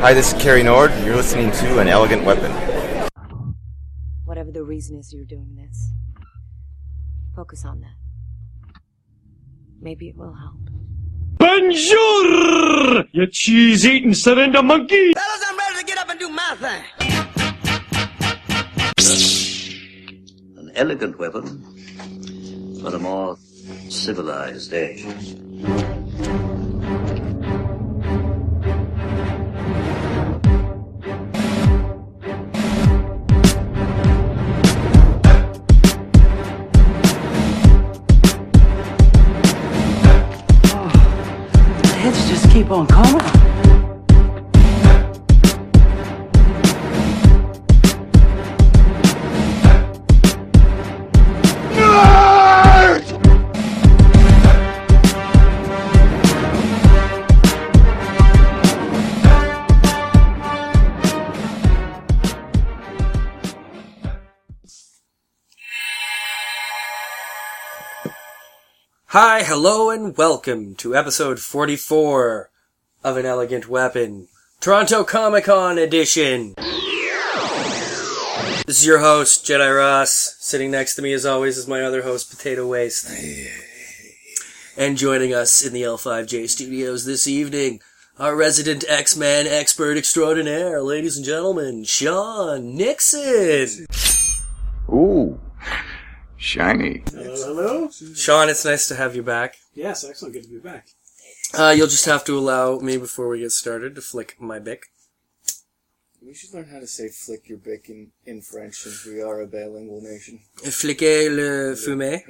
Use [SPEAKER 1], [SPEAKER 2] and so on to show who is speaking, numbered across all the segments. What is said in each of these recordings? [SPEAKER 1] Hi, this is Carrie Nord. You're listening to An Elegant Weapon.
[SPEAKER 2] Whatever the reason is you're doing this, focus on that. Maybe it will help.
[SPEAKER 3] Bonjour, you cheese-eating surrender monkey!
[SPEAKER 4] Fellas, I'm ready to get up and do my thing.
[SPEAKER 5] an elegant weapon for a more civilized age.
[SPEAKER 6] The hits just keep on coming.
[SPEAKER 7] Hi, hello, and welcome to episode 44 of An Elegant Weapon, Toronto Comic Con Edition. This is your host, Jedi Ross. Sitting next to me, as always, is my other host, Potato Waste. And joining us in the L5J studios this evening, our resident X-Man expert extraordinaire, ladies and gentlemen, Sean Nixon.
[SPEAKER 8] Ooh, shiny.
[SPEAKER 9] Hello?
[SPEAKER 7] Sean, it's nice to have you back.
[SPEAKER 9] Yes, excellent. Good to be back.
[SPEAKER 7] Uh, you'll just have to allow me before we get started to flick my bic.
[SPEAKER 10] We should learn how to say flick your bick in, in French since we are a bilingual nation.
[SPEAKER 7] Fliquer le fumée.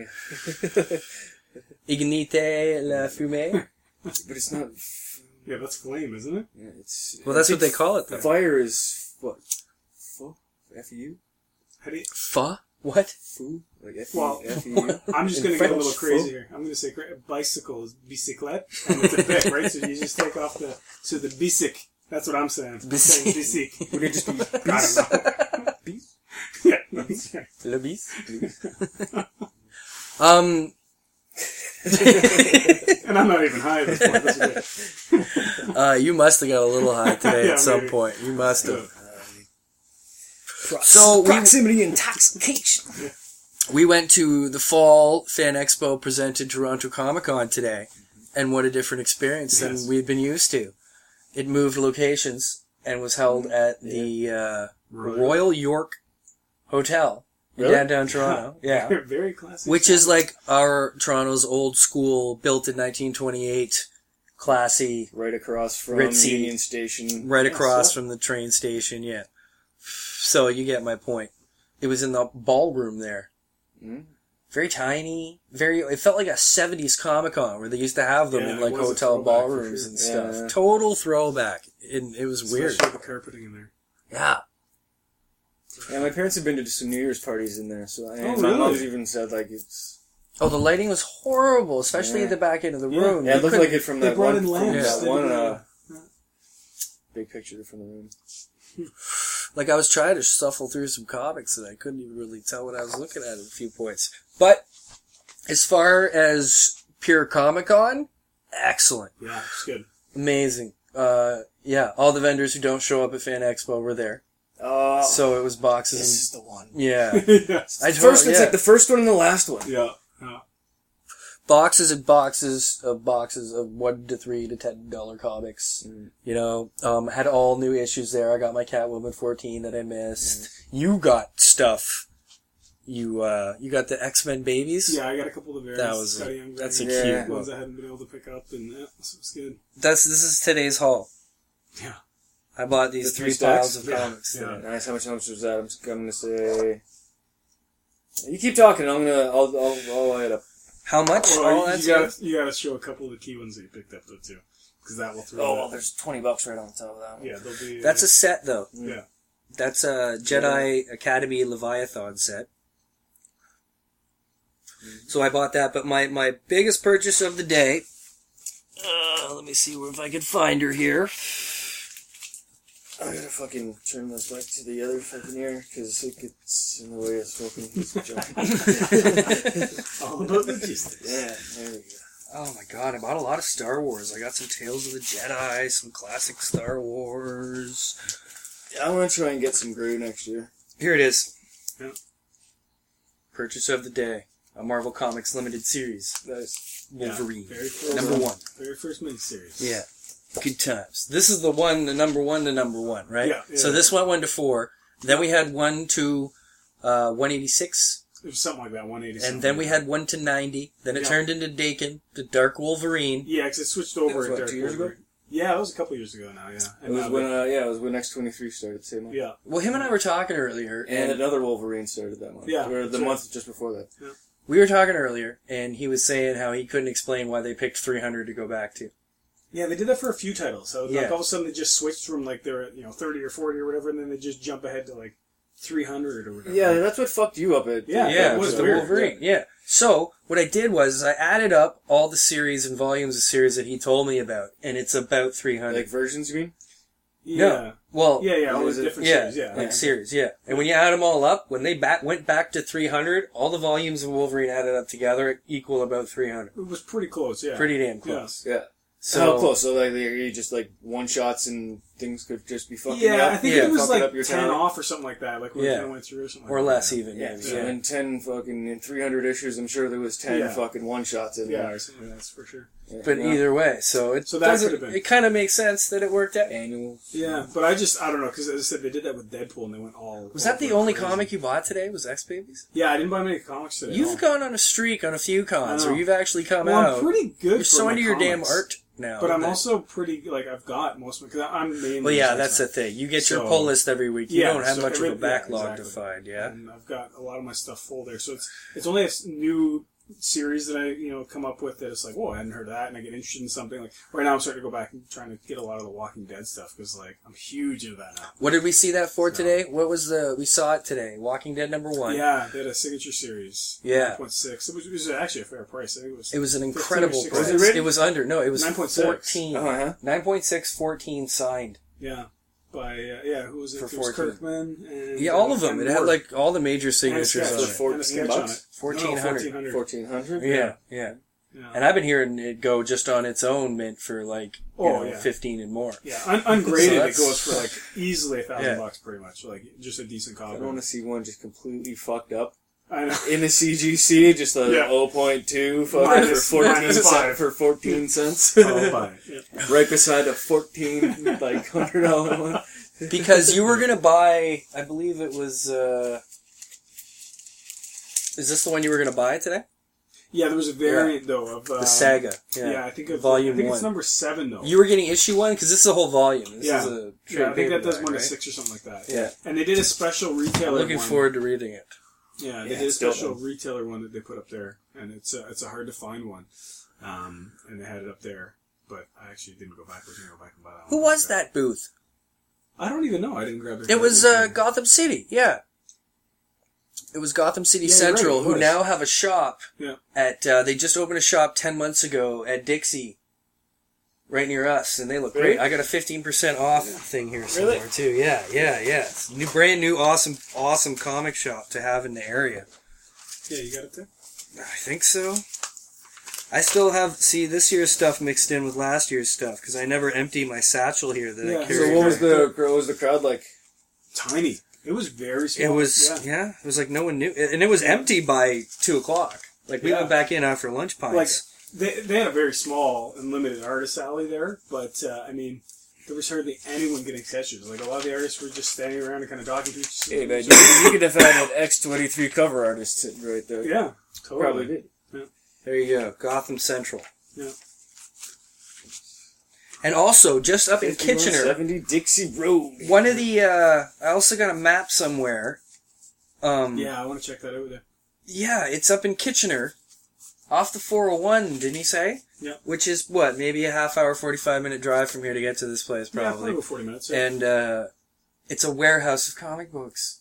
[SPEAKER 7] Ignite la fumée.
[SPEAKER 10] But it's not. f-
[SPEAKER 9] Yeah, that's flame, isn't it?
[SPEAKER 10] Yeah, it's,
[SPEAKER 7] Well, that's
[SPEAKER 10] I
[SPEAKER 7] what
[SPEAKER 10] think
[SPEAKER 7] they call it, though.
[SPEAKER 10] Fire is. What? Fu? F U?
[SPEAKER 9] How do you-
[SPEAKER 7] Fa? What?
[SPEAKER 10] Fu? Like F
[SPEAKER 9] Well,
[SPEAKER 10] U? F U?
[SPEAKER 9] I'm just
[SPEAKER 10] In
[SPEAKER 9] going to get a
[SPEAKER 10] French,
[SPEAKER 9] little crazy here. I'm going to say cra- bicycle is bicyclette, and it's a bit, right? So you just take off the. So the bisic. That's what I'm saying. I'm saying bisic.
[SPEAKER 10] Would it just be.
[SPEAKER 9] I don't know.
[SPEAKER 10] Bees?
[SPEAKER 9] Yeah, that's right.
[SPEAKER 7] Le bis? um,
[SPEAKER 9] and I'm not even high at this point. That's okay.
[SPEAKER 7] uh, you must have got a little high today
[SPEAKER 9] Yeah,
[SPEAKER 7] at some
[SPEAKER 9] maybe.
[SPEAKER 7] point. You must have.
[SPEAKER 10] Prox-
[SPEAKER 7] So we-
[SPEAKER 10] Oh, proximity intoxication.
[SPEAKER 7] We went to the Fall Fan Expo presented Toronto Comic Con today, and what a different experience
[SPEAKER 9] Yes.
[SPEAKER 7] than we've been used to. It moved locations and was held at the uh,
[SPEAKER 9] Royal.
[SPEAKER 7] Royal York Hotel in
[SPEAKER 10] Really?
[SPEAKER 7] downtown Toronto. Yeah.
[SPEAKER 9] Very classic.
[SPEAKER 7] Which is like our Toronto's old school, built in 1928, classy,
[SPEAKER 10] Right across from
[SPEAKER 7] Ritzy.
[SPEAKER 10] Union Station.
[SPEAKER 7] right
[SPEAKER 9] Yeah,
[SPEAKER 7] across
[SPEAKER 9] so-
[SPEAKER 7] from the train station. Yeah. So you get my point. It was in the ballroom there.
[SPEAKER 9] Hmm?
[SPEAKER 10] Mm.
[SPEAKER 7] Very tiny, very. It felt like a 70s Comic Con where they used to have them
[SPEAKER 9] Yeah,
[SPEAKER 7] in
[SPEAKER 9] it
[SPEAKER 7] like
[SPEAKER 9] was a
[SPEAKER 7] hotel
[SPEAKER 9] throwback for
[SPEAKER 7] ballrooms
[SPEAKER 9] sure.
[SPEAKER 7] and stuff.
[SPEAKER 10] Yeah.
[SPEAKER 7] Total throwback. And it was weird.
[SPEAKER 9] Especially the carpeting in there.
[SPEAKER 7] Yeah.
[SPEAKER 10] Yeah, my parents have been to some New Year's parties in there, so I,
[SPEAKER 9] Oh,
[SPEAKER 10] my mom's
[SPEAKER 9] really?
[SPEAKER 10] even said, like, it's.
[SPEAKER 7] Oh, the lighting was horrible, especially
[SPEAKER 10] Yeah.
[SPEAKER 7] at the back end of the
[SPEAKER 9] Yeah.
[SPEAKER 7] room.
[SPEAKER 10] Yeah,
[SPEAKER 7] You
[SPEAKER 10] it looked
[SPEAKER 7] couldn't-
[SPEAKER 10] like it from
[SPEAKER 9] Oh, They
[SPEAKER 10] that
[SPEAKER 9] brought
[SPEAKER 10] one,
[SPEAKER 9] in
[SPEAKER 10] from
[SPEAKER 9] lamps.
[SPEAKER 10] that
[SPEAKER 9] They
[SPEAKER 10] one
[SPEAKER 9] did,
[SPEAKER 10] uh,
[SPEAKER 9] uh,
[SPEAKER 10] big picture from the room.
[SPEAKER 7] like I was trying to shuffle through some comics and I couldn't even really tell what I was looking at at a few points. But as far as pure Comic Con, excellent,
[SPEAKER 9] Yeah, it's good.
[SPEAKER 7] amazing. Uh, yeah, all the vendors who don't show up at Fan Expo were there,
[SPEAKER 10] Oh,
[SPEAKER 7] so it was boxes.
[SPEAKER 10] this is
[SPEAKER 7] And,
[SPEAKER 10] the one.
[SPEAKER 7] yeah,
[SPEAKER 9] yes.
[SPEAKER 7] I
[SPEAKER 10] First,
[SPEAKER 7] totally-
[SPEAKER 10] it's
[SPEAKER 7] yeah.
[SPEAKER 10] like the first one and the last one.
[SPEAKER 9] Yeah. yeah.
[SPEAKER 7] boxes and boxes of boxes of one to three to ten dollar comics.
[SPEAKER 10] Mm.
[SPEAKER 7] You know, um, had all new issues there. I got my Catwoman fourteen that I missed.
[SPEAKER 10] Mm.
[SPEAKER 7] You got stuff. You uh, you got the X Men babies.
[SPEAKER 9] Yeah, I got a couple of variants.
[SPEAKER 7] That was a-
[SPEAKER 9] Scotty Young
[SPEAKER 7] that's a
[SPEAKER 9] variants, uh,
[SPEAKER 10] cute Yeah.
[SPEAKER 9] ones I hadn't been able to pick up, and that was good.
[SPEAKER 7] That's this is today's haul.
[SPEAKER 9] Yeah.
[SPEAKER 7] I bought these
[SPEAKER 10] The
[SPEAKER 7] three
[SPEAKER 10] three
[SPEAKER 7] piles
[SPEAKER 10] stacks?
[SPEAKER 7] of
[SPEAKER 9] Yeah,
[SPEAKER 7] comics.
[SPEAKER 9] yeah.
[SPEAKER 7] today.
[SPEAKER 10] Nice. How much? How much was that? I'm just gonna say. You keep talking. I'm gonna. I'll. I'll. I'll add up.
[SPEAKER 7] How much?
[SPEAKER 9] Well,
[SPEAKER 7] oh, that's
[SPEAKER 9] you
[SPEAKER 7] good.
[SPEAKER 9] got you got to show a couple of the key ones that you picked up though too, because that will throw.
[SPEAKER 10] Oh,
[SPEAKER 9] that-
[SPEAKER 10] well, there's twenty bucks right on the top of that one.
[SPEAKER 9] yeah, there'll be. uh,
[SPEAKER 7] That's a set though.
[SPEAKER 9] yeah.
[SPEAKER 7] That's a Jedi Academy Leviathan set.
[SPEAKER 10] Mm-hmm.
[SPEAKER 7] So I bought that, but my my biggest purchase of the day. Uh, let me see where if I can find her here.
[SPEAKER 10] I gotta fucking turn this back to the other fucking ear because it gets in the way of smoking this junk.
[SPEAKER 9] All about logistics.
[SPEAKER 10] Yeah. There we go.
[SPEAKER 7] Oh my god! I bought a lot of Star Wars. I got some Tales of the Jedi, some classic Star Wars.
[SPEAKER 10] I want to try and get some Gru next year.
[SPEAKER 7] Here it is.
[SPEAKER 9] Yeah.
[SPEAKER 7] Purchase of the day. A Marvel Comics limited series.
[SPEAKER 10] Nice.
[SPEAKER 7] Wolverine.
[SPEAKER 9] Very first,
[SPEAKER 7] Number one.
[SPEAKER 9] Very first miniseries.
[SPEAKER 7] Yeah. Good times. This is the one, the number one, the number one, right?
[SPEAKER 9] Yeah, yeah.
[SPEAKER 7] so this went one to four. Then we had one to uh, 186.
[SPEAKER 9] It was something like that, 180.
[SPEAKER 7] And then we had one to 90. Then it
[SPEAKER 9] Yeah.
[SPEAKER 7] turned into Dakin, the Dark Wolverine.
[SPEAKER 9] Yeah, because it switched
[SPEAKER 7] That was,
[SPEAKER 9] over. at
[SPEAKER 7] what,
[SPEAKER 9] Dark
[SPEAKER 7] two years ago?
[SPEAKER 9] Wolverine. Yeah, it was a couple years ago now, yeah.
[SPEAKER 10] It
[SPEAKER 9] And
[SPEAKER 10] was
[SPEAKER 9] now
[SPEAKER 10] when
[SPEAKER 9] they-
[SPEAKER 10] uh, yeah, it was when X twenty three started the same month.
[SPEAKER 9] Yeah.
[SPEAKER 7] Well, him and I were talking earlier,
[SPEAKER 10] And
[SPEAKER 7] and
[SPEAKER 10] another Wolverine started that month.
[SPEAKER 9] Yeah,
[SPEAKER 10] Or the
[SPEAKER 9] sure.
[SPEAKER 10] month just before that.
[SPEAKER 7] we were talking earlier, and he was saying how he couldn't explain why they picked 300 to go back to.
[SPEAKER 9] Yeah, they did that for a few titles. So
[SPEAKER 7] Yeah.
[SPEAKER 9] like all of a sudden they just switched from like their you know thirty or forty or whatever, and then they just jump ahead to like three hundred or whatever.
[SPEAKER 10] Yeah, that's what fucked you up at
[SPEAKER 9] Yeah,
[SPEAKER 7] yeah,
[SPEAKER 9] that was
[SPEAKER 7] with the
[SPEAKER 9] weird.
[SPEAKER 7] Wolverine. Yeah. So what I did was I added up all the series and volumes of series that he told me about, and it's about three hundred.
[SPEAKER 10] Like versions, you mean?
[SPEAKER 9] yeah,
[SPEAKER 7] no, well,
[SPEAKER 9] yeah, yeah. All
[SPEAKER 10] Was
[SPEAKER 9] these
[SPEAKER 10] it-
[SPEAKER 9] different
[SPEAKER 7] yeah,
[SPEAKER 9] series. Yeah,
[SPEAKER 7] like series, yeah. And when you add them all up, when they back went back to three hundred, all the volumes of Wolverine added up together equal about three hundred.
[SPEAKER 9] it was pretty close. Yeah,
[SPEAKER 7] Pretty damn
[SPEAKER 9] Yeah.
[SPEAKER 7] close.
[SPEAKER 10] Yeah.
[SPEAKER 7] So
[SPEAKER 10] How close? So like, they- you just like one shots and things could just be fucking
[SPEAKER 9] Yeah,
[SPEAKER 10] up.
[SPEAKER 9] I think
[SPEAKER 7] Yeah.
[SPEAKER 9] it was
[SPEAKER 10] Fucking
[SPEAKER 9] like
[SPEAKER 10] up your
[SPEAKER 9] ten
[SPEAKER 10] talent.
[SPEAKER 9] off or something like that. Like we
[SPEAKER 7] Yeah.
[SPEAKER 9] kind of went through or something,
[SPEAKER 7] or
[SPEAKER 9] like
[SPEAKER 7] less
[SPEAKER 9] that.
[SPEAKER 7] even.
[SPEAKER 10] Yeah,
[SPEAKER 7] maybe,
[SPEAKER 10] so
[SPEAKER 7] yeah.
[SPEAKER 10] in 10 fucking, in 300 issues, I'm sure there was 10
[SPEAKER 9] Yeah.
[SPEAKER 10] fucking one shots in
[SPEAKER 9] Yeah,
[SPEAKER 10] there.
[SPEAKER 9] or something like that's for sure.
[SPEAKER 7] But
[SPEAKER 10] Yeah.
[SPEAKER 7] either way, so it
[SPEAKER 9] So that
[SPEAKER 7] doesn't.
[SPEAKER 9] could've been.
[SPEAKER 7] It kind of makes sense that it worked out.
[SPEAKER 10] Annual.
[SPEAKER 9] Yeah, but I just I don't know because as I said they did that with Deadpool and they went all.
[SPEAKER 7] Was that
[SPEAKER 9] all
[SPEAKER 7] the
[SPEAKER 9] fucking
[SPEAKER 7] only
[SPEAKER 9] crazy.
[SPEAKER 7] comic you bought today? Was X Babies?
[SPEAKER 9] Yeah, I didn't buy many comics today. at all.
[SPEAKER 7] You've gone on a streak on a few cons,
[SPEAKER 9] I
[SPEAKER 7] or
[SPEAKER 9] know.
[SPEAKER 7] you've actually come
[SPEAKER 9] Well,
[SPEAKER 7] out.
[SPEAKER 9] I'm pretty good.
[SPEAKER 7] You're
[SPEAKER 9] for
[SPEAKER 7] so
[SPEAKER 9] my
[SPEAKER 7] into your damn
[SPEAKER 9] comics,
[SPEAKER 7] art now.
[SPEAKER 9] But I'm
[SPEAKER 7] that-
[SPEAKER 9] also pretty like I've got most of because I'm mainly.
[SPEAKER 7] Well, yeah,
[SPEAKER 9] just-
[SPEAKER 7] that's the thing. You get your
[SPEAKER 9] So-
[SPEAKER 7] pull list every week. You
[SPEAKER 9] Yeah,
[SPEAKER 7] don't have
[SPEAKER 9] so
[SPEAKER 7] much of
[SPEAKER 9] every-
[SPEAKER 7] a
[SPEAKER 9] yeah,
[SPEAKER 7] backlog to
[SPEAKER 9] exactly. Mm-hmm.
[SPEAKER 7] find. Yeah.
[SPEAKER 9] and I've got a lot of my stuff full there. So it's it's only a s- new series that I you know come up with that it's like, whoa, I hadn't heard of that, and I get interested in something. Like right now, I'm starting to go back and trying to get a lot of the Walking Dead stuff because like I'm huge into that now.
[SPEAKER 7] What did we see that for today? What was the? We saw it today. Walking Dead number one.
[SPEAKER 9] Yeah, they had a signature series.
[SPEAKER 7] Yeah.
[SPEAKER 9] nine point six. It was, it was actually a fair price. I think it was.
[SPEAKER 7] It was an
[SPEAKER 9] 15 or
[SPEAKER 7] incredible
[SPEAKER 9] 16.
[SPEAKER 7] price.
[SPEAKER 10] Was it written?
[SPEAKER 7] was under. No, it was
[SPEAKER 9] 9.6.
[SPEAKER 7] 14.
[SPEAKER 10] Uh-huh.
[SPEAKER 7] 9.6, 14 signed.
[SPEAKER 9] Yeah, by uh, yeah, who was it?
[SPEAKER 7] For
[SPEAKER 9] it was
[SPEAKER 7] 14.
[SPEAKER 9] Kirkman. And,
[SPEAKER 7] Yeah,
[SPEAKER 9] uh,
[SPEAKER 7] all of them.
[SPEAKER 9] and
[SPEAKER 7] It had
[SPEAKER 9] Ward.
[SPEAKER 7] like all the major
[SPEAKER 9] And a
[SPEAKER 7] signatures
[SPEAKER 9] sketch
[SPEAKER 7] on
[SPEAKER 10] for
[SPEAKER 7] it.
[SPEAKER 10] four-
[SPEAKER 9] and a sketch
[SPEAKER 10] 14
[SPEAKER 9] on
[SPEAKER 10] bucks?
[SPEAKER 9] it. No,
[SPEAKER 7] 1400.
[SPEAKER 9] 1400.
[SPEAKER 10] 1400?
[SPEAKER 7] Yeah, yeah.
[SPEAKER 9] Yeah.
[SPEAKER 7] And I've been hearing it go just on its own, mint for like you
[SPEAKER 9] Oh,
[SPEAKER 7] know,
[SPEAKER 9] yeah.
[SPEAKER 7] 15 and more.
[SPEAKER 9] Yeah, un- ungraded,
[SPEAKER 7] So
[SPEAKER 9] it
[SPEAKER 7] that's-
[SPEAKER 9] goes for like easily a thousand
[SPEAKER 7] Yeah.
[SPEAKER 9] bucks, pretty much. Like just a decent
[SPEAKER 10] I
[SPEAKER 9] comic.
[SPEAKER 10] don't want to see one just completely fucked up.
[SPEAKER 9] I know.
[SPEAKER 10] In the CGC, just a
[SPEAKER 9] Yeah.
[SPEAKER 10] 0.2 fucking
[SPEAKER 9] Minus-
[SPEAKER 10] for, 14
[SPEAKER 9] minus
[SPEAKER 10] cents,
[SPEAKER 9] five. Oh,
[SPEAKER 10] for 14 cents.
[SPEAKER 9] I'll buy it. Yeah.
[SPEAKER 10] right beside a 14 like $100 one.
[SPEAKER 7] because you were gonna buy i believe it was uh is this the one you were gonna buy today
[SPEAKER 9] Yeah, there was a variant though of uh,
[SPEAKER 7] the saga
[SPEAKER 9] Yeah.
[SPEAKER 7] yeah,
[SPEAKER 9] I think of,
[SPEAKER 7] volume
[SPEAKER 9] I think
[SPEAKER 7] one
[SPEAKER 9] it's number seven though.
[SPEAKER 7] you were getting issue one because this is a whole volume this
[SPEAKER 9] Yeah.
[SPEAKER 7] is a trade
[SPEAKER 9] yeah, I think that does
[SPEAKER 7] paperback,
[SPEAKER 9] one
[SPEAKER 7] right?
[SPEAKER 9] to six or something like that.
[SPEAKER 7] Yeah.
[SPEAKER 9] and they did a special retailer.
[SPEAKER 7] i'm looking
[SPEAKER 9] one.
[SPEAKER 7] forward to reading it
[SPEAKER 9] Yeah, they
[SPEAKER 10] Yeah,
[SPEAKER 9] did a
[SPEAKER 10] it's still
[SPEAKER 9] special
[SPEAKER 10] them.
[SPEAKER 9] retailer one that they put up there, and it's a, it's a hard to find one. Um, and they had it up there, but I actually didn't go back. I was gonna go back and buy that.
[SPEAKER 7] who
[SPEAKER 9] one.
[SPEAKER 7] was that booth
[SPEAKER 9] I don't even know. I didn't grab their
[SPEAKER 7] it was uh
[SPEAKER 9] catalog.
[SPEAKER 7] gotham city yeah it was gotham city
[SPEAKER 9] Yeah, you're right,
[SPEAKER 7] central
[SPEAKER 9] it
[SPEAKER 7] who
[SPEAKER 9] was.
[SPEAKER 7] now have a shop
[SPEAKER 9] Yeah.
[SPEAKER 7] at uh, they just opened a shop 10 months ago at dixie right near us and they look great
[SPEAKER 10] Really?
[SPEAKER 7] i got a 15% off thing here somewhere too yeah yeah yeah it's new brand new awesome awesome comic shop to have in the area
[SPEAKER 9] Yeah, you got it there.
[SPEAKER 7] i think so i still have see this year's stuff mixed in with last year's stuff because i never empty my satchel here that i
[SPEAKER 9] Yeah,
[SPEAKER 7] carry
[SPEAKER 10] So what was the what was the crowd like?
[SPEAKER 9] Tiny. It was very
[SPEAKER 7] it
[SPEAKER 9] small.
[SPEAKER 7] was
[SPEAKER 9] yeah.
[SPEAKER 7] yeah. it was like no one knew and it was empty by two o'clock like we
[SPEAKER 9] Yeah.
[SPEAKER 7] went back in after lunch pints
[SPEAKER 9] like they, they had a very small and limited artist alley there, but uh, I mean, there was hardly anyone getting sessions. Like a lot of the artists were just standing around and kind of talking to each other.
[SPEAKER 10] Hey man, you, you could have had an X twenty three cover artist sitting right there.
[SPEAKER 9] yeah, totally.
[SPEAKER 10] probably did.
[SPEAKER 7] There you go, Gotham Central.
[SPEAKER 9] Yeah.
[SPEAKER 7] And also, just up in Kitchener,
[SPEAKER 10] seventy Dixie Road.
[SPEAKER 7] one of the uh, I also got a map somewhere. Um,
[SPEAKER 9] Yeah, I want to check that out there.
[SPEAKER 7] yeah, it's up in Kitchener, off the 401. Didn't he say?
[SPEAKER 9] Yeah.
[SPEAKER 7] Which is what, maybe a half hour, 45 minute drive from here to get to this place,
[SPEAKER 9] Yeah, probably
[SPEAKER 7] probably.
[SPEAKER 9] about forty minutes. Yeah.
[SPEAKER 7] and uh, it's a warehouse of comic books.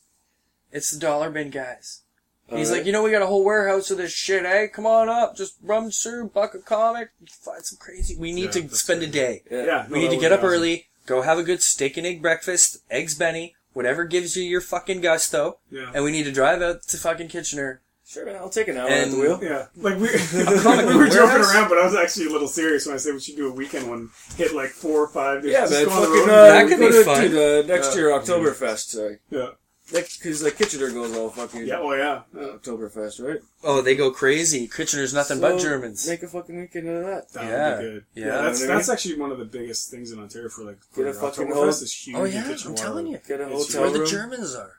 [SPEAKER 7] It's the dollar bin guys. And he's like, you know, we got a whole warehouse of this shit, eh? Come on up, just run through, buck a comic, find some crazy. We need
[SPEAKER 9] Yeah,
[SPEAKER 7] to
[SPEAKER 9] that's
[SPEAKER 7] spend a day.
[SPEAKER 9] yeah,
[SPEAKER 7] We need to get up early, go have a good steak and egg breakfast, eggs Benny, whatever gives you your fucking gusto,
[SPEAKER 9] Yeah.
[SPEAKER 7] and we need to drive out to fucking Kitchener
[SPEAKER 10] Sure, man. I'll take an hour at
[SPEAKER 7] And-
[SPEAKER 10] the wheel.
[SPEAKER 9] Yeah, like we, we were joking around, but I was actually a little serious when I said we should do a weekend one. Hit like four or five.
[SPEAKER 10] Yeah,
[SPEAKER 9] just
[SPEAKER 10] man.
[SPEAKER 9] go on the
[SPEAKER 10] Fucking,
[SPEAKER 9] road.
[SPEAKER 10] uh,
[SPEAKER 7] That could
[SPEAKER 10] go
[SPEAKER 7] be
[SPEAKER 10] to,
[SPEAKER 7] fun.
[SPEAKER 10] To the next year Oktoberfest. Uh,
[SPEAKER 9] yeah,
[SPEAKER 10] because like Kitchener goes all fucking
[SPEAKER 9] yeah, oh yeah. Uh,
[SPEAKER 10] Oktoberfest, right?
[SPEAKER 7] Oh, they go crazy. Kitchener's nothing but
[SPEAKER 10] So,
[SPEAKER 7] Germans.
[SPEAKER 10] Make a fucking weekend out of that.
[SPEAKER 9] That
[SPEAKER 7] Yeah.
[SPEAKER 9] would be good. Yeah,
[SPEAKER 7] Yeah, you know
[SPEAKER 9] that's
[SPEAKER 10] what I
[SPEAKER 9] that's actually one of the biggest things in Ontario for like
[SPEAKER 10] Get a
[SPEAKER 9] for
[SPEAKER 10] fucking
[SPEAKER 9] Oktoberfest
[SPEAKER 10] hole.
[SPEAKER 9] is huge.
[SPEAKER 7] Oh
[SPEAKER 9] in
[SPEAKER 7] yeah,
[SPEAKER 9] Kitchener
[SPEAKER 7] I'm
[SPEAKER 9] Waterloo.
[SPEAKER 7] telling you,
[SPEAKER 10] Get a
[SPEAKER 9] It's
[SPEAKER 10] hotel
[SPEAKER 7] where the
[SPEAKER 10] room.
[SPEAKER 7] Germans are.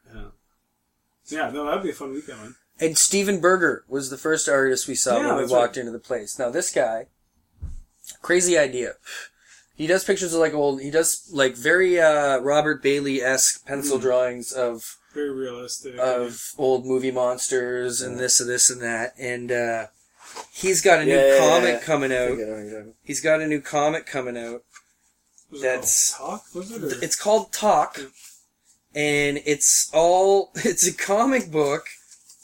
[SPEAKER 9] Yeah, no, that'd be a fun weekend. Man.
[SPEAKER 7] And Steven Berger was the first artist we saw
[SPEAKER 9] Yeah,
[SPEAKER 7] when we
[SPEAKER 9] that's
[SPEAKER 7] walked into the place. Now this guy, crazy idea. He does pictures of like old. He does like very uh, Robert Bailey esque
[SPEAKER 10] Hmm.
[SPEAKER 7] pencil drawings of
[SPEAKER 9] Very
[SPEAKER 7] Uh,
[SPEAKER 9] realistic.
[SPEAKER 7] of old movie monsters and this and this and that. And uh, he's got a new
[SPEAKER 10] Yeah, yeah,
[SPEAKER 7] comic
[SPEAKER 10] yeah.
[SPEAKER 7] coming
[SPEAKER 10] I
[SPEAKER 7] out.
[SPEAKER 10] get what you're talking about.
[SPEAKER 7] He's got a new comic coming out.
[SPEAKER 9] was
[SPEAKER 7] that's-
[SPEAKER 9] it called talk. Was it? Or?
[SPEAKER 7] It's called Talk, and it's all it's a comic book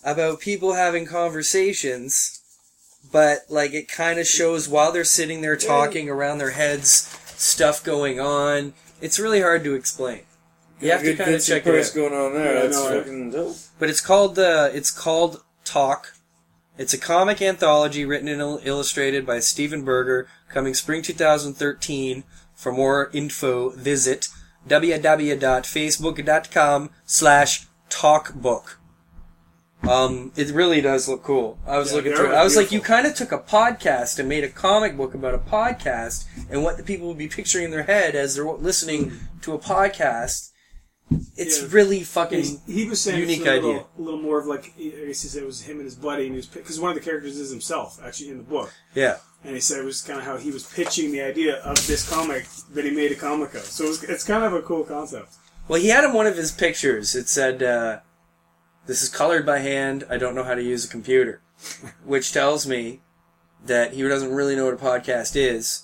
[SPEAKER 7] about people having conversations, but like it kind of shows while they're sitting there talking around their heads, stuff going on. It's really hard to explain. You have to
[SPEAKER 10] Good
[SPEAKER 7] kind of
[SPEAKER 10] Vincent
[SPEAKER 7] check it
[SPEAKER 10] Price
[SPEAKER 7] out.
[SPEAKER 10] going on there.
[SPEAKER 9] Yeah, I
[SPEAKER 10] That's
[SPEAKER 9] know, right?
[SPEAKER 10] fucking dope.
[SPEAKER 7] But it's called uh, it's called Talk. It's a comic anthology written and il- illustrated by Steven Berger. Coming spring 2013. For more info, visit www.facebook.com slash talkbook. Um, it really does look cool. I was
[SPEAKER 9] Yeah,
[SPEAKER 7] looking
[SPEAKER 9] they
[SPEAKER 7] through.
[SPEAKER 9] are
[SPEAKER 7] it. I was like, you
[SPEAKER 9] beautiful.
[SPEAKER 7] kind of took a podcast and made a comic book about a podcast and what the people would be picturing in their head as they're listening to a podcast. It's
[SPEAKER 9] Yeah.
[SPEAKER 7] really fucking.
[SPEAKER 9] He- he was saying
[SPEAKER 7] unique
[SPEAKER 9] it's a little,
[SPEAKER 7] idea.
[SPEAKER 9] a little more of like I guess he said it was him and his buddy, and he was because one of the characters is himself actually in the book,
[SPEAKER 7] Yeah.
[SPEAKER 9] and he said it was kind of how he was pitching the idea of this comic that he made a comic of. So it was, it's kind of a cool concept.
[SPEAKER 7] Well, he had in one of his pictures. It said, uh, "This is colored by hand. I don't know how to use a computer," which tells me that he doesn't really know what a podcast is.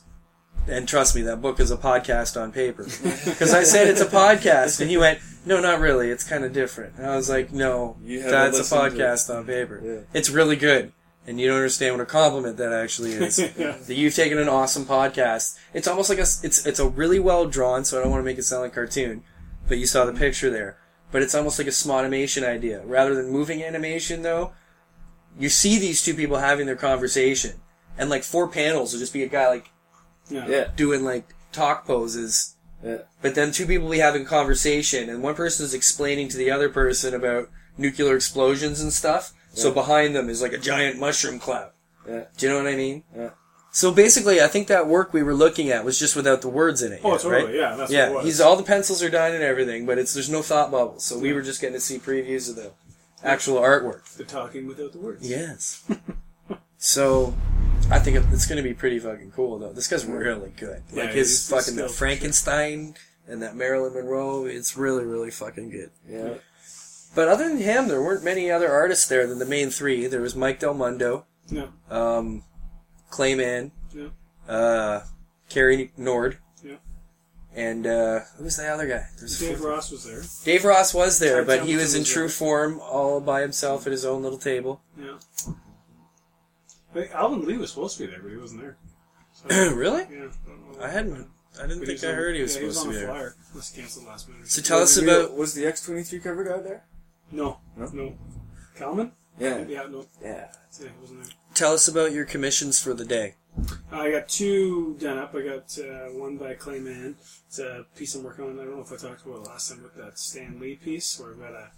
[SPEAKER 7] And trust me, that book is a podcast on paper. Because I said it's a podcast, and he went, "No, not really. It's kind of different." And I was like, "No,
[SPEAKER 10] You haven't
[SPEAKER 7] that's a
[SPEAKER 10] listened to it."
[SPEAKER 7] podcast on paper.
[SPEAKER 10] Yeah.
[SPEAKER 7] It's really good." And you don't understand what a compliment that actually is. That you've taken an awesome podcast. It's almost like a s- it's it's a really well drawn. So I don't want to make it sound like a cartoon, but you saw the picture there. But it's almost like a smotimation idea. Rather than moving animation, though, you see these two people having their conversation, and like four panels will just be a guy like
[SPEAKER 10] Yeah.
[SPEAKER 7] doing like talk poses.
[SPEAKER 10] Yeah.
[SPEAKER 7] But then two people will be having a conversation, and one person is explaining to the other person about nuclear explosions and stuff. So behind them is like a giant mushroom cloud.
[SPEAKER 10] Yeah.
[SPEAKER 7] Do you know what I mean?
[SPEAKER 10] Yeah.
[SPEAKER 7] So basically, I think that work we were looking at was just without the words in it.
[SPEAKER 9] Oh,
[SPEAKER 7] yet,
[SPEAKER 9] totally.
[SPEAKER 7] right?
[SPEAKER 9] Yeah, that's what it
[SPEAKER 7] yeah,
[SPEAKER 9] was.
[SPEAKER 7] he's all the pencils are done and everything, but it's there's no thought bubbles. So we were just getting to see previews of the actual artwork.
[SPEAKER 9] the talking without the words.
[SPEAKER 7] Yes. so, I think it's going to be pretty fucking cool though. This guy's really good.
[SPEAKER 9] Yeah,
[SPEAKER 7] like his
[SPEAKER 9] he's- he's
[SPEAKER 7] fucking
[SPEAKER 9] still-
[SPEAKER 7] Frankenstein and that Marilyn Monroe. It's really really fucking good.
[SPEAKER 10] Yeah.
[SPEAKER 7] But other than him, there weren't many other artists there than the main three. There was Mike Del Mundo,
[SPEAKER 9] No.
[SPEAKER 7] um, Clayman,
[SPEAKER 9] Yeah.
[SPEAKER 7] uh, Carrie Nord.
[SPEAKER 9] Yeah.
[SPEAKER 7] And uh, who was the other guy? There's a
[SPEAKER 9] Dave
[SPEAKER 7] fourth-
[SPEAKER 9] Ross was there.
[SPEAKER 7] Dave Ross was there,
[SPEAKER 9] Tyrone
[SPEAKER 7] but he was
[SPEAKER 9] Templeton
[SPEAKER 7] in
[SPEAKER 9] was
[SPEAKER 7] true
[SPEAKER 9] there.
[SPEAKER 7] form, all by himself at his own little table.
[SPEAKER 9] Yeah. But Alvin Lee was supposed to be there, but he wasn't there.
[SPEAKER 7] really?
[SPEAKER 9] Yeah. don't know.
[SPEAKER 7] I hadn't. I didn't
[SPEAKER 9] But
[SPEAKER 7] think
[SPEAKER 9] was
[SPEAKER 7] I
[SPEAKER 9] on-
[SPEAKER 7] heard he was
[SPEAKER 9] yeah,
[SPEAKER 7] supposed
[SPEAKER 9] on
[SPEAKER 7] to be
[SPEAKER 9] the
[SPEAKER 7] there.
[SPEAKER 9] flyer. It was canceled last minute.
[SPEAKER 7] So tell us
[SPEAKER 10] Was the
[SPEAKER 7] about.
[SPEAKER 10] real- was the X twenty three cover guy there?
[SPEAKER 9] no,
[SPEAKER 10] No?
[SPEAKER 9] no, Kalman?
[SPEAKER 10] Yeah.
[SPEAKER 9] Yeah, no,
[SPEAKER 10] Yeah.
[SPEAKER 9] yeah, he wasn't there.
[SPEAKER 7] Tell us about your commissions for the day.
[SPEAKER 9] I got two done up. I got uh, one by Clayman. It's a piece I'm working on. I don't know if I talked about it last time, but that Stan Lee piece, where I've got a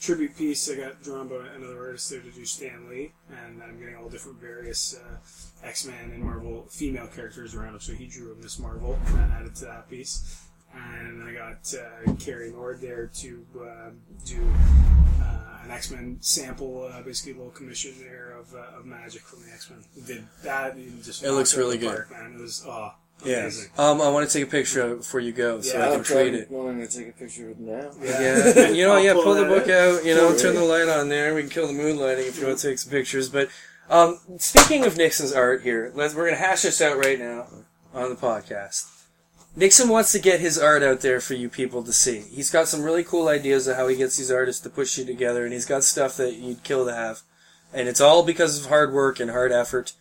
[SPEAKER 9] tribute piece I got drawn by another artist there to do Stan Lee, and I'm getting all different various uh, X Men and Marvel female characters around him. So he drew him this Marvel and I added to that piece. And I got uh, Carrie Nord there to uh, do uh, an X Men sample, uh, basically a little commission there of, uh, of magic from the X Men. Did that? And just
[SPEAKER 7] It looks
[SPEAKER 9] knocked out
[SPEAKER 7] really
[SPEAKER 9] the
[SPEAKER 7] good.
[SPEAKER 9] park, man. It was oh,
[SPEAKER 7] Yes.
[SPEAKER 9] amazing.
[SPEAKER 7] Um, I want to take a picture of it before you go, so
[SPEAKER 9] Yeah,
[SPEAKER 7] I
[SPEAKER 10] I'm
[SPEAKER 7] can tweet
[SPEAKER 10] trying
[SPEAKER 7] it.
[SPEAKER 10] wanting to take a picture of it now.
[SPEAKER 7] Yeah, you know,
[SPEAKER 9] I'll
[SPEAKER 7] yeah,
[SPEAKER 9] pull
[SPEAKER 7] pull the
[SPEAKER 9] that
[SPEAKER 7] book out, you know,
[SPEAKER 10] Pull it
[SPEAKER 7] turn
[SPEAKER 10] out.
[SPEAKER 7] the light on there. We can kill the mood lighting if you want to take some pictures. But um, speaking of Nixon's art here, let's, we're going to hash this out right now on the podcast. Nixon wants to get his art out there for you people to see. He's got some really cool ideas of how he gets these artists to push you together, and he's got stuff that you'd kill to have. And it's all because of hard work and hard effort.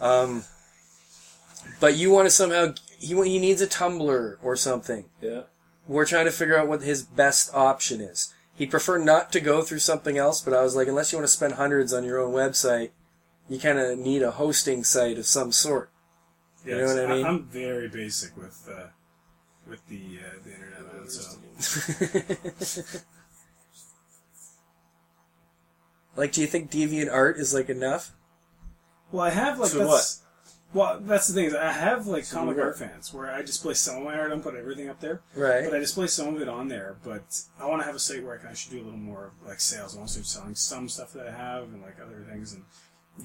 [SPEAKER 7] Um, but you want to somehow, he, he needs a Tumblr or something
[SPEAKER 10] Yeah.
[SPEAKER 7] we're trying to figure out what his best option is. he'd prefer not to go through something else, but I was like, unless you want to spend hundreds on your own website, you kind of need a hosting site of some sort.
[SPEAKER 9] Yeah,
[SPEAKER 7] know what I mean?
[SPEAKER 9] am very basic with uh, with the uh, the internet. man, So
[SPEAKER 7] Like, do you think Deviant Art is like enough?
[SPEAKER 9] well, I have like
[SPEAKER 7] So
[SPEAKER 9] that's well, that's the thing is I have like comic
[SPEAKER 7] what?
[SPEAKER 9] art fans where I display some of my art. I don't put everything up there,
[SPEAKER 7] Right.
[SPEAKER 9] But I display some of it on there. But I want to have a site where I can actually do a little more like sales. I want to start selling some stuff that I have and like other things and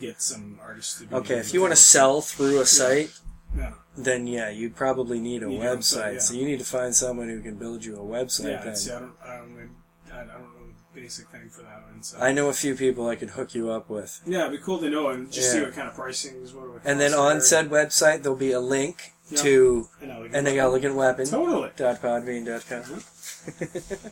[SPEAKER 9] get some artists to. do
[SPEAKER 7] Okay,
[SPEAKER 9] things
[SPEAKER 7] if you want to
[SPEAKER 9] with it.
[SPEAKER 7] sell through a site,
[SPEAKER 9] yeah,
[SPEAKER 7] then yeah, you probably need a
[SPEAKER 9] Need a
[SPEAKER 7] website.
[SPEAKER 9] website, yeah.
[SPEAKER 7] So you need to find someone who can build you a website.
[SPEAKER 9] yeah.
[SPEAKER 7] then.
[SPEAKER 9] See, I don't, I don't, really- I I don't know the basic thing for that one. So
[SPEAKER 7] I know a few people I could hook you up with.
[SPEAKER 9] yeah, it'd be cool to know and just see
[SPEAKER 7] Yeah.
[SPEAKER 9] what kind of pricing is what. it would
[SPEAKER 7] And then
[SPEAKER 9] cost
[SPEAKER 7] on
[SPEAKER 9] there.
[SPEAKER 7] said website, there'll be a link
[SPEAKER 9] Yeah.
[SPEAKER 7] to
[SPEAKER 9] I know, like-
[SPEAKER 7] an elegant weapon.
[SPEAKER 9] Totally.
[SPEAKER 7] podbean.com.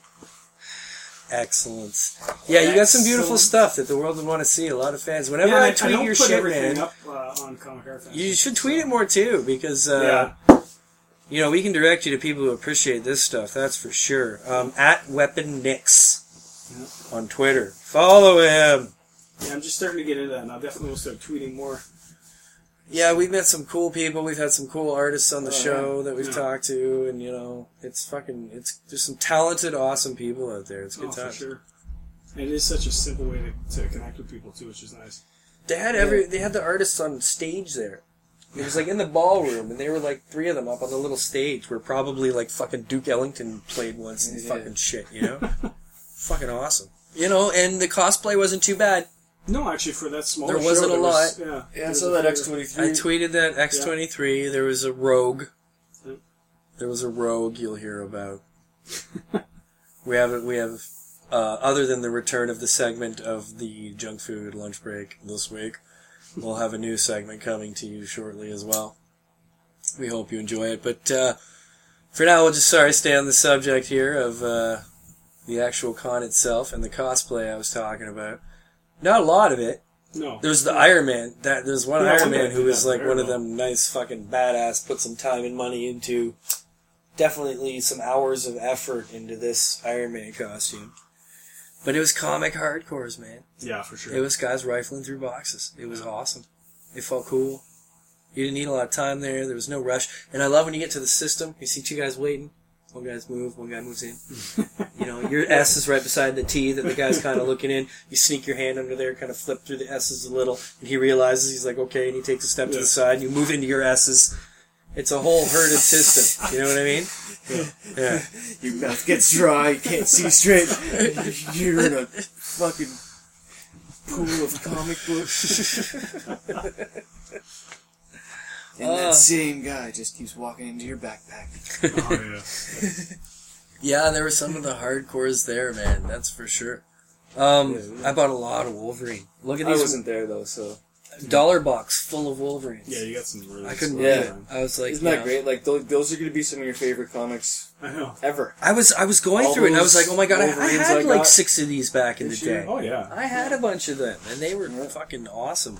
[SPEAKER 7] Excellent. Yeah, you got some beautiful
[SPEAKER 9] Excellent.
[SPEAKER 7] stuff that the world would want to see. A lot of fans. Whenever
[SPEAKER 9] Yeah,
[SPEAKER 7] I
[SPEAKER 9] I
[SPEAKER 7] tweet
[SPEAKER 9] don't
[SPEAKER 7] your
[SPEAKER 9] put
[SPEAKER 7] shit,
[SPEAKER 9] everything
[SPEAKER 7] man,
[SPEAKER 9] up uh, on Comic Art Fest.
[SPEAKER 7] you should tweet it more too, because uh,
[SPEAKER 9] yeah,
[SPEAKER 7] you know we can direct you to people who appreciate this stuff. That's for sure. Um, at Weapon Nix on Twitter. Follow him.
[SPEAKER 9] yeah, I'm just starting to get into that, and I definitely will start tweeting more.
[SPEAKER 7] Yeah, we've met some cool people. We've had some cool artists on the show that we've
[SPEAKER 9] Oh, Yeah.
[SPEAKER 7] talked to, and you know, it's fucking, it's there's some talented, awesome people out there. It's a good
[SPEAKER 9] oh,
[SPEAKER 7] time.
[SPEAKER 9] for sure. And it is such a simple way to, to connect with people too, which is nice.
[SPEAKER 7] They had every, they had the artists on stage there. It was like in the ballroom, and they were like three of them up on the little stage where probably like fucking Duke Ellington played once and fucking shit, you know, fucking awesome. You know, and the cosplay wasn't too bad.
[SPEAKER 9] No, actually, for that small,
[SPEAKER 7] There wasn't a lot.
[SPEAKER 9] yeah,
[SPEAKER 10] Yeah,
[SPEAKER 9] there
[SPEAKER 10] I
[SPEAKER 9] was
[SPEAKER 10] saw
[SPEAKER 9] a
[SPEAKER 10] that
[SPEAKER 9] few-
[SPEAKER 10] X twenty
[SPEAKER 7] I
[SPEAKER 10] three.
[SPEAKER 7] tweeted that X twenty three. There was a rogue.
[SPEAKER 9] Yep.
[SPEAKER 7] There was a rogue you'll hear about. we have we have uh, other than the return of the segment of the junk food lunch break this week. We'll have a new segment coming to you shortly as well. We hope you enjoy it, but uh, for now we'll just sorry stay on the subject here of uh, the actual con itself and the cosplay I was talking about. Not a lot of it.
[SPEAKER 9] No,
[SPEAKER 7] There's the Iron Man. That there's one
[SPEAKER 9] Yeah,
[SPEAKER 7] Iron
[SPEAKER 9] one guy
[SPEAKER 7] Man who
[SPEAKER 9] did
[SPEAKER 7] is
[SPEAKER 9] that
[SPEAKER 7] like
[SPEAKER 9] very
[SPEAKER 7] one of
[SPEAKER 9] well.
[SPEAKER 7] them nice fucking badass. Put some time and money into, definitely some hours of effort into this Iron Man costume. But it was comic hardcores, man.
[SPEAKER 9] yeah, for sure.
[SPEAKER 7] It was guys rifling through boxes. It was awesome. It felt cool. You didn't need a lot of time there. There was no rush. And I love when you get to the system. You see two guys waiting. One guy's moved. One guy moves in. you know, your S is right beside the T that the guy's kind of looking in. You sneak your hand under there, kind of flip through the S's a little, and he realizes he's like, okay, and he takes a step to
[SPEAKER 9] Yeah.
[SPEAKER 7] the side. And you move into your S's. It's a whole herded system. You know what I mean? Yeah.
[SPEAKER 10] Your mouth gets dry. You can't see straight. You're in a fucking pool of comic books. and
[SPEAKER 7] Ah.
[SPEAKER 10] that same guy just keeps walking into your backpack.
[SPEAKER 9] oh, yeah.
[SPEAKER 7] Yeah, there were some of the hardcores there, man. That's for sure. Um, I bought a lot of Wolverine. Look at
[SPEAKER 10] I
[SPEAKER 7] these
[SPEAKER 10] wasn't there though, so
[SPEAKER 7] dollar box full of Wolverines.
[SPEAKER 9] yeah, you got some really.
[SPEAKER 7] I couldn't
[SPEAKER 9] slow
[SPEAKER 7] believe
[SPEAKER 10] Yeah.
[SPEAKER 7] it. I was like,
[SPEAKER 10] isn't that
[SPEAKER 7] yeah.
[SPEAKER 10] great? Like those, those are going to be some of your favorite comics
[SPEAKER 9] I know.
[SPEAKER 10] ever.
[SPEAKER 7] I was I was going
[SPEAKER 10] All
[SPEAKER 7] through it and I was
[SPEAKER 10] those
[SPEAKER 7] like, oh my god, I, I
[SPEAKER 10] Wolverines
[SPEAKER 7] had
[SPEAKER 10] I
[SPEAKER 7] like
[SPEAKER 10] got
[SPEAKER 7] six of these back in the day.
[SPEAKER 9] Oh yeah,
[SPEAKER 7] I had a bunch of them and they were
[SPEAKER 10] Yeah.
[SPEAKER 7] fucking awesome.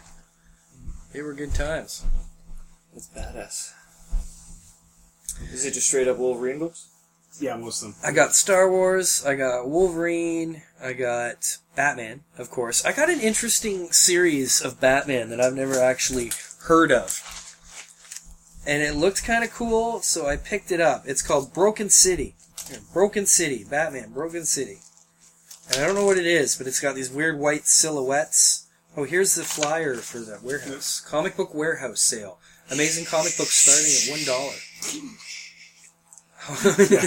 [SPEAKER 7] They were good times.
[SPEAKER 10] That's badass. Is it just straight up Wolverine books?
[SPEAKER 9] yeah, most of them.
[SPEAKER 7] I got Star Wars, I got Wolverine, I got Batman, of course. I got an interesting series of Batman that I've never actually heard of. And it looked kind of cool, so I picked it up. It's called Broken City. Here, Broken City, Batman, Broken City. And I don't know what it is, but it's got these weird white silhouettes. Oh, here's the flyer for the warehouse. Comic book warehouse sale. Amazing comic books starting at $1.
[SPEAKER 10] The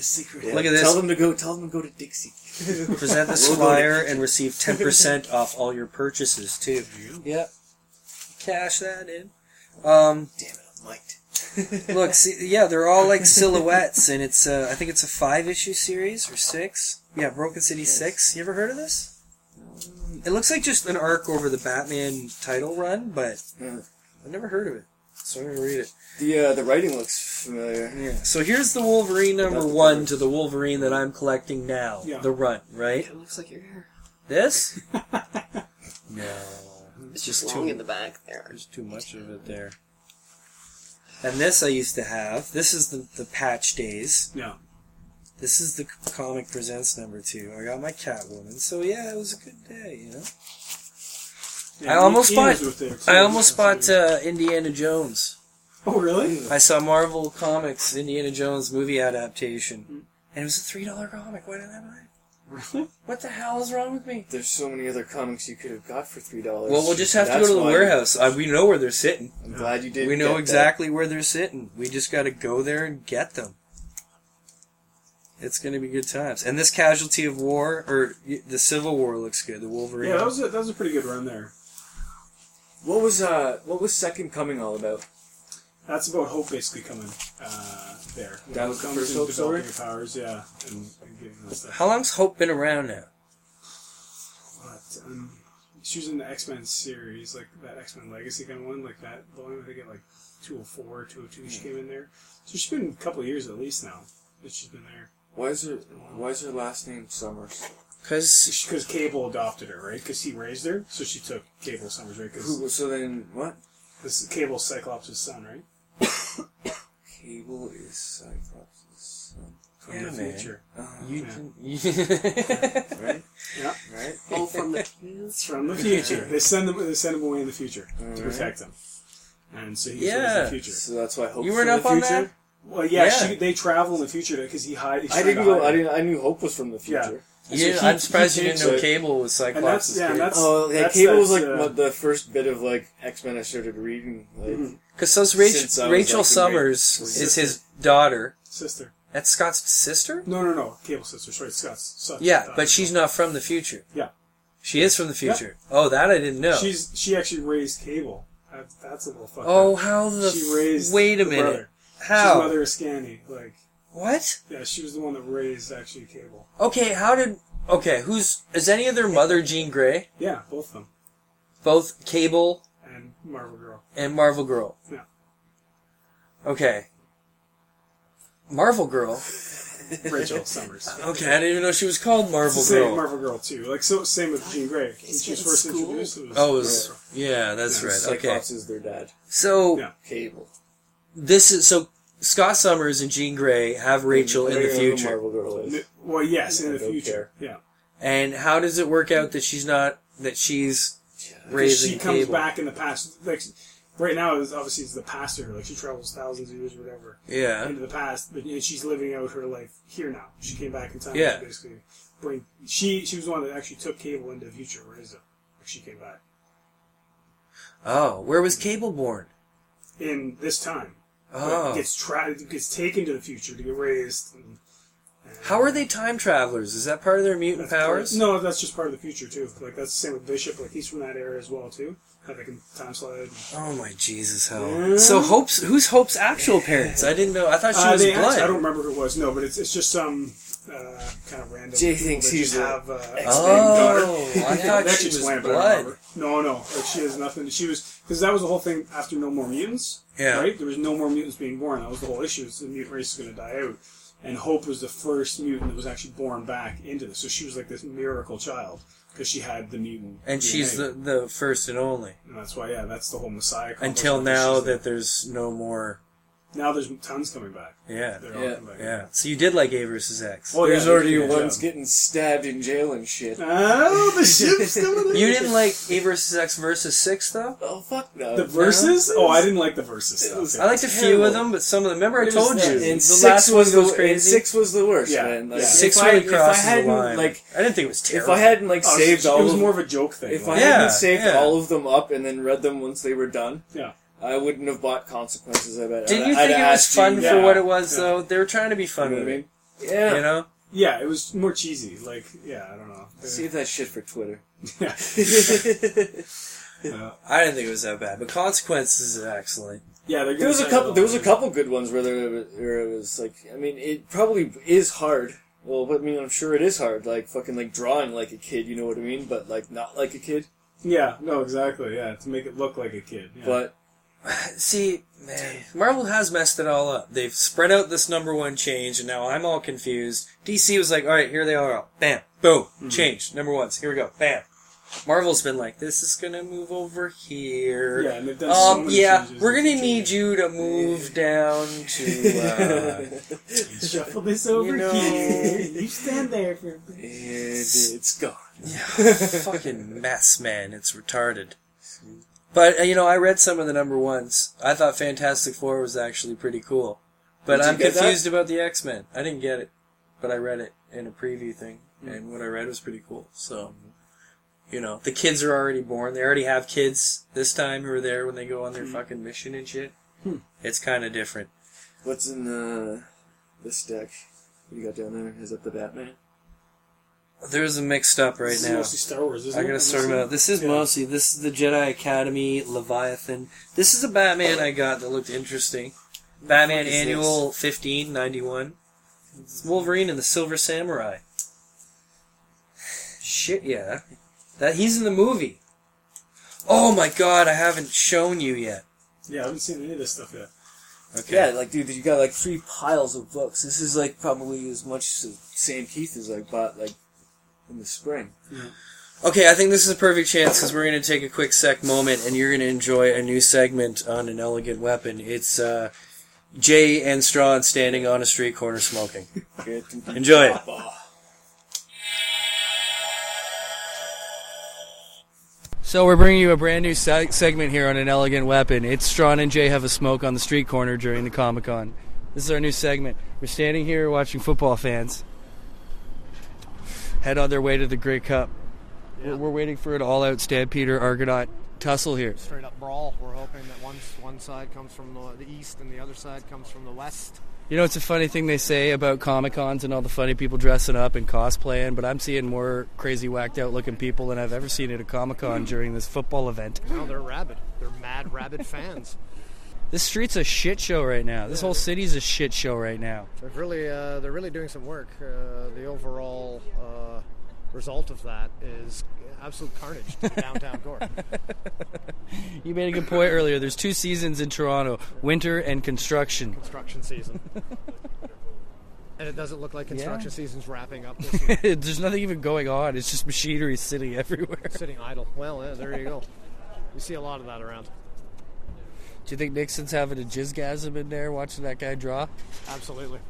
[SPEAKER 10] secret.
[SPEAKER 7] Look at this.
[SPEAKER 10] Tell them to go. Tell them to go to Dixie.
[SPEAKER 7] Present this flyer and receive 10% off all your purchases, too. Yep. Cash that in. Um,
[SPEAKER 10] Damn it, I'm liked.
[SPEAKER 7] look, see, yeah, they're all like silhouettes, and it's, uh, I think it's a five issue series or six. Yeah, Broken City 6. You ever heard of this? It looks like just an arc over the Batman title run, but
[SPEAKER 10] Yeah.
[SPEAKER 7] I've never heard of it. So I'm going to read it.
[SPEAKER 10] The uh, the writing looks familiar.
[SPEAKER 7] Yeah. So here's the Wolverine number
[SPEAKER 10] That's the
[SPEAKER 7] one
[SPEAKER 10] cover.
[SPEAKER 7] to the Wolverine that I'm collecting now.
[SPEAKER 9] Yeah.
[SPEAKER 7] The run, right?
[SPEAKER 4] It looks like your hair.
[SPEAKER 7] This? no.
[SPEAKER 4] It's
[SPEAKER 7] just
[SPEAKER 4] just
[SPEAKER 7] too-
[SPEAKER 4] long in the back there.
[SPEAKER 7] There's too much of it there. And this I used to have. This is the, the patch days.
[SPEAKER 9] Yeah,
[SPEAKER 7] This is the comic presents number two. I got my Catwoman, so yeah, it was a good day, you know.
[SPEAKER 11] I almost bought. I almost bought uh,
[SPEAKER 9] Uh,
[SPEAKER 11] Indiana Jones.
[SPEAKER 9] oh, really?
[SPEAKER 7] I saw Marvel Comics Indiana Jones movie adaptation, and it was a three dollar comic. Why didn't I buy it?
[SPEAKER 9] Really?
[SPEAKER 7] What the hell is wrong with me?
[SPEAKER 10] There's so many other comics you could have got for three dollars.
[SPEAKER 7] Well, we'll just have to go to the warehouse. I, we know where they're sitting.
[SPEAKER 10] I'm glad you did.
[SPEAKER 7] We know exactly where they're sitting. We just got to go there and get them. It's going to be good times. And this Casualty of War or y- the Civil War looks good. The Wolverine.
[SPEAKER 9] Yeah, that was a, that was a pretty good run there.
[SPEAKER 10] What was uh What was Second Coming all about?
[SPEAKER 9] That's about hope basically coming uh, there. When
[SPEAKER 10] That
[SPEAKER 9] it
[SPEAKER 10] was the
[SPEAKER 9] comes
[SPEAKER 10] first
[SPEAKER 9] in
[SPEAKER 10] Hope story?
[SPEAKER 9] developing your powers, yeah, and, and getting that stuff.
[SPEAKER 7] How long's Hope been around now?
[SPEAKER 9] But, um, she was in the X Men series, like that X Men Legacy kind of one, like that volume. I think at like 204, 202, she came in there. So she's been a couple of years at least now that she's been there.
[SPEAKER 10] Why is her Why is her last name Summers?
[SPEAKER 7] Because
[SPEAKER 9] Because Cable adopted her, right? Because he raised her, so she took Cable Summers, right? Because
[SPEAKER 10] Who, so then what?
[SPEAKER 9] this Cable Cyclops' son, right?
[SPEAKER 10] Cable is Cyclops' son. Uh,
[SPEAKER 9] From
[SPEAKER 7] Yeah,
[SPEAKER 9] the
[SPEAKER 7] man.
[SPEAKER 9] future,
[SPEAKER 7] you.
[SPEAKER 10] Right?
[SPEAKER 9] Yeah.
[SPEAKER 10] Right?
[SPEAKER 12] All from the pews.
[SPEAKER 9] It's from the future. they send them. They send them away in the future to protect them. And so he yeah.
[SPEAKER 7] Yeah.
[SPEAKER 9] the future.
[SPEAKER 10] So that's why Hope.
[SPEAKER 7] You
[SPEAKER 10] from
[SPEAKER 7] weren't
[SPEAKER 10] the
[SPEAKER 7] up on
[SPEAKER 10] future?
[SPEAKER 7] that?
[SPEAKER 9] Well, yeah,
[SPEAKER 7] Yeah.
[SPEAKER 9] She, they travel in the future because he hide. he's
[SPEAKER 10] I
[SPEAKER 9] trying
[SPEAKER 10] didn't
[SPEAKER 9] to hide
[SPEAKER 10] know. I
[SPEAKER 9] her.
[SPEAKER 10] didn't. I knew Hope was from the
[SPEAKER 9] Yeah.
[SPEAKER 10] future.
[SPEAKER 7] Yeah,
[SPEAKER 10] So he-
[SPEAKER 7] I'm surprised
[SPEAKER 10] he
[SPEAKER 7] you didn't
[SPEAKER 10] takes
[SPEAKER 7] know
[SPEAKER 10] it.
[SPEAKER 7] Cable was
[SPEAKER 9] And that's
[SPEAKER 7] Cyclops'
[SPEAKER 9] yeah. And that's
[SPEAKER 10] Oh, yeah.
[SPEAKER 9] that's-
[SPEAKER 10] Cable was like
[SPEAKER 9] that's, uh,
[SPEAKER 10] my- the first bit of like X Men I started reading. Like,
[SPEAKER 7] Because those Rach-
[SPEAKER 10] Since I was,
[SPEAKER 7] Rachel
[SPEAKER 10] like, in grade-
[SPEAKER 7] Summers is
[SPEAKER 9] sister.
[SPEAKER 7] his daughter.
[SPEAKER 9] sister.
[SPEAKER 7] That's Scott's sister.
[SPEAKER 9] No, no, no. Cable sister. Sorry, Scott's son.
[SPEAKER 7] Yeah,
[SPEAKER 9] Uh,
[SPEAKER 7] but she's not from the future.
[SPEAKER 9] Yeah.
[SPEAKER 7] She is from the future. Oh, that I didn't know.
[SPEAKER 9] she's she actually raised Cable. That, that's a little fucked
[SPEAKER 7] oh,
[SPEAKER 9] up.
[SPEAKER 7] how the
[SPEAKER 9] she raised.
[SPEAKER 7] wait a
[SPEAKER 9] the
[SPEAKER 7] minute.
[SPEAKER 9] brother. His
[SPEAKER 7] How?
[SPEAKER 9] mother is Scanny. Like
[SPEAKER 7] What?
[SPEAKER 9] yeah, she was the one that raised actually Cable.
[SPEAKER 7] Okay, how did? Okay, who's is any of their mother Jean Grey?
[SPEAKER 9] Yeah, both of them
[SPEAKER 7] Both Cable
[SPEAKER 9] and Marvel Girl.
[SPEAKER 7] and Marvel Girl.
[SPEAKER 9] Yeah.
[SPEAKER 7] Okay. Marvel Girl.
[SPEAKER 9] Rachel Summers.
[SPEAKER 7] Okay, I didn't even know she was called Marvel
[SPEAKER 9] It's the
[SPEAKER 7] Girl.
[SPEAKER 9] same Marvel Girl too. Like so, same with Jean Grey. When
[SPEAKER 12] Is
[SPEAKER 9] she was
[SPEAKER 12] it
[SPEAKER 9] first
[SPEAKER 12] school?
[SPEAKER 9] introduced, it was
[SPEAKER 7] oh, it was, yeah, that's
[SPEAKER 9] Yeah,
[SPEAKER 7] right. Okay,
[SPEAKER 10] Cyclops is their dad.
[SPEAKER 7] so
[SPEAKER 9] Yeah.
[SPEAKER 10] Cable.
[SPEAKER 7] this is so Scott Summers and Jean Grey have Rachel in the
[SPEAKER 10] Whatever
[SPEAKER 7] future,
[SPEAKER 10] Marvel Girl is.
[SPEAKER 9] N- Well, yes, in
[SPEAKER 10] I
[SPEAKER 9] the
[SPEAKER 10] don't
[SPEAKER 9] future. Yeah,
[SPEAKER 7] and how does it work out that she's not that she's
[SPEAKER 9] Because
[SPEAKER 7] raising
[SPEAKER 9] she comes
[SPEAKER 7] Cable?
[SPEAKER 9] back in the past. Like right now, it's, obviously it's the past to her. Like she travels thousands of years, or whatever,
[SPEAKER 7] Yeah,
[SPEAKER 9] into the past. But and she's living out her life here now. She came back in time.
[SPEAKER 7] Yeah.
[SPEAKER 9] to basically, bring she she was the one that actually took Cable into the future. Where is it? Like she came back
[SPEAKER 7] Oh, where was Cable born?
[SPEAKER 9] in this time. But
[SPEAKER 7] Oh,
[SPEAKER 9] gets tried, gets taken to the future to get raised. And, and-
[SPEAKER 7] how are they time travelers? Is that part of their mutant
[SPEAKER 9] That's part-
[SPEAKER 7] powers?
[SPEAKER 9] no, that's just part of the future too. Like that's the same with Bishop. Like he's from that era as well too. How they can time slide.
[SPEAKER 7] Oh my Jesus, hell! So Hope's who's Hope's actual parents? I didn't know. I thought she
[SPEAKER 9] Uh,
[SPEAKER 7] was
[SPEAKER 9] they-
[SPEAKER 7] blood.
[SPEAKER 9] I don't remember who it was. No, but it's, it's just some uh, kind of random.
[SPEAKER 10] Jay
[SPEAKER 9] people
[SPEAKER 10] thinks
[SPEAKER 9] that
[SPEAKER 10] he's
[SPEAKER 9] just
[SPEAKER 10] a
[SPEAKER 9] have. Uh,
[SPEAKER 7] oh, I
[SPEAKER 9] that
[SPEAKER 7] thought she was
[SPEAKER 9] explained it, but I don't
[SPEAKER 7] blood.
[SPEAKER 9] remember. No, no, like she has nothing. She was because that was the whole thing after No More Mutants.
[SPEAKER 7] Yeah.
[SPEAKER 9] right. There was no more mutants being born. That was the whole issue. Is the mutant race is going to die out. And Hope was the first mutant that was actually born back into this. So she was like this miracle child because she had the mutant.
[SPEAKER 7] And she's
[SPEAKER 9] DNA.
[SPEAKER 7] the, the first and only.
[SPEAKER 9] And that's why, yeah, that's the whole Messiah. complex.
[SPEAKER 7] Until
[SPEAKER 9] She's
[SPEAKER 7] now
[SPEAKER 9] the-
[SPEAKER 7] that there's no more.
[SPEAKER 9] now there's tons coming back.
[SPEAKER 7] Yeah.
[SPEAKER 9] They're all
[SPEAKER 10] Yeah.
[SPEAKER 9] coming back.
[SPEAKER 7] Yeah. So you did like A versus X.
[SPEAKER 9] Oh,
[SPEAKER 10] There's
[SPEAKER 9] yeah,
[SPEAKER 10] already
[SPEAKER 9] yeah,
[SPEAKER 10] ones
[SPEAKER 9] yeah.
[SPEAKER 10] getting stabbed in jail and shit.
[SPEAKER 9] Oh, the ship's coming.
[SPEAKER 7] You didn't like A versus X versus Six though.
[SPEAKER 10] Oh fuck no.
[SPEAKER 9] The verses? Oh, I didn't like the verses stuff.
[SPEAKER 10] was-
[SPEAKER 9] yeah.
[SPEAKER 7] I liked a few
[SPEAKER 10] Terrible.
[SPEAKER 7] of them, but some of them. Remember I
[SPEAKER 9] It was
[SPEAKER 7] told
[SPEAKER 9] that-
[SPEAKER 7] you
[SPEAKER 9] and
[SPEAKER 7] the
[SPEAKER 10] and six
[SPEAKER 7] last one
[SPEAKER 10] was the
[SPEAKER 7] goes
[SPEAKER 10] and
[SPEAKER 7] crazy.
[SPEAKER 10] six was the worst,
[SPEAKER 9] Yeah.
[SPEAKER 10] man. Like,
[SPEAKER 9] Yeah.
[SPEAKER 7] Six
[SPEAKER 10] if I-
[SPEAKER 7] really
[SPEAKER 10] if
[SPEAKER 7] crosses
[SPEAKER 10] I hadn't,
[SPEAKER 7] the line.
[SPEAKER 10] Like
[SPEAKER 7] I didn't think it was terrible.
[SPEAKER 10] if I hadn't like
[SPEAKER 9] Oh,
[SPEAKER 10] saved
[SPEAKER 9] it
[SPEAKER 10] all
[SPEAKER 9] was
[SPEAKER 10] of
[SPEAKER 9] more of a joke thing.
[SPEAKER 10] if I
[SPEAKER 9] like,
[SPEAKER 7] Yeah,
[SPEAKER 10] hadn't saved
[SPEAKER 7] yeah.
[SPEAKER 10] all of them up and then read them once they were done,
[SPEAKER 9] yeah.
[SPEAKER 10] I wouldn't have bought consequences. I bet.
[SPEAKER 7] Did
[SPEAKER 10] I'd,
[SPEAKER 7] you
[SPEAKER 10] I'd
[SPEAKER 7] think it was
[SPEAKER 10] asked you,
[SPEAKER 7] fun
[SPEAKER 9] yeah.
[SPEAKER 7] for what it was
[SPEAKER 9] Yeah.
[SPEAKER 7] though? They were trying to be
[SPEAKER 10] You
[SPEAKER 7] fun
[SPEAKER 10] know
[SPEAKER 7] with
[SPEAKER 10] what I mean?
[SPEAKER 7] it.
[SPEAKER 10] Yeah.
[SPEAKER 7] You know.
[SPEAKER 9] Yeah, it was more cheesy. Like, yeah, I don't know.
[SPEAKER 10] Save that shit for Twitter.
[SPEAKER 9] Yeah.
[SPEAKER 10] there
[SPEAKER 7] I didn't think it was that bad, but consequences is excellent.
[SPEAKER 9] yeah, they're
[SPEAKER 10] was a
[SPEAKER 9] gonna-
[SPEAKER 10] couple. There was a couple good ones where there was, where it was like. I mean, it probably is hard. Well, but, I mean, I'm sure it is hard. Like fucking like drawing like a kid. You know what I mean? But like not like a kid.
[SPEAKER 9] Yeah, no, exactly. Yeah, to make it look like a kid. Yeah.
[SPEAKER 10] But
[SPEAKER 7] See, man, Marvel has messed it all up. They've spread out this number one change, and now I'm all
[SPEAKER 10] Mm-hmm.
[SPEAKER 7] confused. DC was like, all right, here they are. Bam, boom, change. Number ones. Here we go. Bam. Marvel's been like, this is gonna move over here.
[SPEAKER 9] Yeah, and they've done so
[SPEAKER 7] um,
[SPEAKER 9] many
[SPEAKER 7] yeah,
[SPEAKER 9] changes
[SPEAKER 7] we're
[SPEAKER 9] and
[SPEAKER 7] gonna need you to move down to. Uh,
[SPEAKER 9] Shuffle this over
[SPEAKER 7] know-
[SPEAKER 9] here. You stand there for.
[SPEAKER 10] And it's gone.
[SPEAKER 7] fucking mess, man. It's retarded. But uh, you know, I read some of the number ones. I thought Fantastic Four was actually pretty cool, but
[SPEAKER 10] Did you
[SPEAKER 7] I'm
[SPEAKER 10] get that?
[SPEAKER 7] confused about the X Men. I didn't get it, but I read it in a preview thing,
[SPEAKER 9] Hmm.
[SPEAKER 7] and what I read was pretty cool. So, you know, the kids are already born. They already have kids this time who are there when they go on their
[SPEAKER 9] Hmm.
[SPEAKER 7] fucking mission and shit. It's kind of different.
[SPEAKER 10] What's in uh, this deck? What do you got down there? Is that the Batman?
[SPEAKER 7] There's a mixed up right
[SPEAKER 9] This is
[SPEAKER 7] now.
[SPEAKER 9] mostly Star Wars, isn't
[SPEAKER 7] I
[SPEAKER 9] it?
[SPEAKER 7] gotta sort them out. This is
[SPEAKER 9] Yeah.
[SPEAKER 7] mostly this is the Jedi Academy Leviathan. This is a Batman I got that looked interesting. Batman
[SPEAKER 10] What is
[SPEAKER 7] Annual fifteen ninety one. Wolverine and the Silver Samurai. Shit, yeah, that he's in the movie. Oh my god, I haven't shown you yet.
[SPEAKER 9] Yeah, I haven't seen any of this stuff yet.
[SPEAKER 7] Okay.
[SPEAKER 10] Yeah, like dude, you got like three piles of books. This is like probably as much as Sam Keith as I bought like in the spring.
[SPEAKER 7] Okay, I think this is a perfect chance because we're going to take a quick sec moment, and you're going to enjoy a new segment on an elegant weapon. It's uh, Jay and Strawn standing on a street corner smoking.
[SPEAKER 10] Good.
[SPEAKER 7] Enjoy it. So we're bringing you a brand new seg- segment here on an elegant weapon. It's Strawn and Jay have a smoke on the street corner during the Comic Con. This is our new segment. We're standing here watching football fans head on their way to the Grey Cup. We're, we're waiting for an all-out Stampeder Argonaut tussle here.
[SPEAKER 12] straight up brawl. We're hoping that one one side comes from the, the east and the other side comes from the west.
[SPEAKER 7] You know, it's a funny thing they say about Comic Cons and all the funny people dressing up and cosplaying, but I'm seeing more crazy, whacked out looking people than I've ever seen at a Comic Con during this football event.
[SPEAKER 12] No, they're rabid. They're mad rabid fans.
[SPEAKER 7] This street's a shit show right now. This whole city's a shit show right now.
[SPEAKER 12] They're really uh, they're really doing some work. Uh, the overall uh, result of that is absolute carnage to the downtown core.
[SPEAKER 7] You made a good point earlier. There's two seasons in Toronto winter and construction.
[SPEAKER 12] Construction season. And it doesn't look like construction
[SPEAKER 7] Yeah.
[SPEAKER 12] season's wrapping up this year.
[SPEAKER 7] There's nothing even going on, it's just machinery sitting everywhere.
[SPEAKER 12] Sitting idle. Well, yeah, there you go. You see a lot of that around.
[SPEAKER 7] Do you think Nixon's having a jizzgasm in there watching that guy draw?
[SPEAKER 12] Absolutely.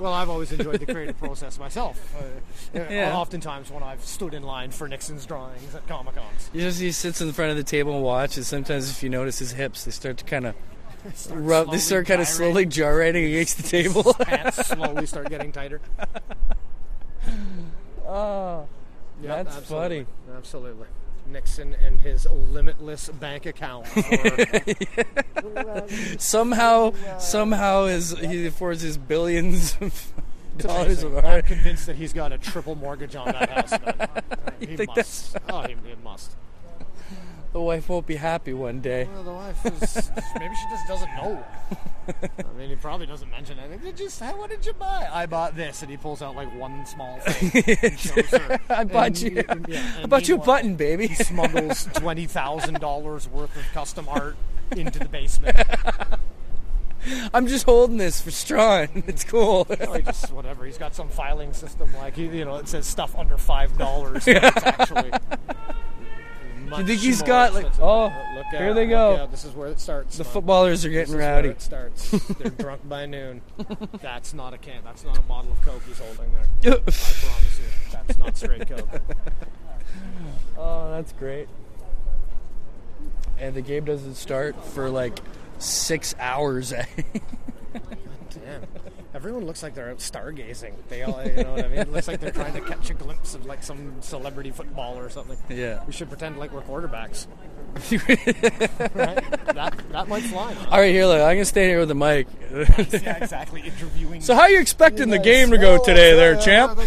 [SPEAKER 12] Well, I've always enjoyed the creative process myself. Uh,
[SPEAKER 7] Yeah.
[SPEAKER 12] Oftentimes, when I've stood in line for Nixon's drawings at Comic Cons,
[SPEAKER 7] He just he sits in front of the table and watches. Sometimes, if you notice his hips, they start to kind of rub. They start kind of slowly gyrating against the table.
[SPEAKER 12] pants slowly start getting tighter.
[SPEAKER 7] oh,
[SPEAKER 12] Yep,
[SPEAKER 7] that's
[SPEAKER 12] absolutely.
[SPEAKER 7] funny.
[SPEAKER 12] Absolutely. Nixon and his limitless bank account. for-
[SPEAKER 7] Somehow, somehow, his he affords his billions of
[SPEAKER 12] It's
[SPEAKER 7] dollars
[SPEAKER 12] amazing.
[SPEAKER 7] of
[SPEAKER 12] I'm
[SPEAKER 7] art.
[SPEAKER 12] convinced that he's got a triple mortgage on that house. Man. he
[SPEAKER 7] think
[SPEAKER 12] must. Oh, he, he must.
[SPEAKER 7] The wife won't be happy one day.
[SPEAKER 12] Well, the wife is. maybe she just doesn't know. I mean, he probably doesn't mention anything. Did you, how, what did you buy? I bought this, and he pulls out like one small thing. and shows her.
[SPEAKER 7] I bought
[SPEAKER 12] And
[SPEAKER 7] you.
[SPEAKER 12] yeah,
[SPEAKER 7] I
[SPEAKER 12] and
[SPEAKER 7] bought you a
[SPEAKER 12] meanwhile,
[SPEAKER 7] button, baby.
[SPEAKER 12] Smuggles twenty thousand dollars worth of custom art into the basement.
[SPEAKER 7] I'm just holding this for Strawn. It's cool.
[SPEAKER 12] No, he just whatever. He's got some filing system like he- you know it says stuff under five dollars. it's actually.
[SPEAKER 7] You
[SPEAKER 12] much
[SPEAKER 7] think he's
[SPEAKER 12] more
[SPEAKER 7] got, like-
[SPEAKER 12] expensive.
[SPEAKER 7] oh,
[SPEAKER 12] look
[SPEAKER 7] here
[SPEAKER 12] out,
[SPEAKER 7] they
[SPEAKER 12] look
[SPEAKER 7] go.
[SPEAKER 12] out, This is where it starts.
[SPEAKER 7] The
[SPEAKER 12] man.
[SPEAKER 7] footballers are
[SPEAKER 12] This
[SPEAKER 7] getting
[SPEAKER 12] is where
[SPEAKER 7] rowdy.
[SPEAKER 12] it starts. They're drunk by noon. That's not a can. That's not a bottle of Coke he's holding there. I promise you, that's not straight Coke.
[SPEAKER 7] Oh, that's great. And the game doesn't start for like six hours.
[SPEAKER 12] Damn. Everyone looks like they're out stargazing. They all, you know what I mean? It looks like they're trying to catch a glimpse of like some celebrity football or something.
[SPEAKER 7] Yeah.
[SPEAKER 12] We should pretend like we're quarterbacks. right? That, that might fly. man.
[SPEAKER 7] All right, here, look, I'm gonna stand here with the mic.
[SPEAKER 12] yeah, exactly. Interviewing.
[SPEAKER 7] so, how are you expecting the game to go today, there, champ?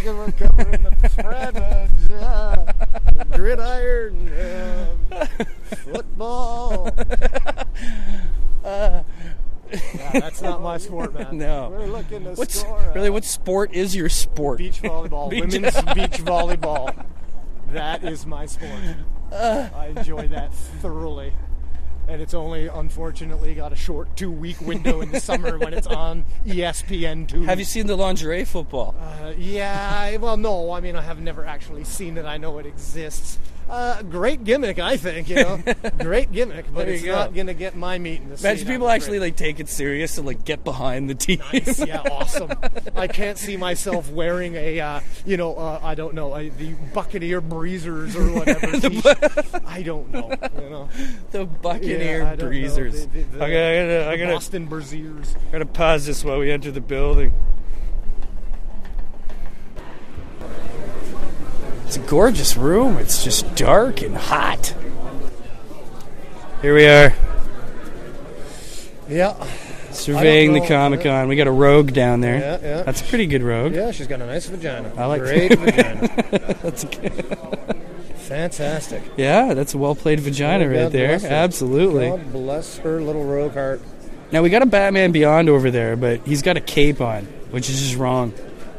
[SPEAKER 12] gridiron, football. yeah, that's not my sport, man.
[SPEAKER 7] Uh, No.
[SPEAKER 12] We're looking to
[SPEAKER 7] What's
[SPEAKER 12] score. a-
[SPEAKER 7] really what sport is your sport?
[SPEAKER 12] Beach volleyball,
[SPEAKER 7] Beach-
[SPEAKER 12] women's beach volleyball. That is my sport.
[SPEAKER 7] Uh.
[SPEAKER 12] I enjoy that thoroughly. And it's only, unfortunately, got a short two week window in the summer when it's on E ESPN2.
[SPEAKER 7] Have you seen the lingerie football?
[SPEAKER 12] Uh, yeah, I- well, no. I mean, I have never actually seen it. I know it exists. Uh, great gimmick, I think. You know, great gimmick, but
[SPEAKER 7] There
[SPEAKER 12] it's
[SPEAKER 7] you go.
[SPEAKER 12] not gonna get my meat in the
[SPEAKER 7] Imagine
[SPEAKER 12] seat,
[SPEAKER 7] people
[SPEAKER 12] I'm
[SPEAKER 7] actually like take it serious and like get behind the team.
[SPEAKER 12] afraid. yeah, awesome. I can't see myself wearing a, uh, you know, uh, I don't know, a, the Buccaneer Breezers or whatever. t-shirt. I don't know. You know,
[SPEAKER 7] the
[SPEAKER 12] Yeah, I
[SPEAKER 7] Buccaneer
[SPEAKER 12] don't know.
[SPEAKER 7] Breezers.
[SPEAKER 12] The- the- the-
[SPEAKER 7] I gotta, I
[SPEAKER 12] the
[SPEAKER 7] gotta,
[SPEAKER 12] Boston Breezers.
[SPEAKER 7] I gotta pause this while we enter the building. It's a gorgeous room. It's just dark and hot. Here we are,
[SPEAKER 12] Yeah.
[SPEAKER 7] surveying the
[SPEAKER 12] know.
[SPEAKER 7] Comic Con. We got a rogue down there.
[SPEAKER 12] Yeah, yeah.
[SPEAKER 7] That's a pretty good rogue.
[SPEAKER 12] Yeah, she's got a nice vagina.
[SPEAKER 7] I like
[SPEAKER 12] great vagina.
[SPEAKER 7] That's good.
[SPEAKER 12] Fantastic.
[SPEAKER 7] Yeah, that's a well played vagina
[SPEAKER 12] Oh,
[SPEAKER 7] right
[SPEAKER 12] God
[SPEAKER 7] there.
[SPEAKER 12] bless her.
[SPEAKER 7] Absolutely.
[SPEAKER 12] God bless her little rogue heart.
[SPEAKER 7] Now we got a Batman Beyond over there, but he's got a cape on, which is just wrong.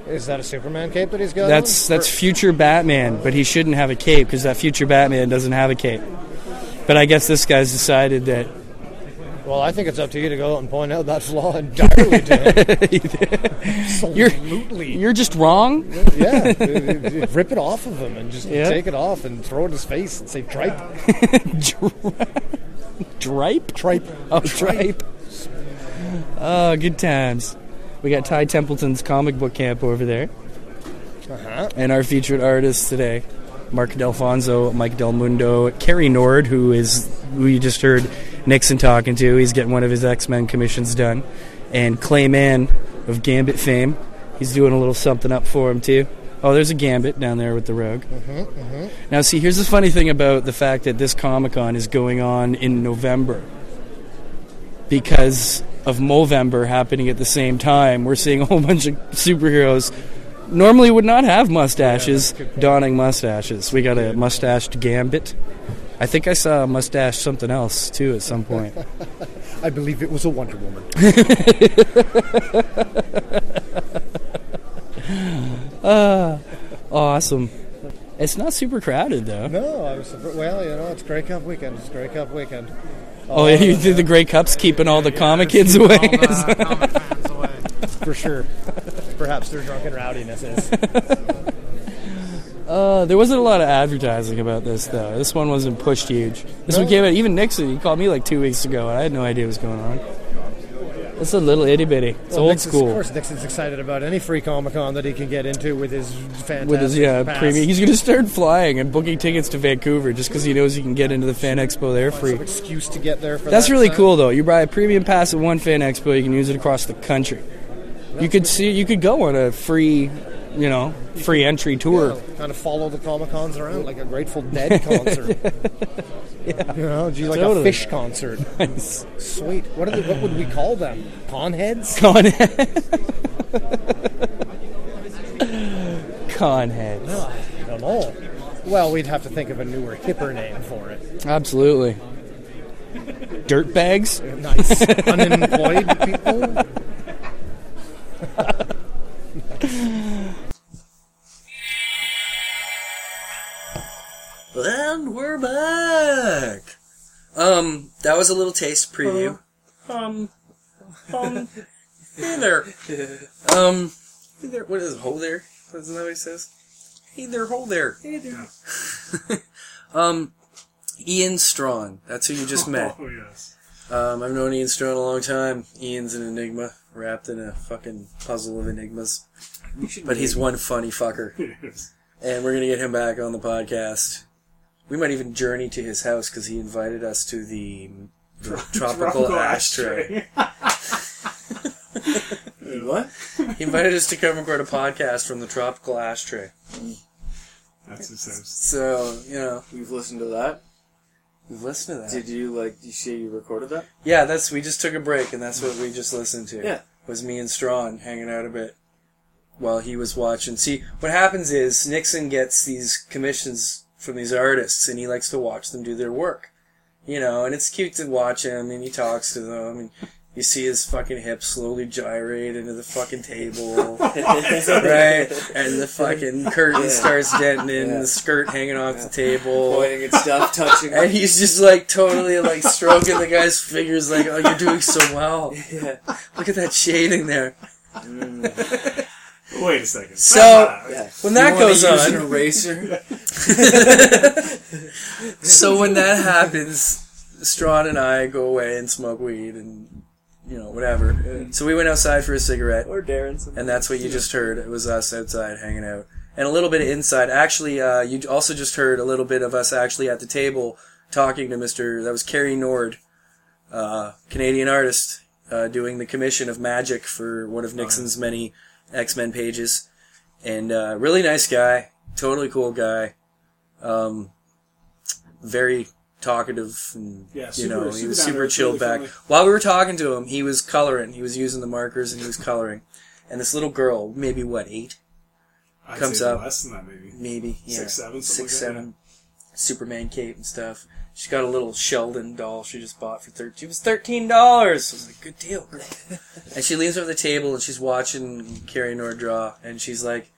[SPEAKER 12] Is that a Superman cape that he's got?
[SPEAKER 7] That's
[SPEAKER 12] on?
[SPEAKER 7] that's future Batman, but he shouldn't have a cape because that future Batman doesn't have a cape. But I guess this guy's decided that
[SPEAKER 12] Well, I think it's up to you to go out and point out that flaw entirely to him.
[SPEAKER 7] you're
[SPEAKER 12] Absolutely.
[SPEAKER 7] you're just wrong.
[SPEAKER 12] yeah, rip it off of him and just
[SPEAKER 7] Yeah.
[SPEAKER 12] take it off and throw it in his face and say tripe.
[SPEAKER 7] Dripe?
[SPEAKER 12] Tripe.
[SPEAKER 7] Oh, tripe. Oh, good times. We got Ty Templeton's comic book camp over there.
[SPEAKER 12] Uh-huh.
[SPEAKER 7] And our featured artists today, Mark Delfonso, Mike Del Mundo, Kerry Nord, who is who you just heard Nixon talking to. He's getting one of his X Men commissions done, and Clayman of Gambit fame. He's doing a little something up for him too. Oh, there's a Gambit down there with the Rogue. Now, see, here's the funny thing about the fact that this Comic Con is going on in November. Because of Movember happening at the same time, we're seeing a whole bunch of superheroes normally would not have mustaches donning mustaches. We got a mustached Gambit. I think I saw a mustache something else too at some point.
[SPEAKER 12] I believe it was a Wonder Woman.
[SPEAKER 7] Ah, awesome. It's not super crowded though.
[SPEAKER 12] no, I was surprised. Well, you know, it's Grey Cup weekend. It's Grey Cup weekend.
[SPEAKER 7] Oh, yeah, you did the Grey Cups keeping all the comic kids away.
[SPEAKER 12] For sure. Perhaps their drunken rowdiness is.
[SPEAKER 7] Uh, there wasn't a lot of advertising about this though. This one wasn't pushed huge. This one came out. Even Nixon, he called me like two weeks ago, and I had no idea what was going on. It's a little itty bitty. It's
[SPEAKER 12] Well,
[SPEAKER 7] old
[SPEAKER 12] Nixon's-
[SPEAKER 7] school.
[SPEAKER 12] Of course, Nixon's excited about any free Comic Con that he can get into with his fantastic
[SPEAKER 7] with his yeah
[SPEAKER 12] pass.
[SPEAKER 7] premium. He's going to start flying and booking tickets to Vancouver just because he knows he can get into the Fan Expo there free.
[SPEAKER 12] Some excuse to get there for
[SPEAKER 7] That's
[SPEAKER 12] that
[SPEAKER 7] really
[SPEAKER 12] time.
[SPEAKER 7] cool though. You buy a premium pass at one Fan Expo, you can use it across the country. You could see you could go on a free, you know, free entry tour.
[SPEAKER 12] Yeah, kind of follow the Comic Cons around like a Grateful Dead concert.
[SPEAKER 7] Yeah.
[SPEAKER 12] You know, do you like
[SPEAKER 7] Totally.
[SPEAKER 12] a fish concert?
[SPEAKER 7] Nice.
[SPEAKER 12] Sweet. What, are they, what would we call them? Conheads?
[SPEAKER 7] Conhead. Conhead.
[SPEAKER 12] No, I don't know. Well, we'd have to think of a newer, hipper name for it.
[SPEAKER 7] Absolutely. Dirt bags.
[SPEAKER 12] Nice. Unemployed people?
[SPEAKER 9] And we're back. Um, that was a little taste preview.
[SPEAKER 13] Um, um,
[SPEAKER 9] Hey there. Um, hey there. What is it? Hold there? Isn't that what he says? Hey there, hold there. Hey there. um, Ian Strong. That's who you just met.
[SPEAKER 13] Oh, yes.
[SPEAKER 9] Um, I've known Ian Strong a long time. Ian's an enigma wrapped in a fucking puzzle of enigmas. But he's one funny fucker.
[SPEAKER 13] Yes.
[SPEAKER 9] And we're going to get him back on the podcast. We might even journey to his house because he invited us to the tropical,
[SPEAKER 13] Tropical
[SPEAKER 9] ashtray.
[SPEAKER 10] What?
[SPEAKER 9] He invited us to come record a podcast from the tropical ashtray.
[SPEAKER 13] That's his house.
[SPEAKER 9] So, you know,
[SPEAKER 10] You've listened to that?
[SPEAKER 9] we've listened to that.
[SPEAKER 10] Did you like? You say you recorded that?
[SPEAKER 9] Yeah, that's we just took a break and that's what we just listened to.
[SPEAKER 10] Yeah.
[SPEAKER 9] Was me and Strawn hanging out a bit while he was watching. See, what happens is Nixon gets these commissions from these artists and he likes to watch them do their work. You know, and it's cute to watch him and he talks to them and you see his fucking hips slowly gyrate into the fucking table, right? And the fucking curtain
[SPEAKER 10] Yeah.
[SPEAKER 9] starts denting in,
[SPEAKER 10] Yeah.
[SPEAKER 9] the skirt hanging off the table.
[SPEAKER 10] Pointing at stuff, touching.
[SPEAKER 9] And he's just like totally like stroking the guy's fingers, like, oh, you're doing so well.
[SPEAKER 10] yeah.
[SPEAKER 9] Look at that shading there.
[SPEAKER 13] Wait a second.
[SPEAKER 9] So,
[SPEAKER 13] Ah,
[SPEAKER 10] yeah.
[SPEAKER 9] When that
[SPEAKER 10] You wanna
[SPEAKER 9] goes
[SPEAKER 10] use
[SPEAKER 9] on-
[SPEAKER 10] an eraser.
[SPEAKER 7] so when that happens, Strawn and I go away and smoke weed and you know whatever.
[SPEAKER 10] Mm-hmm.
[SPEAKER 7] So we went outside for a cigarette,
[SPEAKER 10] or Darren's,
[SPEAKER 7] and that's what you just heard. It was us outside hanging out, and a little bit of inside. Actually, uh, you also just heard a little bit of us actually at the table talking to Mister. That was Kerry Nord, uh, Canadian artist, uh, doing the commission of magic for one of Nixon's many X Men pages, and uh, really nice guy, totally cool guy. Um, very talkative and
[SPEAKER 9] Yeah,
[SPEAKER 7] you
[SPEAKER 9] super-
[SPEAKER 7] know he
[SPEAKER 9] super
[SPEAKER 7] was
[SPEAKER 9] down to
[SPEAKER 7] super
[SPEAKER 9] earth,
[SPEAKER 7] chilled
[SPEAKER 9] really
[SPEAKER 7] back
[SPEAKER 9] friendly.
[SPEAKER 7] while we were talking to him he was coloring he was using the markers and he was coloring and this little girl maybe what 8
[SPEAKER 9] I'd
[SPEAKER 7] comes
[SPEAKER 9] say
[SPEAKER 7] up
[SPEAKER 9] less than that, maybe.
[SPEAKER 7] maybe yeah,
[SPEAKER 9] Six, seven, something
[SPEAKER 7] six,
[SPEAKER 9] like that,
[SPEAKER 7] seven, superman cape and stuff she's got a little sheldon doll she just bought for 13 it was 13 dollars was like good deal girl and she leans over the table and she's watching carrie nord draw and she's like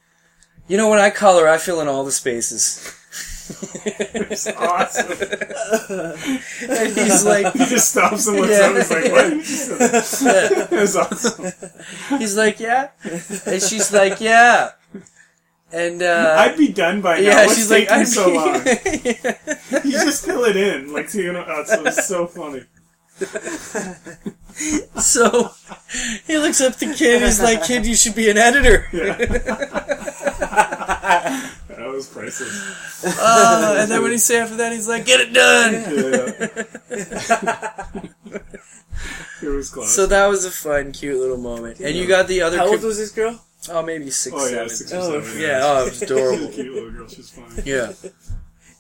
[SPEAKER 7] you know when i color i fill in all the spaces
[SPEAKER 9] It's awesome.
[SPEAKER 7] and he's like,
[SPEAKER 9] he just stops and looks up. He's like, what? It was awesome.
[SPEAKER 7] He's like, yeah, and she's like, yeah, and uh,
[SPEAKER 9] I'd be done by now.
[SPEAKER 7] Yeah,
[SPEAKER 9] What's
[SPEAKER 7] she's like,
[SPEAKER 9] taking
[SPEAKER 7] I'd
[SPEAKER 9] so
[SPEAKER 7] be-
[SPEAKER 9] long. you just fill it in, like you know. That's what's so funny.
[SPEAKER 7] so he looks up the kid. He's like, kid, you should be an editor.
[SPEAKER 9] That was priceless.
[SPEAKER 7] Uh, and then when he say after that, he's like, "Get it done."
[SPEAKER 9] It was close.
[SPEAKER 7] So that was a fun, cute little moment. And you got the other.
[SPEAKER 10] How
[SPEAKER 7] co-
[SPEAKER 10] old was this girl?
[SPEAKER 7] Oh, maybe six.
[SPEAKER 10] Oh, yeah,
[SPEAKER 7] seven.
[SPEAKER 10] six or Oh, seven,
[SPEAKER 7] Yeah.
[SPEAKER 10] yeah.
[SPEAKER 7] Oh, it was adorable.
[SPEAKER 10] She's a cute
[SPEAKER 9] little girl. She's funny.
[SPEAKER 7] Yeah.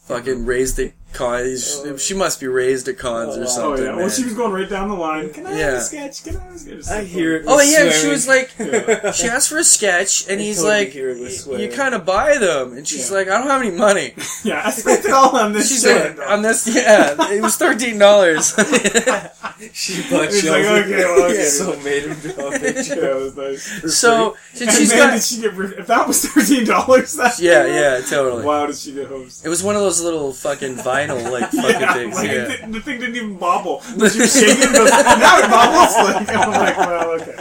[SPEAKER 7] Fucking raised at cons.
[SPEAKER 10] Oh.
[SPEAKER 7] She must be raised at cons or
[SPEAKER 9] Oh
[SPEAKER 7] something.
[SPEAKER 9] yeah.
[SPEAKER 7] man.
[SPEAKER 9] Well, she was going right down the line. Can I have
[SPEAKER 7] Yeah.
[SPEAKER 9] a sketch? Can I have a sketch?
[SPEAKER 10] I hear it.
[SPEAKER 7] Oh
[SPEAKER 10] with
[SPEAKER 7] yeah, she
[SPEAKER 10] swearing.
[SPEAKER 7] was like,
[SPEAKER 10] Yeah.
[SPEAKER 7] she asked for a sketch, and
[SPEAKER 10] I
[SPEAKER 7] he's
[SPEAKER 10] totally
[SPEAKER 7] like,
[SPEAKER 10] hear it with
[SPEAKER 7] "You
[SPEAKER 10] swearing.
[SPEAKER 7] kind of buy them," and she's like, "I don't have any money."
[SPEAKER 9] Yeah, I spent it all on this
[SPEAKER 7] She's
[SPEAKER 9] shit.
[SPEAKER 7] like, "On this, yeah, it was thirteen dollars."
[SPEAKER 10] She
[SPEAKER 9] bought He's like, Sheldon. okay, well, okay.
[SPEAKER 10] so made him draw a picture.
[SPEAKER 9] Yeah, it was nice.
[SPEAKER 7] So,
[SPEAKER 9] and
[SPEAKER 7] she's
[SPEAKER 9] man,
[SPEAKER 7] got-
[SPEAKER 9] did she get? Re- if that was thirteen dollars, that
[SPEAKER 7] Yeah, yeah, totally.
[SPEAKER 9] Wow, did she get hosed?
[SPEAKER 7] It was one of those little fucking vinyl like fucking
[SPEAKER 9] Yeah,
[SPEAKER 7] things.
[SPEAKER 9] like,
[SPEAKER 7] yeah.
[SPEAKER 9] the, the thing didn't even bobble. But you shake it, it goes, now it bobbles. Like, I'm like, well, okay.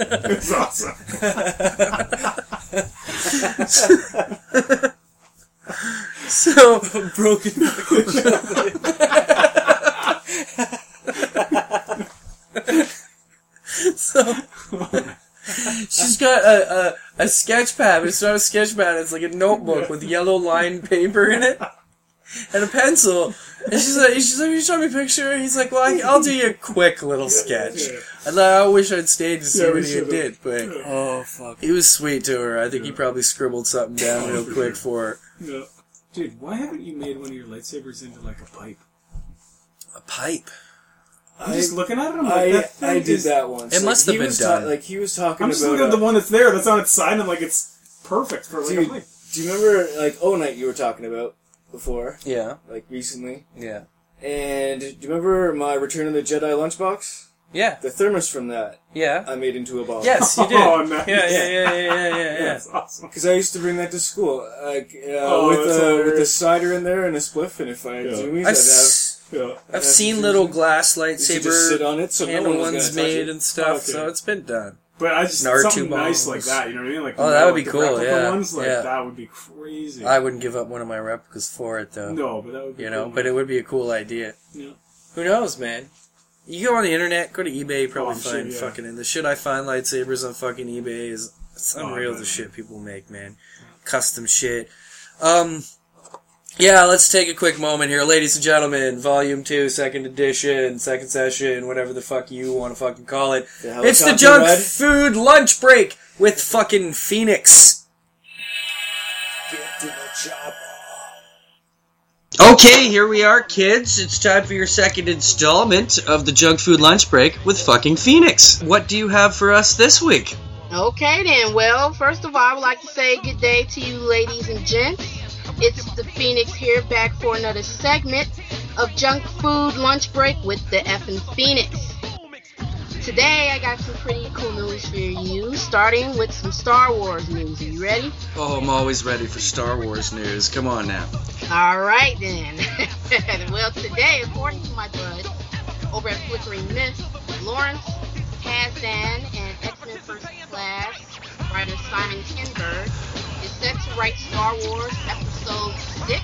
[SPEAKER 9] it's awesome.
[SPEAKER 7] so
[SPEAKER 10] broken.
[SPEAKER 7] so she's got a, a, a sketch pad, but it's not a sketch pad, it's like a notebook with yellow lined paper in it. And a pencil, and she's like, she's like, you show me a picture. He's like, well, I, I'll do you a quick little sketch. And I wish I'd stayed to see
[SPEAKER 14] Yeah, we
[SPEAKER 7] what he
[SPEAKER 14] should've.
[SPEAKER 7] did, but
[SPEAKER 14] Oh, fuck.
[SPEAKER 7] he was sweet to her. I think he probably scribbled something down real quick for her.
[SPEAKER 9] No. Dude, why haven't you made one of your lightsabers into like a pipe?
[SPEAKER 7] A pipe.
[SPEAKER 9] I'm just looking at it. I'm like,
[SPEAKER 10] I,
[SPEAKER 9] that thing
[SPEAKER 10] I did
[SPEAKER 9] is-
[SPEAKER 10] that once. Like, he was ta- like he was talking
[SPEAKER 9] I'm
[SPEAKER 10] about.
[SPEAKER 9] just looking at
[SPEAKER 10] uh,
[SPEAKER 9] the one that's there, that's on its side, and I'm like, it's perfect for like a
[SPEAKER 10] Dude,
[SPEAKER 9] pipe.
[SPEAKER 10] do you remember like O Night you were talking about before?
[SPEAKER 7] Yeah.
[SPEAKER 10] Like recently.
[SPEAKER 7] Yeah.
[SPEAKER 10] And do you remember my Return of the Jedi lunchbox?
[SPEAKER 7] Yeah.
[SPEAKER 10] The thermos from that.
[SPEAKER 7] Yeah.
[SPEAKER 10] I made into a bomb.
[SPEAKER 7] Yes, you did.
[SPEAKER 10] Oh,
[SPEAKER 7] Yeah, yeah, yeah, yeah, yeah, yeah, yeah.
[SPEAKER 9] awesome.
[SPEAKER 10] Because I used to bring that to school, like uh,
[SPEAKER 7] Oh,
[SPEAKER 10] with
[SPEAKER 7] that's
[SPEAKER 10] uh, with a
[SPEAKER 7] hilarious.
[SPEAKER 10] cider in there and a spliff, and if I had
[SPEAKER 7] Yeah.
[SPEAKER 10] zoomies,
[SPEAKER 7] I've s-
[SPEAKER 10] I'd have. I'd
[SPEAKER 7] I've
[SPEAKER 10] have
[SPEAKER 7] seen
[SPEAKER 10] zoomies.
[SPEAKER 7] little glass
[SPEAKER 10] You should just
[SPEAKER 7] lightsaber
[SPEAKER 10] sit on it so no
[SPEAKER 7] handle
[SPEAKER 10] one was gonna
[SPEAKER 7] ones
[SPEAKER 10] touch
[SPEAKER 7] made
[SPEAKER 10] it.
[SPEAKER 7] and stuff,
[SPEAKER 9] Okay.
[SPEAKER 7] so it's been done.
[SPEAKER 9] But I just
[SPEAKER 7] An R2
[SPEAKER 9] something nice
[SPEAKER 7] bombs.
[SPEAKER 9] like that, you know what I mean? Like,
[SPEAKER 7] oh, that would
[SPEAKER 9] like
[SPEAKER 7] be
[SPEAKER 9] the
[SPEAKER 7] cool.
[SPEAKER 9] replica
[SPEAKER 7] Yeah,
[SPEAKER 9] ones, like,
[SPEAKER 7] yeah.
[SPEAKER 9] that would be crazy.
[SPEAKER 7] I wouldn't give up one of my replicas for it though.
[SPEAKER 9] No, but that would be
[SPEAKER 7] you know,
[SPEAKER 9] cool.
[SPEAKER 7] but it would be a cool idea.
[SPEAKER 9] Yeah.
[SPEAKER 7] Who knows, man? You go on the internet, go to eBay, you probably
[SPEAKER 9] Oh, I'm sure,
[SPEAKER 7] find
[SPEAKER 9] yeah.
[SPEAKER 7] fucking and the shit I find lightsabers on fucking eBay is it's
[SPEAKER 14] Oh, I
[SPEAKER 7] unreal the
[SPEAKER 14] bet.
[SPEAKER 7] shit people make, man. Custom shit. Um yeah, let's take a quick moment here. Ladies and gentlemen, volume two, second edition, second session, whatever the fuck you want to fucking call it.
[SPEAKER 10] The
[SPEAKER 7] it's the
[SPEAKER 10] helicopter
[SPEAKER 7] junk
[SPEAKER 10] ride?
[SPEAKER 7] food lunch break with fucking Phoenix. Okay, here we are, kids. It's time for your second installment of the Junk Food Lunch Break with fucking Phoenix. What do you have for us this week?
[SPEAKER 15] Okay then. Well, first of all, I would like to say good day to you, ladies and gents. It's the Phoenix here, back for another segment of Junk Food Lunch Break with the effing Phoenix. Today, I got some pretty cool news for you, starting with some Star Wars news. Are you ready?
[SPEAKER 7] Oh, I'm always ready for Star Wars news. Come on now.
[SPEAKER 15] All right then. well, today, according to my bud over at Flickering Myth, Lawrence Kasdan and X-Men First Class writer Simon Kinberg is set to write Star Wars Episode 6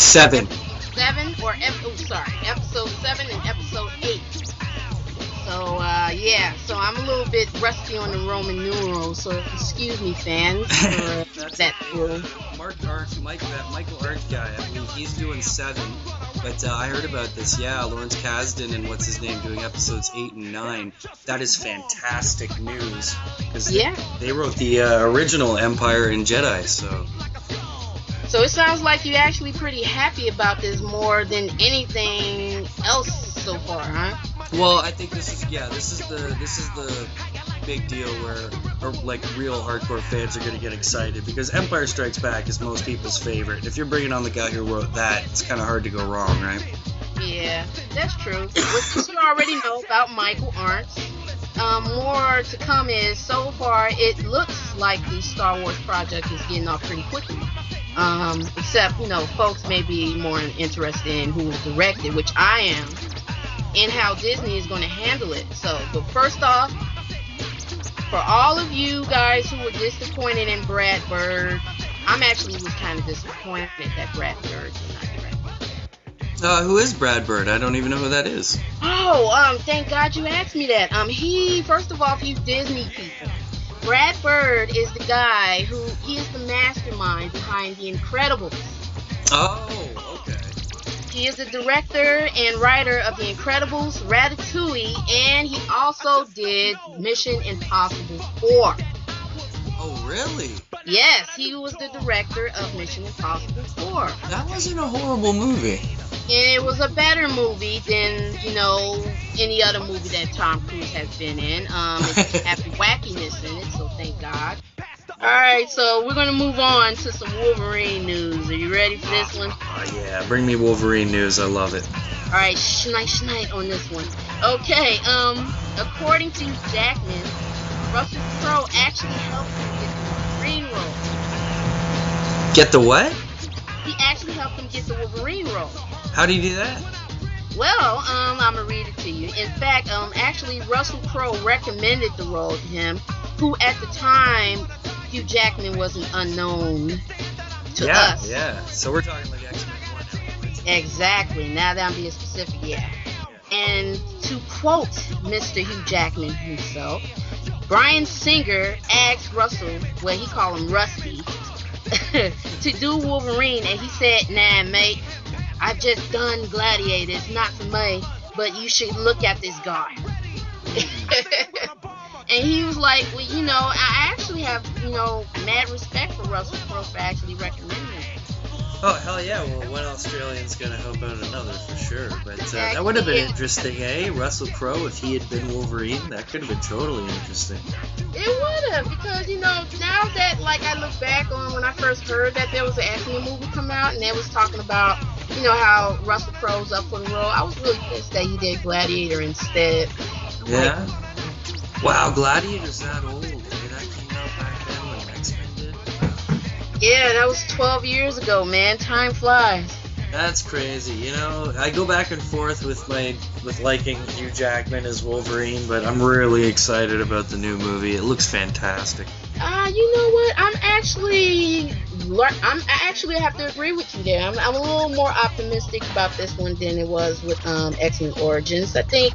[SPEAKER 7] Seven.
[SPEAKER 15] seven or ep- oh, sorry, episode seven and episode eight. So uh, yeah, so I'm a little bit rusty on the Roman numerals, so excuse me, fans. For that
[SPEAKER 7] Mark Arch, Mike, that Michael Arch guy. I mean, he's doing seven. But uh, I heard about this. Yeah, Lawrence Kasdan and what's his name doing episodes eight and nine. That is fantastic news because
[SPEAKER 15] yeah.
[SPEAKER 7] they wrote the uh, original Empire and Jedi. So
[SPEAKER 15] So it sounds like you're actually pretty happy about this more than anything else so far, huh?
[SPEAKER 7] Well, I think this is yeah, this is the this is the big deal where or like real hardcore fans are gonna get excited because Empire Strikes Back is most people's favorite. If you're bringing on the guy who wrote that, it's kind of hard to go wrong, right?
[SPEAKER 15] Yeah, that's true. What you already know about Michael Arndt. Um, more to come is so far it looks like the Star Wars project is getting off pretty quickly. Um, except, you know, folks may be more interested in who will direct it, which I am, and how Disney is going to handle it. So, but first off, for all of you guys who were disappointed in Brad Bird, I'm actually was kind of disappointed that Brad Bird did not direct.
[SPEAKER 7] Uh, who is Brad Bird? I don't even know who that is.
[SPEAKER 15] Oh, um, thank God you asked me that. Um, he first of all, he's Disney people. Brad Bird is the guy who he is the mastermind behind The Incredibles.
[SPEAKER 7] Oh, okay.
[SPEAKER 15] He is the director and writer of The Incredibles, Ratatouille, and he also did Mission Impossible 4.
[SPEAKER 7] Oh, really?
[SPEAKER 15] Yes, he was the director of Mission Impossible 4.
[SPEAKER 7] That wasn't a horrible movie.
[SPEAKER 15] And it was a better movie than, you know, any other movie that Tom Cruise has been in. Um, it has wackiness in it, so thank God. Alright, so we're going to move on to some Wolverine news. Are you ready for this one?
[SPEAKER 7] Oh, yeah, bring me Wolverine news. I love it.
[SPEAKER 15] Alright, schnight schnight on this one. Okay, um, according to Jackman, Russell Crowe actually helped him get the Wolverine role.
[SPEAKER 7] Get the what?
[SPEAKER 15] He actually helped him get the Wolverine role.
[SPEAKER 7] How do you do that?
[SPEAKER 15] Well, um, I'm gonna read it to you. In fact, um, actually, Russell Crowe recommended the role to him, who at the time Hugh Jackman was an unknown to
[SPEAKER 7] yeah,
[SPEAKER 15] us.
[SPEAKER 7] yeah. So we're talking like X Men.
[SPEAKER 15] Exactly. Now that I'm being specific, yeah. And to quote Mr. Hugh Jackman himself, Brian Singer asked Russell, well, he called him Rusty, to do Wolverine, and he said, Nah, mate, I've just done Gladiator. It's not for me, but you should look at this guy. and he was like, Well, you know, I actually have, you know, mad respect for Russell Crowe for actually recommending it.
[SPEAKER 7] Oh hell yeah! Well, one Australian's gonna help out another for sure. But uh, that would have been interesting, eh? Russell Crowe, if he had been Wolverine, that could have been totally interesting.
[SPEAKER 15] It would have because you know now that like I look back on when I first heard that there was an X-Men movie come out and they was talking about you know how Russell Crowe's up for the role. I was really pissed that he did Gladiator instead.
[SPEAKER 7] Yeah. Wow, Gladiator's that old. Eh? That came out back then when X Men did.
[SPEAKER 15] Yeah, that was 12 years ago, man. Time flies.
[SPEAKER 7] That's crazy. You know, I go back and forth with my with liking Hugh Jackman as Wolverine, but I'm really excited about the new movie. It looks fantastic.
[SPEAKER 15] Uh, you know what? I'm actually lear- I'm I actually have to agree with you there. I'm, I'm a little more optimistic about this one than it was with um, X-Men Origins. I think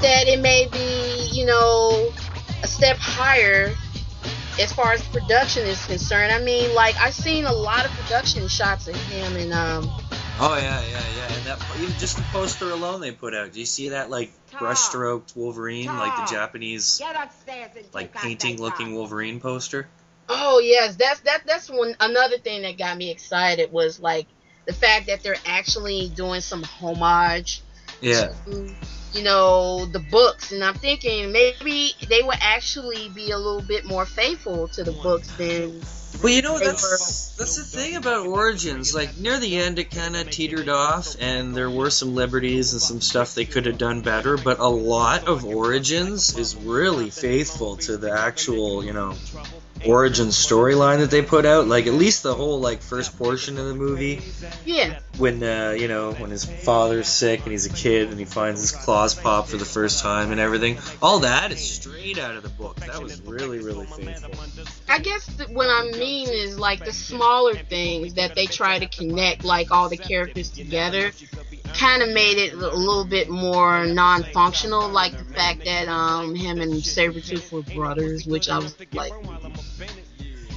[SPEAKER 15] that it may be, you know, a step higher as far as production is concerned. I mean, like I've seen a lot of production shots of him and um
[SPEAKER 7] Oh yeah, yeah, yeah. And that even just the poster alone they put out. Do you see that like brushstroked Wolverine, like the Japanese like painting looking Wolverine poster?
[SPEAKER 15] Oh yes, that's that that's one another thing that got me excited was like the fact that they're actually doing some homage
[SPEAKER 7] Yeah.
[SPEAKER 15] you know the books and i'm thinking maybe they would actually be a little bit more faithful to the books than
[SPEAKER 7] Well, you know that's that's the thing about Origins. Like near the end, it kind of teetered off, and there were some liberties and some stuff they could have done better. But a lot of Origins is really faithful to the actual, you know, origin storyline that they put out. Like at least the whole like first portion of the movie
[SPEAKER 15] Yeah.
[SPEAKER 7] when uh, you know when his father's sick and he's a kid and he finds his claws pop for the first time and everything. All that is straight out of the book. That was really really faithful.
[SPEAKER 15] I guess th- what I mean is like the smaller things that they try to connect, like all the characters together, kind of made it a little bit more non-functional. Like the fact that um him and Sabretooth were brothers, which I was like,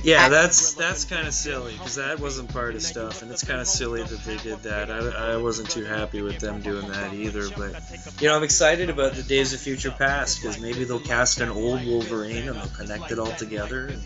[SPEAKER 7] Yeah, that's that's kind of silly because that wasn't part of stuff, and it's kind of silly that they did that. I, I wasn't too happy with them doing that either, but you know I'm excited about the Days of Future Past because maybe they'll cast an old Wolverine and they'll connect it all together. And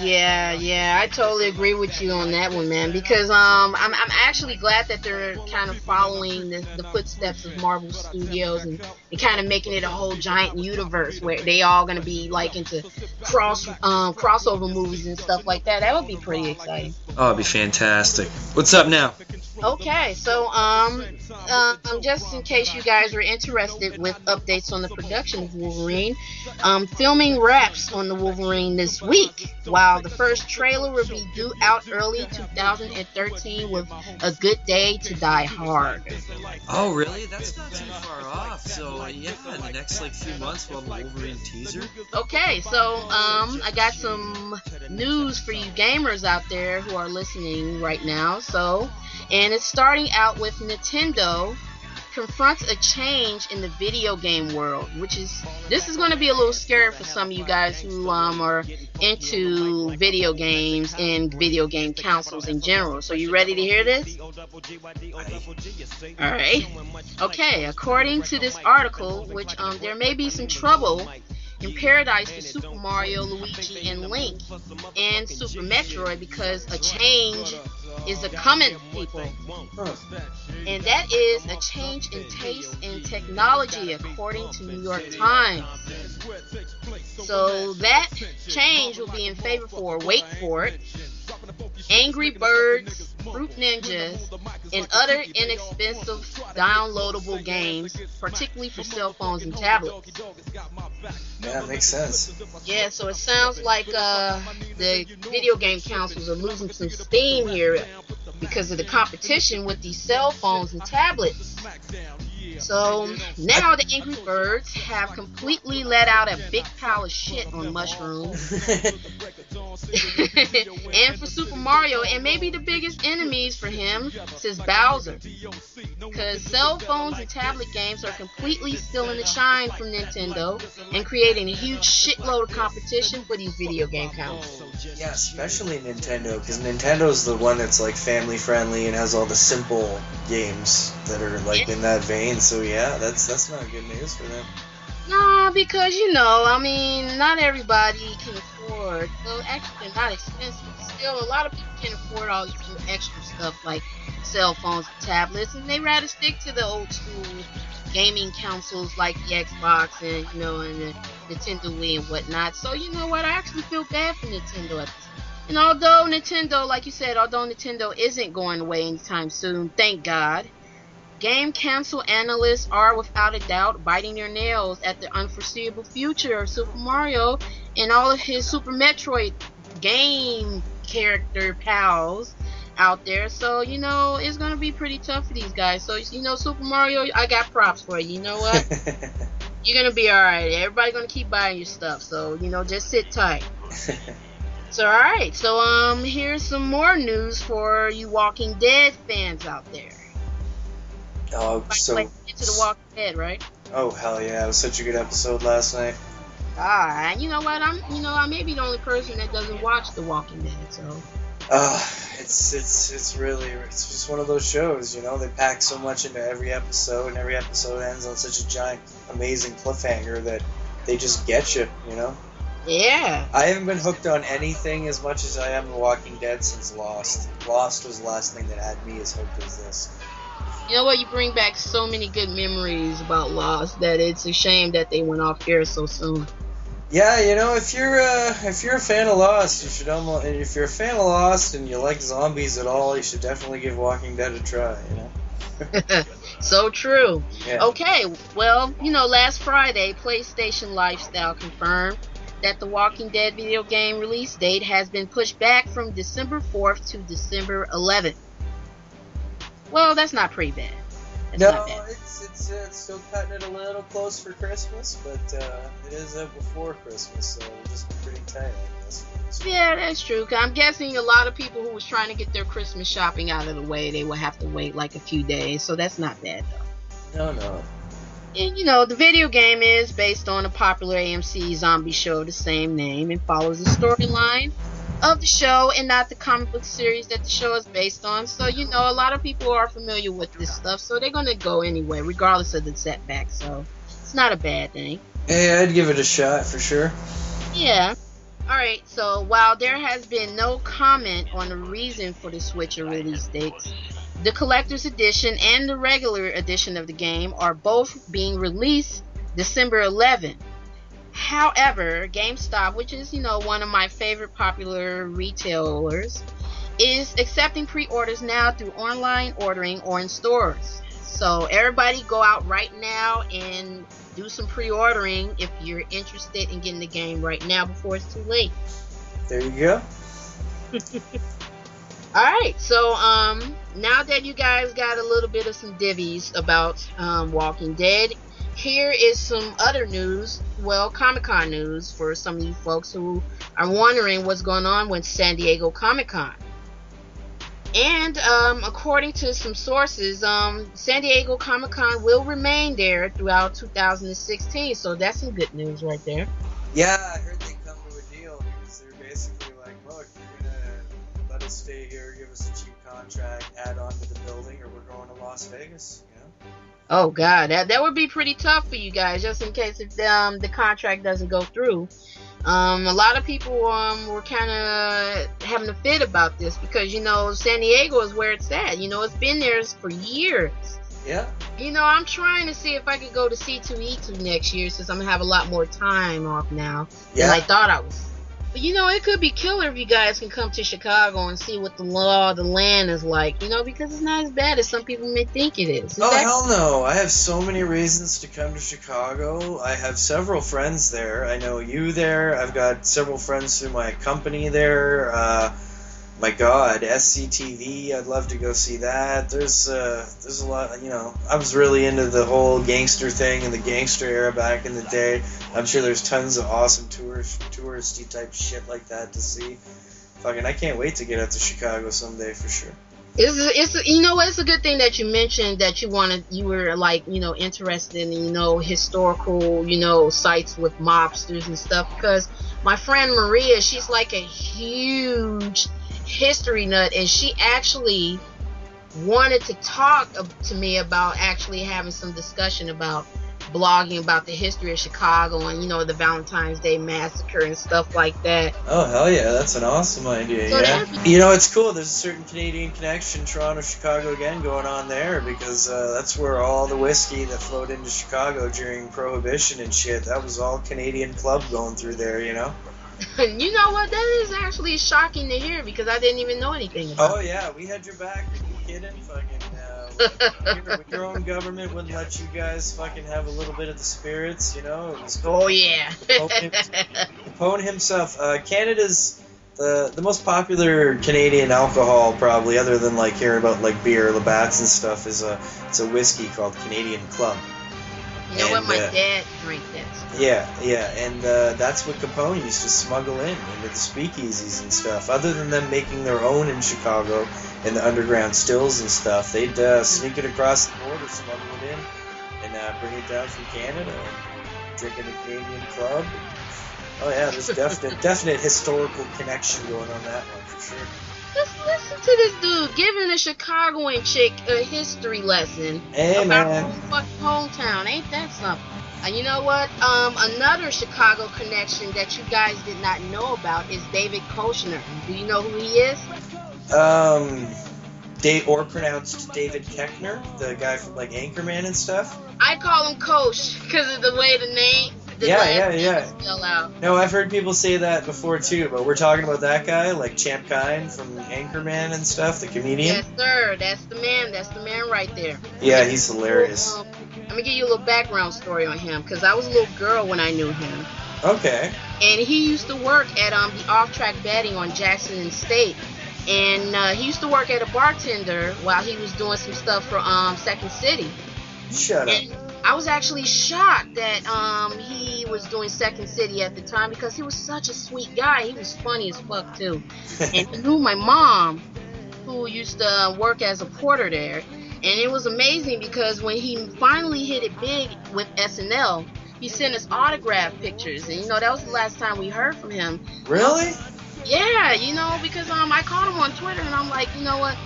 [SPEAKER 15] yeah, yeah, I totally agree with you on that one, man. Because um I'm I'm actually glad that they're kind of following the, the footsteps of Marvel Studios and, and kind of making it a whole giant universe where they all gonna be like into cross um crossover movies and stuff like that. That would be pretty exciting.
[SPEAKER 7] oh, it'd be fantastic. What's up now?
[SPEAKER 15] Okay, so um, um, just in case you guys were interested with updates on the production of Wolverine, um, filming wraps on the Wolverine this week. While the first trailer will be due out early 2013 with A Good Day to Die Hard.
[SPEAKER 7] Oh, really? That's not too far off. So yeah, in the next like few months we'll have a Wolverine teaser.
[SPEAKER 15] Okay, so um, I got some news for you gamers out there who are listening right now. So, and it's starting out with Nintendo confronts a change in the video game world, which is this is going to be a little scary for some of you guys who um, are into video games and video game consoles in general. So, you ready to hear this? All right. Okay, according to this article, which um, there may be some trouble in Paradise for Super Mario, Luigi, and Link, and Super Metroid because a change is a coming, people. And that is a change in taste and technology, according to New York Times. So that change will be in favor for, wait for it, Angry Birds, Fruit Ninjas, and other inexpensive downloadable games, particularly for cell phones and tablets.
[SPEAKER 7] Yeah, that makes sense.
[SPEAKER 15] Yeah, so it sounds like uh, the video game consoles are losing some steam here because of the competition with these cell phones and tablets. So now the Angry Birds have completely let out a big pile of shit on mushrooms. and for Super Mario, and maybe the biggest enemies for him since Bowser. Because cell phones and tablet games are completely stealing the shine from Nintendo and creating a huge shitload of competition for these video game consoles.
[SPEAKER 7] Yeah, especially Nintendo, because Nintendo's the one that's like family friendly and has all the simple games that are like in that vein. So yeah, that's that's not good news for them.
[SPEAKER 15] Nah, because you know, I mean, not everybody can afford. Well, actually, they're not expensive. Still, a lot of people can afford all these little extra stuff like cell phones and tablets, and they rather stick to the old school gaming consoles like the Xbox and you know, and the Nintendo Wii and whatnot. So you know what? I actually feel bad for Nintendo at this. And although Nintendo, like you said, although Nintendo isn't going away anytime soon, thank God. Game council analysts are without a doubt biting their nails at the unforeseeable future of Super Mario and all of his Super Metroid game character pals out there. So, you know, it's going to be pretty tough for these guys. So, you know, Super Mario, I got props for you. You know what? You're going to be all right. Everybody going to keep buying your stuff. So, you know, just sit tight. So, all right. So, um here's some more news for you Walking Dead fans out there.
[SPEAKER 7] Oh, so
[SPEAKER 15] Like into the Walking Dead, right?
[SPEAKER 7] oh hell yeah, it was such a good episode last night.
[SPEAKER 15] Ah, and you know what? I'm, you know, I may be the only person that doesn't watch The Walking Dead, so
[SPEAKER 7] Uh, it's it's it's really it's just one of those shows, you know. They pack so much into every episode, and every episode ends on such a giant, amazing cliffhanger that they just get you, you know.
[SPEAKER 15] yeah.
[SPEAKER 7] I haven't been hooked on anything as much as I am The Walking Dead since Lost. Lost was the last thing that had me as hooked as this.
[SPEAKER 15] You know what? You bring back so many good memories about Lost that it's a shame that they went off air so soon.
[SPEAKER 7] Yeah, you know, if you're uh, if you're a fan of Lost, you should almost if you're a fan of Lost and you like zombies at all, you should definitely give Walking Dead a try. You know.
[SPEAKER 15] So true.
[SPEAKER 7] Yeah.
[SPEAKER 15] Okay, well, you know, last Friday, PlayStation Lifestyle confirmed that the Walking Dead video game release date has been pushed back from December 4th to December 11th. Well, that's not pretty bad. That's
[SPEAKER 7] no,
[SPEAKER 15] not bad.
[SPEAKER 7] it's it's, uh, it's still cutting it a little close for Christmas, but uh, it is up before Christmas, so we'll just be pretty tight, I guess.
[SPEAKER 15] Yeah, that's true. 'Cause I'm guessing a lot of people who was trying to get their Christmas shopping out of the way, they will have to wait like a few days. So that's not bad though.
[SPEAKER 7] No, no.
[SPEAKER 15] And you know, the video game is based on a popular AMC zombie show of the same name and follows the storyline of the show and not the comic book series that the show is based on. So, you know, a lot of people are familiar with this stuff, so they're going to go anyway, regardless of the setback. So, it's not a bad thing.
[SPEAKER 7] Hey, I'd give it a shot for sure.
[SPEAKER 15] Yeah. All right. So while there has been no comment on the reason for the switch of release dates, the collector's edition and the regular edition of the game are both being released December 11. However, GameStop, which is you know one of my favorite popular retailers, is accepting pre-orders now through online ordering or in stores. So everybody go out right now and do some pre-ordering if you're interested in getting the game right now before it's too late.
[SPEAKER 7] There you go.
[SPEAKER 15] All right, so um, now that you guys got a little bit of some divvies about um, Walking Dead, here is some other news. Well, Comic Con news for some of you folks who are wondering what's going on with San Diego Comic Con. And um, according to some sources, um, San Diego Comic Con will remain there throughout 2016. So that's some good news right there.
[SPEAKER 7] Yeah, I heard they come to a deal because they're basically like, look, you're gonna let us stay here, give us a cheap contract, add on to the building, or we're going to Las Vegas. You know?
[SPEAKER 15] Oh God, that that would be pretty tough for you guys, just in case if um, the contract doesn't go through. Um, a lot of people um, were kind of having a fit about this because you know San Diego is where it's at. You know it's been there for years.
[SPEAKER 7] Yeah.
[SPEAKER 15] You know I'm trying to see if I could go to C2E2 next year since I'm gonna have a lot more time off now
[SPEAKER 7] Yeah.
[SPEAKER 15] than I thought I was. But you know it could be killer if you guys can come to Chicago and see what the law of the land is like. You know because it's not as bad as some people may think it is. It's
[SPEAKER 7] Oh
[SPEAKER 15] actually-
[SPEAKER 7] hell no! I have so many reasons to come to Chicago. I have several friends there. I know you there. I've got several friends through my company there. Uh, my God, SCTV. I'd love to go see that. There's uh, there's a lot. You know, I was really into the whole gangster thing and the gangster era back in the day. I'm sure there's tons of awesome tours, touristy type shit like that to see. Fucking, I can't wait to get out to Chicago someday for sure.
[SPEAKER 15] It's, it's you know what, it's a good thing that you mentioned that you wanted you were like you know interested in you know historical you know sites with mobsters and stuff because my friend Maria she's like a huge history nut and she actually wanted to talk ab- to me about actually having some discussion about blogging about the history of Chicago and you know the Valentine's Day massacre and stuff like that.
[SPEAKER 7] Oh hell yeah, that's an awesome idea.
[SPEAKER 15] So
[SPEAKER 7] yeah, you know it's cool. There's a certain Canadian connection, Toronto, Chicago again, going on there because uh, that's where all the whiskey that flowed into Chicago during Prohibition and shit. That was all Canadian club going through there, you know.
[SPEAKER 15] you know what that is actually shocking to hear because I didn't even know anything about
[SPEAKER 7] Oh yeah, we had your back. Are you kidding? Fucking uh, your, your own government wouldn't let you guys fucking have a little bit of the spirits, you know. It was
[SPEAKER 15] Oh yeah.
[SPEAKER 7] Capone himself. Uh, Canada's the the most popular Canadian alcohol, probably other than like hearing about like beer, Labatt's and stuff. Is a it's a whiskey called Canadian Club.
[SPEAKER 15] You know what?
[SPEAKER 7] And,
[SPEAKER 15] My
[SPEAKER 7] uh,
[SPEAKER 15] dad drank that.
[SPEAKER 7] Yeah, yeah, and uh, that's what Capone used to smuggle in into the speakeasies and stuff. Other than them making their own in Chicago in the underground stills and stuff, they'd uh, sneak it across the border, smuggle it in, and uh, bring it down from Canada, and drink in the Canadian club. Oh yeah, there's definite definite historical connection going on that one for sure.
[SPEAKER 15] Just listen to this dude giving a Chicagoan chick a history lesson
[SPEAKER 7] Hey
[SPEAKER 15] about
[SPEAKER 7] man.
[SPEAKER 15] her fucking hometown. Ain't that something? And you know what? Um, another Chicago connection that you guys did not know about is David Koshner. Do you know who he is?
[SPEAKER 7] Um, Dave or pronounced David Keckner, the guy from like Anchorman and stuff.
[SPEAKER 15] I call him Kosh because of the way the name, the
[SPEAKER 7] Yeah,
[SPEAKER 15] last
[SPEAKER 7] yeah,
[SPEAKER 15] name
[SPEAKER 7] yeah.
[SPEAKER 15] is spelled out.
[SPEAKER 7] No, I've heard people say that before too, but we're talking about that guy, like Champ Kine from Anchorman and stuff, the comedian.
[SPEAKER 15] Yes, sir. That's the man. That's the man right there.
[SPEAKER 7] Yeah, he's hilarious.
[SPEAKER 15] I'm gonna give you a little background story on him because I was a little girl when I knew him.
[SPEAKER 14] Okay.
[SPEAKER 15] and he used to work at um, the off-track betting on Jackson and State. And uh, he used to work at a bartender while he was doing some stuff for um, Second City.
[SPEAKER 14] Shut up.
[SPEAKER 15] I was actually shocked that um, he was doing Second City at the time because he was such a sweet guy. He was funny as fuck too, and he knew my mom, who used to work as a porter there. And it was amazing because when he finally hit it big with SNL, he sent us autograph pictures, and you know that was the last time we heard from him.
[SPEAKER 14] Really?
[SPEAKER 15] Yeah, you know, because um, I called him on Twitter and I'm like, you know what?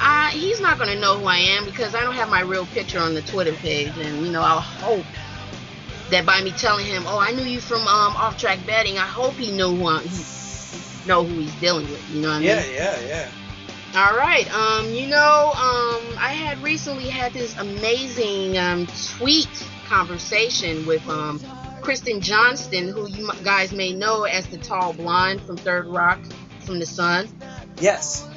[SPEAKER 15] I, he's not gonna know who I am because I don't have my real picture on the Twitter page, and you know, I hope that by me telling him, oh, I knew you from um, Off Track Betting, I hope he knew who I, he know who he's dealing with. You know what I
[SPEAKER 14] Yeah,
[SPEAKER 15] mean?
[SPEAKER 14] yeah, yeah.
[SPEAKER 15] All right. Um, you know, um, I had recently had this amazing um, tweet conversation with um, Kristen Johnston, who you m- guys may know as the tall blonde from Third Rock from the Sun.
[SPEAKER 14] Yes.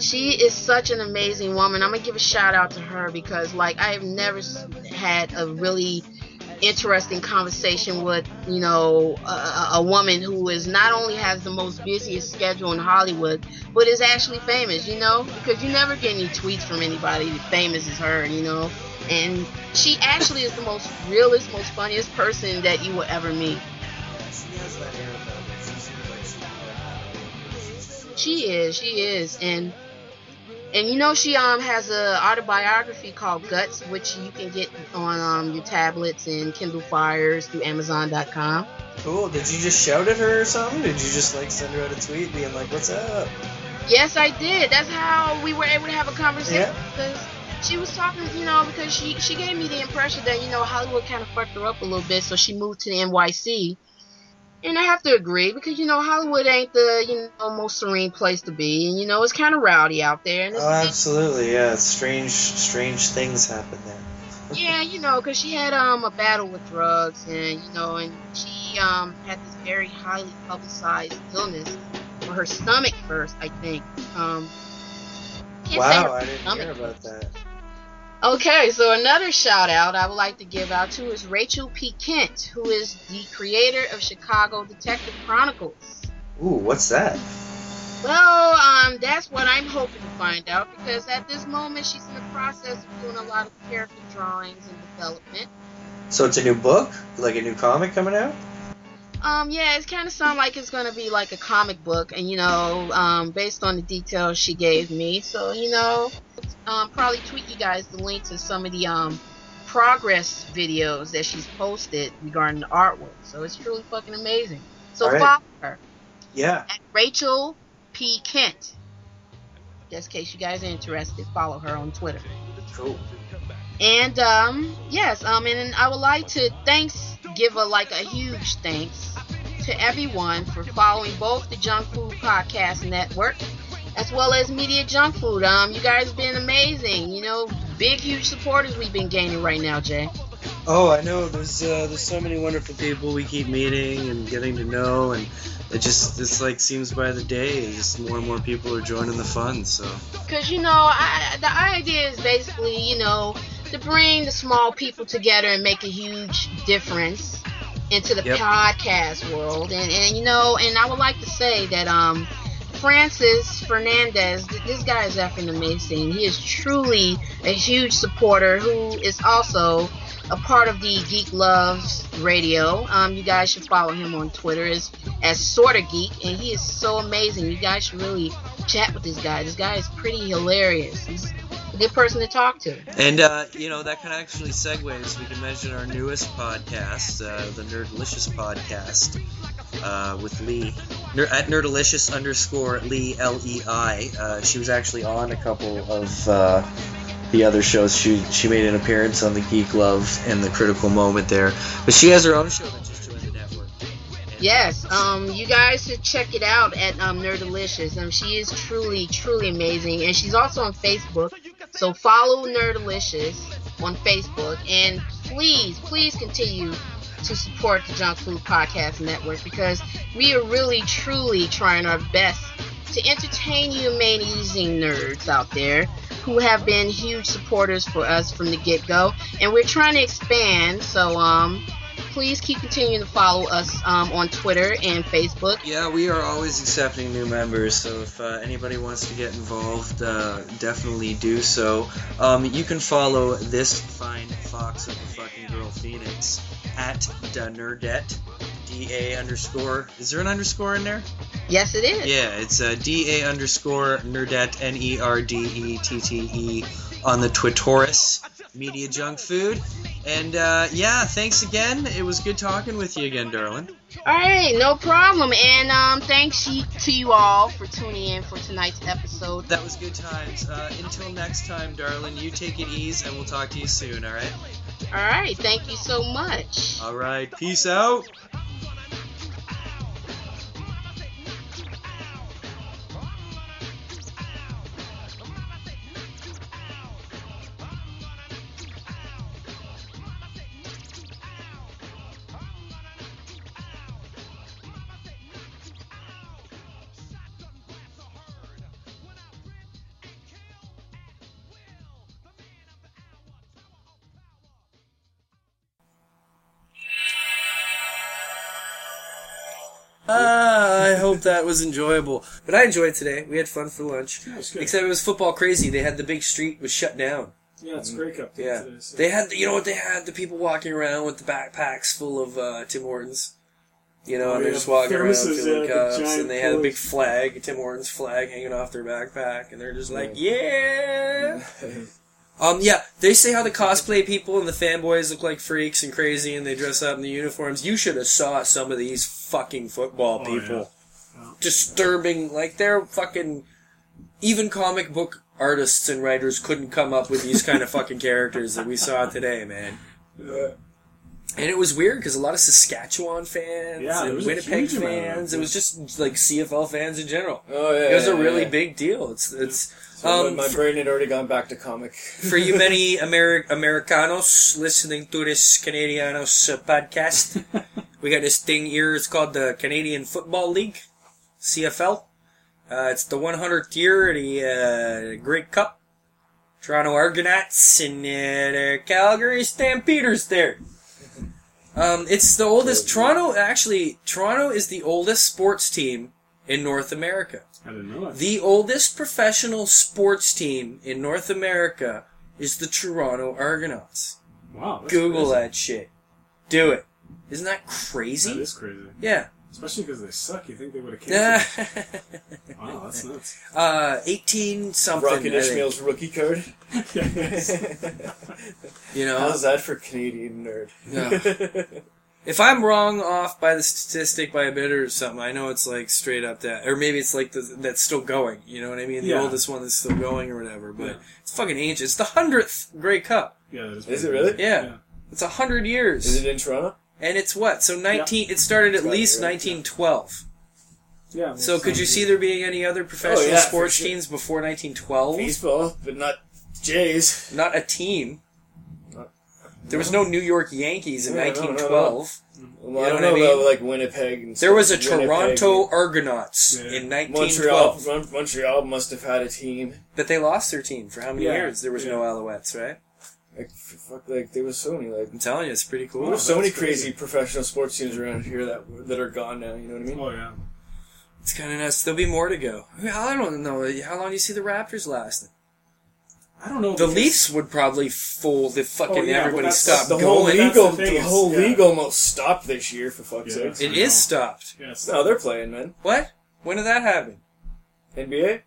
[SPEAKER 15] She is such an amazing woman. I'm gonna give a shout out to her because, like, I have never s- had a really interesting conversation with you know a- a, a woman who is not only has the most busiest schedule in Hollywood but is actually famous you know because you never get any tweets from anybody that famous as her you know and she actually is the most realest most funniest person that you will ever meet she is she is and and you know she um has a autobiography called Guts, which you can get on um, your tablets and Kindle Fires through Amazon.com.
[SPEAKER 14] Cool. Did you just shout at her or something? Did you just like send her out a tweet being like, "What's up?"
[SPEAKER 15] Yes, I did. That's how we were able to have a conversation
[SPEAKER 14] Yeah.
[SPEAKER 15] because she was talking, you know, because she she gave me the impression that you know Hollywood kind of fucked her up a little bit, so she moved to the NYC. And I have to agree because you know Hollywood ain't the you know most serene place to be, and you know it's kind of rowdy out there. And it's
[SPEAKER 16] Oh, absolutely. Yeah, it's strange, strange things happen there.
[SPEAKER 15] yeah, you know, 'cause she had um a battle with drugs, and you know, and she um had this very highly publicized illness for her stomach first, I think. Um, can't say her
[SPEAKER 16] Wow, I didn't
[SPEAKER 15] stomach
[SPEAKER 16] hear about that.
[SPEAKER 15] Okay, so another shout out I would like to give out to is Rachel P. Kent, who is the creator of Chicago Detective Chronicles.
[SPEAKER 16] Ooh, what's that?
[SPEAKER 15] Well, um, that's what I'm hoping to find out because at this moment she's in the process of doing a lot of character drawings and development.
[SPEAKER 16] So it's a new book, like a new comic coming out.
[SPEAKER 15] Um, yeah, it's kind of sound like it's gonna be like a comic book, and you know, um, based on the details she gave me, so you know, um, probably tweet you guys the link to some of the um progress videos that she's posted regarding the artwork. So it's truly fucking amazing. So
[SPEAKER 16] All right.
[SPEAKER 15] follow her,
[SPEAKER 16] Yeah.
[SPEAKER 15] Rachel P. Kent. Just in case you guys are interested, follow her on Twitter.
[SPEAKER 16] Cool.
[SPEAKER 15] And um, yes, um, and I would like to thanks give a like a huge thanks to everyone for following both the Junk Food Podcast Network as well as Media Junk Food. Um, you guys been amazing. You know, big huge supporters we've been gaining right now, Jay.
[SPEAKER 16] Oh, I know. There's uh, there's so many wonderful people we keep meeting and getting to know, and it just it's like seems by the day, just more and more people are joining the fun. So
[SPEAKER 15] Cause you know, I, the idea is basically, you know, to bring the small people together and make a huge difference into the
[SPEAKER 17] Yep.
[SPEAKER 15] podcast world. And and you know, and I would like to say that um, Francis Fernandez, th- this guy is effing amazing. He is truly a huge supporter who is also a part of the Geek Loves Radio. Um, you guys should follow him on Twitter as as sorta geek, and he is so amazing. You guys should really chat with this guy. This guy is pretty hilarious. He's a good person to talk to.
[SPEAKER 16] And uh, you know that kind of actually segues. We can mention our newest podcast, uh, the Nerdlicious podcast, uh, with Lee Ner- at Nerdlicious underscore Lee L E I. Uh, she was actually on a couple of uh, the other shows. She she made an appearance on the Geek Love and the Critical Moment there, but she has her own show that just joined the network.
[SPEAKER 15] Yes, um, you guys should check it out at um, Nerdalicious. Um, she is truly, truly amazing, and she's also on Facebook. So follow Nerdalicious on Facebook, and please, please continue to support the Junk Food Podcast Network because we are really, truly trying our best to entertain you amazing nerds out there who have been huge supporters for us from the get-go, and we're trying to expand. So, um please keep continuing to follow us um, on Twitter and Facebook.
[SPEAKER 16] Yeah, we are always accepting new members, so if uh, anybody wants to get involved, uh, definitely do so. Um, you can follow this fine fox of a fucking girl, Phoenix, at the Nerdette, D A underscore. Is there an underscore in there?
[SPEAKER 15] Yes, it is.
[SPEAKER 16] Yeah, it's uh, D A underscore Nerdette, N E R D E T T E, on the Twitterus, Media Junk Food. And uh, yeah, thanks again. It was good talking with you again, darling.
[SPEAKER 15] All right, no problem. And um, thanks ye- to you all for tuning in for tonight's episode.
[SPEAKER 16] That was good times. Uh, until next time, darling, you take it easy and we'll talk to you soon, all right?
[SPEAKER 15] All right, thank you so much.
[SPEAKER 16] All right, peace out.
[SPEAKER 7] Ah, I hope that was enjoyable. But I enjoyed today. We had fun for lunch. Except it was football crazy. They had the big street was shut down.
[SPEAKER 9] Yeah, it's Grey Cup day
[SPEAKER 7] Yeah,
[SPEAKER 9] today, so-
[SPEAKER 7] they had you know what they had the people walking around with the backpacks full of uh, Tim Hortons. You know,
[SPEAKER 14] Oh,
[SPEAKER 7] and they're
[SPEAKER 14] yeah.
[SPEAKER 7] just walking around
[SPEAKER 14] Thermoses,
[SPEAKER 7] filling
[SPEAKER 14] yeah, like a
[SPEAKER 7] cups,
[SPEAKER 14] giant
[SPEAKER 7] and they had a
[SPEAKER 14] coolers.
[SPEAKER 7] big flag, Tim Hortons flag, hanging off their backpack, and they're just like, yeah. Um, yeah, they say how the cosplay people and the fanboys look like freaks and crazy, and they dress up in the uniforms. You should have saw some of these fucking football
[SPEAKER 14] Oh, yeah.
[SPEAKER 7] people. Disturbing, like they're fucking. Even comic book artists and writers couldn't come up with these kind of fucking characters that we saw today, man. And it was weird because a lot of Saskatchewan fans
[SPEAKER 14] Yeah, there
[SPEAKER 7] and
[SPEAKER 14] was a
[SPEAKER 7] Winnipeg
[SPEAKER 14] huge amount of
[SPEAKER 7] fans,
[SPEAKER 14] them.
[SPEAKER 7] it was just like CFL fans in general.
[SPEAKER 10] Oh, yeah,
[SPEAKER 7] it was a
[SPEAKER 10] yeah,
[SPEAKER 7] really
[SPEAKER 10] yeah.
[SPEAKER 7] big deal. It's it's
[SPEAKER 10] So
[SPEAKER 7] um,
[SPEAKER 10] my, my brain had already gone back to comic.
[SPEAKER 7] for you many Ameri- Americanos listening to this Canadianos uh, podcast, we got this thing here. It's called the Canadian Football League, CFL. Uh, it's the 100th year of the uh, Great Cup. Toronto Argonauts and uh, the Calgary Stampeders there. Um, it's the oldest. Toronto actually, Toronto is the oldest sports team in North America.
[SPEAKER 9] I didn't know it.
[SPEAKER 7] The oldest professional sports team in North America is the Toronto Argonauts.
[SPEAKER 9] Wow. that's
[SPEAKER 7] Google
[SPEAKER 9] crazy.
[SPEAKER 7] that shit. Do it. Isn't that crazy?
[SPEAKER 9] That is crazy.
[SPEAKER 7] Yeah.
[SPEAKER 9] Especially because they suck. You think they would have
[SPEAKER 7] Yeah.
[SPEAKER 9] canceled? it. wow, that's nuts.
[SPEAKER 7] Uh, 18 something.
[SPEAKER 10] Rocket
[SPEAKER 7] I think.
[SPEAKER 10] Ishmael's rookie card.
[SPEAKER 7] You know?
[SPEAKER 10] how's that for Canadian nerd?
[SPEAKER 7] Yeah. If I'm wrong off by the statistic by a bit or something, I know it's like straight up that, or maybe it's like the, that's still going. You know what I mean? The
[SPEAKER 10] Yeah.
[SPEAKER 7] oldest one that's still going or whatever. But
[SPEAKER 10] Yeah.
[SPEAKER 7] it's fucking ancient. It's the hundredth Grey Cup.
[SPEAKER 9] Yeah, that is,
[SPEAKER 10] Is it really?
[SPEAKER 7] Yeah. It's a hundred years.
[SPEAKER 10] Is it in Toronto?
[SPEAKER 7] And it's what? So nineteen. It started
[SPEAKER 10] It's
[SPEAKER 7] at
[SPEAKER 10] gotta be
[SPEAKER 7] least
[SPEAKER 10] right, yeah.
[SPEAKER 7] nineteen twelve.
[SPEAKER 9] Yeah. well,
[SPEAKER 7] So could you
[SPEAKER 10] sounds-
[SPEAKER 7] see there being any other professional
[SPEAKER 10] Oh, yeah, for
[SPEAKER 7] sports
[SPEAKER 10] sure.
[SPEAKER 7] teams before nineteen twelve?
[SPEAKER 10] Baseball, but not Jays.
[SPEAKER 7] Not a team. There was no New York Yankees in
[SPEAKER 10] Yeah, no, no, no.
[SPEAKER 7] nineteen twelve.
[SPEAKER 10] Well, I don't know, about like Winnipeg. And
[SPEAKER 7] There was a
[SPEAKER 10] stuff. Winnipeg.
[SPEAKER 7] Toronto Argonauts in nineteen
[SPEAKER 10] Montreal,
[SPEAKER 7] twelve,
[SPEAKER 10] Mon- Montreal must have had a team.
[SPEAKER 7] but they lost their team for how many
[SPEAKER 10] Yeah,
[SPEAKER 7] years? There was no
[SPEAKER 10] yeah.
[SPEAKER 7] Alouettes, right?
[SPEAKER 10] Like, fuck, like there was so many. Like
[SPEAKER 7] I'm telling you, it's pretty cool.
[SPEAKER 10] there's so many crazy, professional sports teams around here that that are gone now. You know what I mean?
[SPEAKER 9] Oh yeah.
[SPEAKER 7] It's kind of nuts. There'll be more to go. I don't know how long do you see the Raptors lasting.
[SPEAKER 9] I don't know.
[SPEAKER 7] The
[SPEAKER 9] because-
[SPEAKER 7] Leafs would probably fold if fucking
[SPEAKER 9] Oh, yeah, well,
[SPEAKER 7] everybody
[SPEAKER 9] that's-
[SPEAKER 7] stopped
[SPEAKER 10] the
[SPEAKER 7] going.
[SPEAKER 10] whole league, the,
[SPEAKER 9] thing, it's-
[SPEAKER 10] whole
[SPEAKER 9] yeah.
[SPEAKER 10] league almost stopped this year for fuck's
[SPEAKER 9] Yeah,
[SPEAKER 10] sake.
[SPEAKER 7] It is stopped.
[SPEAKER 9] Yes.
[SPEAKER 10] No, they're playing, man.
[SPEAKER 7] What? When did that happen?
[SPEAKER 10] NBA.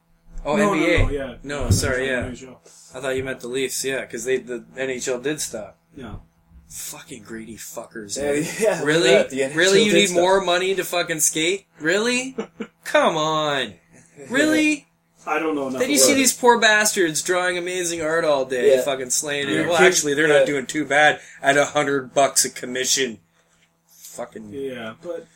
[SPEAKER 7] Oh,
[SPEAKER 10] No, no,
[SPEAKER 7] NBA.
[SPEAKER 10] no, yeah.
[SPEAKER 7] No,
[SPEAKER 10] No,
[SPEAKER 7] sorry,
[SPEAKER 10] no,
[SPEAKER 7] yeah.
[SPEAKER 10] no, NHL.
[SPEAKER 7] I thought you meant the Leafs, yeah, because they the NHL did stop.
[SPEAKER 9] Yeah.
[SPEAKER 7] Fucking greedy fuckers.
[SPEAKER 10] Yeah,
[SPEAKER 7] man.
[SPEAKER 10] yeah, look
[SPEAKER 7] really?
[SPEAKER 10] at that, the
[SPEAKER 7] really?
[SPEAKER 10] NHL
[SPEAKER 7] You
[SPEAKER 10] did
[SPEAKER 7] need
[SPEAKER 10] stop.
[SPEAKER 7] more money to fucking skate? Really? Come on. Really?
[SPEAKER 9] I don't know.
[SPEAKER 7] Then you see these poor bastards drawing amazing art all day,
[SPEAKER 9] Yeah.
[SPEAKER 7] fucking slaying it.
[SPEAKER 9] Yeah.
[SPEAKER 7] Well, actually, they're not doing too bad at a hundred bucks a commission. Fucking
[SPEAKER 9] Yeah, but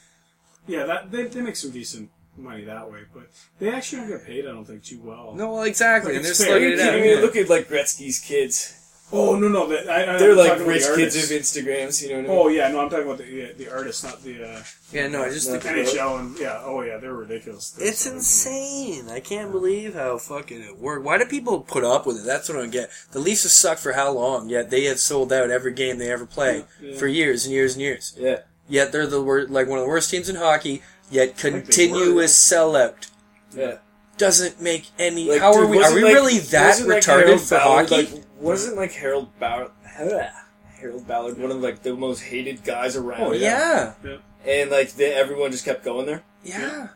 [SPEAKER 9] yeah, that they, they make some decent money that way, but they actually don't get paid. I don't think too well.
[SPEAKER 7] No, well, exactly,
[SPEAKER 9] Like,
[SPEAKER 7] and they're
[SPEAKER 9] it's
[SPEAKER 7] slugging
[SPEAKER 9] fair.
[SPEAKER 7] it
[SPEAKER 9] Are you
[SPEAKER 7] out.
[SPEAKER 9] kidding me?
[SPEAKER 10] Look at like Gretzky's kids.
[SPEAKER 9] Oh no no, that, I, I,
[SPEAKER 10] They're
[SPEAKER 9] I'm
[SPEAKER 10] like
[SPEAKER 9] talking about
[SPEAKER 10] rich
[SPEAKER 9] the
[SPEAKER 10] kids
[SPEAKER 9] artists.
[SPEAKER 10] of Instagrams, you know what I mean?
[SPEAKER 9] Oh yeah, no, I'm talking about the yeah, the artists, not the. Uh,
[SPEAKER 10] Yeah, no, I just
[SPEAKER 9] the
[SPEAKER 10] think about it.
[SPEAKER 9] NHL and yeah, oh yeah, they're ridiculous. They're
[SPEAKER 7] It's insane. I can't believe how fucking it worked. Why do people put up with it? That's what I don't get. The Leafs have sucked for how long? Yet they have sold out every game they ever play
[SPEAKER 14] Yeah, yeah.
[SPEAKER 7] for years and years and years.
[SPEAKER 9] Oh,
[SPEAKER 10] Yeah.
[SPEAKER 7] Yet they're the wor- like one of the worst teams in hockey. Yet continuous sellout
[SPEAKER 10] Yeah.
[SPEAKER 7] doesn't make any.
[SPEAKER 10] Like,
[SPEAKER 7] how
[SPEAKER 10] dude,
[SPEAKER 7] are we? Are
[SPEAKER 10] wasn't,
[SPEAKER 7] we
[SPEAKER 10] like-
[SPEAKER 7] really that
[SPEAKER 10] wasn't, like,
[SPEAKER 7] retarded
[SPEAKER 10] Harold
[SPEAKER 7] for
[SPEAKER 10] Ballard,
[SPEAKER 7] hockey?
[SPEAKER 10] Like, wasn't like Harold Ballard, Harold Ballard, one of like the most hated guys around.
[SPEAKER 7] Oh, yeah.
[SPEAKER 9] Yeah.
[SPEAKER 10] And like they, everyone just kept going there.
[SPEAKER 7] yeah,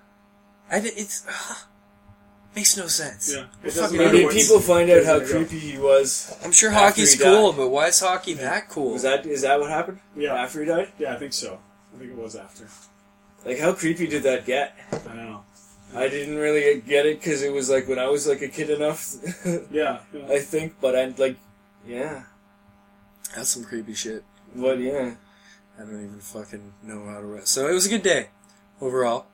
[SPEAKER 7] I thi- it's ugh, makes no sense.
[SPEAKER 9] Yeah,
[SPEAKER 7] We're fucking
[SPEAKER 10] Maybe
[SPEAKER 7] idiots.
[SPEAKER 10] people find out how creepy he was.
[SPEAKER 7] I'm sure
[SPEAKER 10] after
[SPEAKER 7] hockey's
[SPEAKER 10] he died.
[SPEAKER 7] cool, but why is hockey that cool?
[SPEAKER 10] Was that is that what happened?
[SPEAKER 9] Yeah.
[SPEAKER 10] After he died?
[SPEAKER 9] Yeah, I think so. I think it was after.
[SPEAKER 10] Like how creepy did that get?
[SPEAKER 9] I know.
[SPEAKER 10] I didn't really get it because it was like when I was like a kid enough.
[SPEAKER 9] yeah,
[SPEAKER 10] I think, but I'm like, yeah.
[SPEAKER 7] That's some creepy shit.
[SPEAKER 10] What? Yeah.
[SPEAKER 7] I don't even fucking know how to rest. So it was a good day overall.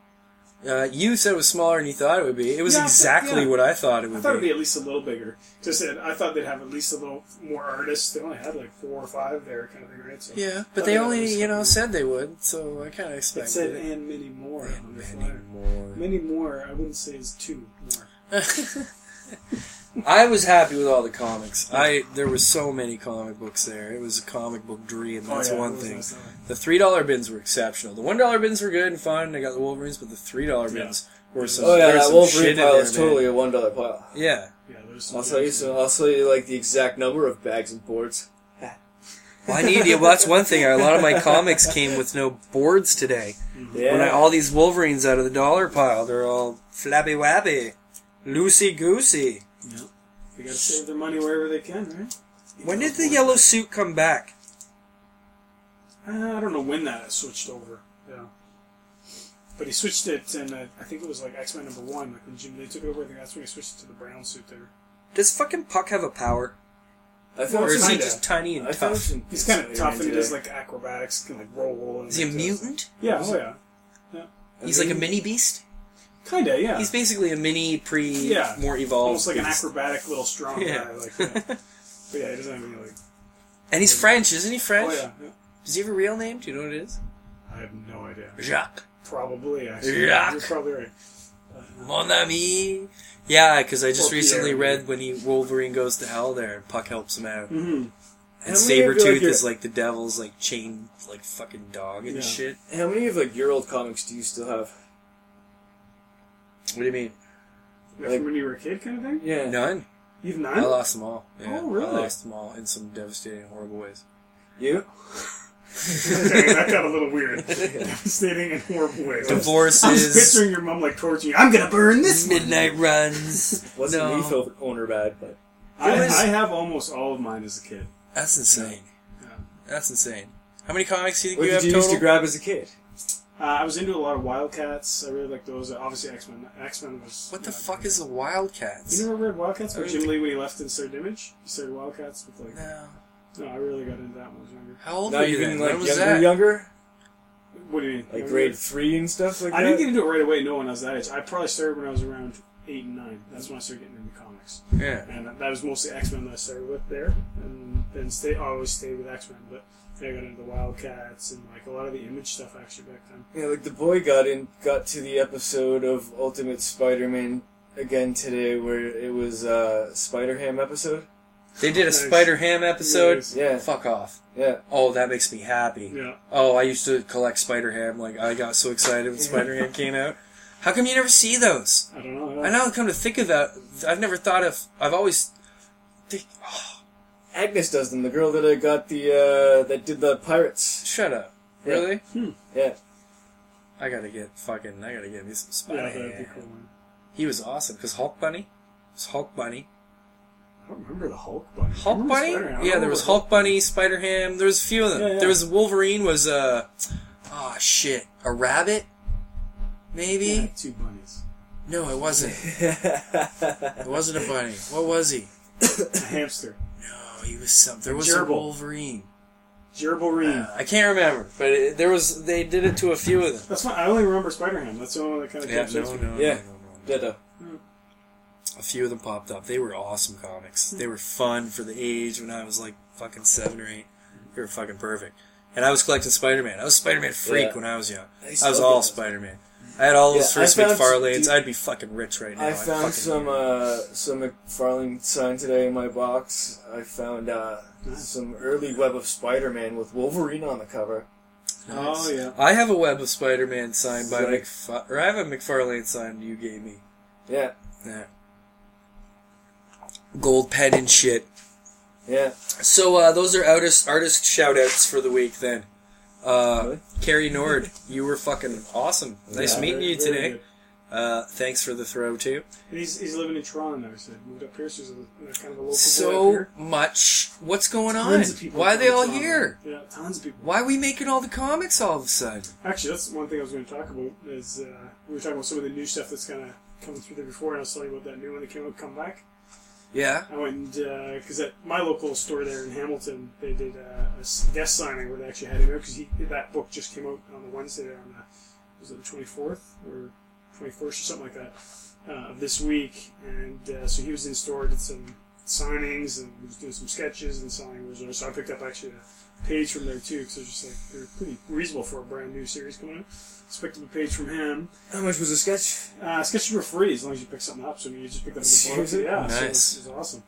[SPEAKER 7] Uh, you said it was smaller than you thought it would be. It was
[SPEAKER 9] Yeah, I thought-
[SPEAKER 7] exactly
[SPEAKER 9] yeah.
[SPEAKER 7] what I thought it
[SPEAKER 9] I
[SPEAKER 7] would
[SPEAKER 9] thought it'd
[SPEAKER 7] be.
[SPEAKER 9] be at least a little bigger. Just that I thought they'd have at least a little more artists. They only had like four or five there, kind of thing, right? So
[SPEAKER 7] Yeah,
[SPEAKER 9] I
[SPEAKER 7] but they
[SPEAKER 9] thought it
[SPEAKER 7] only
[SPEAKER 9] was-
[SPEAKER 7] you know said they would, so I kind of
[SPEAKER 9] It
[SPEAKER 7] expected
[SPEAKER 9] said
[SPEAKER 7] it.
[SPEAKER 9] and many more on the
[SPEAKER 7] many
[SPEAKER 9] flyer.
[SPEAKER 7] more. Oh,
[SPEAKER 9] Many more. I wouldn't say is two more.
[SPEAKER 7] I was happy with all the comics. I there was so many comic books there. It was a comic book dream.
[SPEAKER 14] Oh,
[SPEAKER 7] That's
[SPEAKER 14] yeah,
[SPEAKER 7] one
[SPEAKER 14] it was
[SPEAKER 7] thing.
[SPEAKER 14] nice, huh?
[SPEAKER 7] The three dollar bins were exceptional. The one dollar bins were good and fun. I got the Wolverines, but the three dollar bins were some.
[SPEAKER 10] oh yeah,
[SPEAKER 7] there was
[SPEAKER 10] that
[SPEAKER 7] some
[SPEAKER 10] Wolverine
[SPEAKER 7] shit in
[SPEAKER 10] pile
[SPEAKER 7] there,
[SPEAKER 10] is
[SPEAKER 7] man.
[SPEAKER 10] totally a one dollar pile.
[SPEAKER 7] Yeah.
[SPEAKER 9] Yeah, there's.
[SPEAKER 10] I'll tell you. So I'll tell you like the exact number of bags and boards.
[SPEAKER 7] Well, I need you. Well, that's one thing. A lot of my comics came with no boards today.
[SPEAKER 10] Yeah.
[SPEAKER 7] When I, all these Wolverines out of the dollar pile, they're all flabby wabby, loosey goosey.
[SPEAKER 9] They gotta save their money wherever they can, right?
[SPEAKER 7] When did the yellow suit come back?
[SPEAKER 9] Uh, I don't know when that switched over. Yeah. But he switched it, and uh, I think it was like X Men number one, like when Jim Lee took over. I think that's when he switched it to the brown suit there.
[SPEAKER 7] Does fucking Puck have a power?
[SPEAKER 10] I
[SPEAKER 7] or is he just tiny and tough?
[SPEAKER 9] He's kind of tough, and he does like acrobatics, can like roll. And
[SPEAKER 7] Is he a
[SPEAKER 9] does-
[SPEAKER 7] mutant?
[SPEAKER 9] Yeah, oh yeah,
[SPEAKER 7] He's like a mini beast.
[SPEAKER 9] kinda, yeah.
[SPEAKER 7] He's basically a mini pre,
[SPEAKER 9] yeah,
[SPEAKER 7] more evolved.
[SPEAKER 9] almost like an
[SPEAKER 7] beast.
[SPEAKER 9] acrobatic little strong
[SPEAKER 7] Yeah.
[SPEAKER 9] guy. Like, yeah. but yeah, he doesn't have any like.
[SPEAKER 7] And he's French, isn't he French?
[SPEAKER 9] Oh yeah, yeah.
[SPEAKER 7] Does he have a real name? Do you know what it is?
[SPEAKER 9] I have no idea.
[SPEAKER 7] Jacques.
[SPEAKER 9] Probably, actually.
[SPEAKER 7] Jacques.
[SPEAKER 9] You're probably right.
[SPEAKER 7] Mon ami. Yeah, because I just
[SPEAKER 9] Poor
[SPEAKER 7] recently
[SPEAKER 9] Pierre.
[SPEAKER 7] read when he Wolverine goes to hell there, and Puck helps him out.
[SPEAKER 10] Mm-hmm.
[SPEAKER 9] Mhm.
[SPEAKER 7] And
[SPEAKER 10] How many of you like
[SPEAKER 7] Sabretooth
[SPEAKER 10] your-
[SPEAKER 7] is like the devil's like chained like fucking dog and
[SPEAKER 10] Yeah.
[SPEAKER 7] shit.
[SPEAKER 10] How many of like your old comics do you still have?
[SPEAKER 7] What do you mean?
[SPEAKER 9] Yeah,
[SPEAKER 10] Like-
[SPEAKER 9] from when you were a kid, kind of thing.
[SPEAKER 10] Yeah.
[SPEAKER 7] None.
[SPEAKER 9] You've none.
[SPEAKER 7] I lost them all. Yeah,
[SPEAKER 9] Oh, really?
[SPEAKER 7] I lost them all in some devastating, horrible ways.
[SPEAKER 10] You?
[SPEAKER 9] Okay, that got a little weird. Devastating and horrible way.
[SPEAKER 7] Divorces.
[SPEAKER 9] I was picturing your mom like towards you. I'm gonna burn this. one."
[SPEAKER 7] Midnight runs.
[SPEAKER 10] Wasn't
[SPEAKER 7] No.
[SPEAKER 10] Leaf owner bad, but
[SPEAKER 9] I,
[SPEAKER 7] There was-
[SPEAKER 9] I have almost all of mine as a kid.
[SPEAKER 7] That's insane. That's insane. How many comics do you think
[SPEAKER 10] what
[SPEAKER 7] you
[SPEAKER 10] did
[SPEAKER 7] have
[SPEAKER 10] you
[SPEAKER 7] total?
[SPEAKER 10] used to grab as a kid?
[SPEAKER 9] Uh, I was into a lot of Wildcats. I really liked those. Uh, Obviously, X Men. X Men was.
[SPEAKER 7] what the fuck is the Wildcats?
[SPEAKER 9] You never read Wildcats?
[SPEAKER 7] I
[SPEAKER 9] But
[SPEAKER 7] don't
[SPEAKER 9] Jim
[SPEAKER 7] think-
[SPEAKER 9] Lee, when he left and started Image, he started Wildcats with like.
[SPEAKER 7] No.
[SPEAKER 9] No, I really got into that when I was younger.
[SPEAKER 7] How old
[SPEAKER 10] Now
[SPEAKER 7] were you
[SPEAKER 10] you've been
[SPEAKER 7] then? When
[SPEAKER 10] like
[SPEAKER 7] was
[SPEAKER 10] younger,
[SPEAKER 7] that?
[SPEAKER 10] younger,
[SPEAKER 9] What do you mean?
[SPEAKER 10] like
[SPEAKER 9] Younger?
[SPEAKER 10] grade three and stuff like
[SPEAKER 9] I
[SPEAKER 10] that.
[SPEAKER 9] didn't get into it right away. No, when I was that age, I probably started when I was around eight and nine. That's when I started getting into comics.
[SPEAKER 7] Yeah.
[SPEAKER 9] and that was mostly X Men that I started with there, and then stay I always stayed with X Men. But then I got into the Wildcats and like a lot of the Image stuff actually back then.
[SPEAKER 10] Yeah, like the boy got in, got to the episode of Ultimate Spider-Man again today, where it was uh, Spider Ham episode.
[SPEAKER 7] They did a
[SPEAKER 10] Nice.
[SPEAKER 7] Spider Ham episode.
[SPEAKER 10] Nice. Yeah.
[SPEAKER 7] Fuck off.
[SPEAKER 10] Yeah.
[SPEAKER 7] Oh, that makes me happy.
[SPEAKER 9] Yeah.
[SPEAKER 7] Oh, I used to collect Spider Ham. Like I got so excited when Spider Ham came out. How come you never see those?
[SPEAKER 9] I don't know.
[SPEAKER 7] I now come to think of that, I've never thought of. I've always. Think, oh,
[SPEAKER 10] Agnes does them. The girl that I got the uh, that did the pirates.
[SPEAKER 7] Shut up.
[SPEAKER 10] Yeah.
[SPEAKER 7] Really?
[SPEAKER 10] Yeah.
[SPEAKER 7] I gotta get fucking. I gotta get me some Spider
[SPEAKER 9] Yeah, that'd
[SPEAKER 7] Ham.
[SPEAKER 9] be cool. man.
[SPEAKER 7] He was awesome because Hulk Bunny. It was Hulk Bunny.
[SPEAKER 9] I don't remember the Hulk Bunny. I
[SPEAKER 7] Hulk
[SPEAKER 9] remember
[SPEAKER 7] Bunny?
[SPEAKER 9] Spider-Man. I
[SPEAKER 7] Yeah,
[SPEAKER 9] don't
[SPEAKER 7] there was
[SPEAKER 9] remember
[SPEAKER 7] Hulk Bunny, Spider Ham. There was a few of them.
[SPEAKER 9] Yeah, yeah.
[SPEAKER 7] There was Wolverine. Was uh, oh shit, a rabbit? Maybe.
[SPEAKER 9] Yeah, two bunnies.
[SPEAKER 7] No, it wasn't. it wasn't a bunny. What was he?
[SPEAKER 9] A hamster.
[SPEAKER 7] Oh, he was something. There was
[SPEAKER 9] Gerbil.
[SPEAKER 7] a Wolverine.
[SPEAKER 9] Gerbil Reed.
[SPEAKER 7] I can't remember, but it, there was. They did it to a few of them.
[SPEAKER 9] That's fine. I only remember Spider Ham. That's the only one that kind of
[SPEAKER 7] Yeah,
[SPEAKER 9] kept
[SPEAKER 7] no, no, no,
[SPEAKER 10] Yeah.
[SPEAKER 7] no, no.
[SPEAKER 10] Ditto.
[SPEAKER 7] a few of them popped up. They were awesome comics.
[SPEAKER 10] Hmm.
[SPEAKER 7] They were fun for the age when I was like fucking seven or eight. They were fucking perfect. And I was collecting Spider Man. I was a Spider Man freak
[SPEAKER 10] Yeah.
[SPEAKER 7] when I was young.
[SPEAKER 10] I
[SPEAKER 7] I,
[SPEAKER 10] still
[SPEAKER 7] was
[SPEAKER 10] get
[SPEAKER 7] all
[SPEAKER 10] those.
[SPEAKER 7] Spider Man. I had all those
[SPEAKER 10] Yeah, I
[SPEAKER 7] first
[SPEAKER 10] found-
[SPEAKER 7] McFarlanes.
[SPEAKER 10] do-
[SPEAKER 7] I'd be fucking rich right now.
[SPEAKER 10] I
[SPEAKER 7] I'd
[SPEAKER 10] found
[SPEAKER 7] fucking-
[SPEAKER 10] some uh, some McFarlane sign today in my box. I found uh, some early Web of Spider-Man with Wolverine on the cover.
[SPEAKER 9] Oh,
[SPEAKER 10] uh,
[SPEAKER 9] yeah.
[SPEAKER 7] I have a Web of Spider Man signed by
[SPEAKER 10] Like-
[SPEAKER 7] McFar- or I have a McFarlane signed you gave me.
[SPEAKER 10] Yeah,
[SPEAKER 7] Yeah. Gold pen and shit.
[SPEAKER 10] yeah.
[SPEAKER 7] So uh, those are artist artist shout outs for the week then. Uh, Carrie Nord, you were fucking awesome. Nice
[SPEAKER 9] Yeah,
[SPEAKER 7] meeting
[SPEAKER 9] very-
[SPEAKER 7] you
[SPEAKER 9] very
[SPEAKER 7] today.
[SPEAKER 9] good.
[SPEAKER 7] Uh, thanks for the throw too.
[SPEAKER 9] And he's, he's living in Toronto now, so he moved up here, so he's a, a kind of a local boy up
[SPEAKER 7] So
[SPEAKER 9] here.
[SPEAKER 7] much. What's going on?
[SPEAKER 9] Tons of people
[SPEAKER 7] Why are they
[SPEAKER 9] from
[SPEAKER 7] all
[SPEAKER 9] Toronto.
[SPEAKER 7] here?
[SPEAKER 9] Yeah, tons of people.
[SPEAKER 7] Why are we making all the comics all of a sudden?
[SPEAKER 9] Actually, that's one thing I was going to talk about is uh, we were talking about some of the new stuff that's kind of coming through there before, and I was telling you about that new one that came out, Come Back.
[SPEAKER 7] Yeah.
[SPEAKER 9] I went because at my local store there in Hamilton, they did uh, a s- guest signing where they actually had him out because that book just came out on the Wednesday there on the was it the twenty fourth or twenty first or something like that uh, of this week, and uh, so he was in store did some signings and was doing some sketches and selling originals. So I picked up actually a page from there too because they're just like they're pretty reasonable for a brand new series coming out. So I picked up a page from him.
[SPEAKER 10] How much was a sketch?
[SPEAKER 9] Uh, sketches were free as long as you pick something up. So I mean, you just picked up the book.
[SPEAKER 10] Seriously?
[SPEAKER 9] Yeah, so it
[SPEAKER 10] Nice.
[SPEAKER 9] was- it was awesome.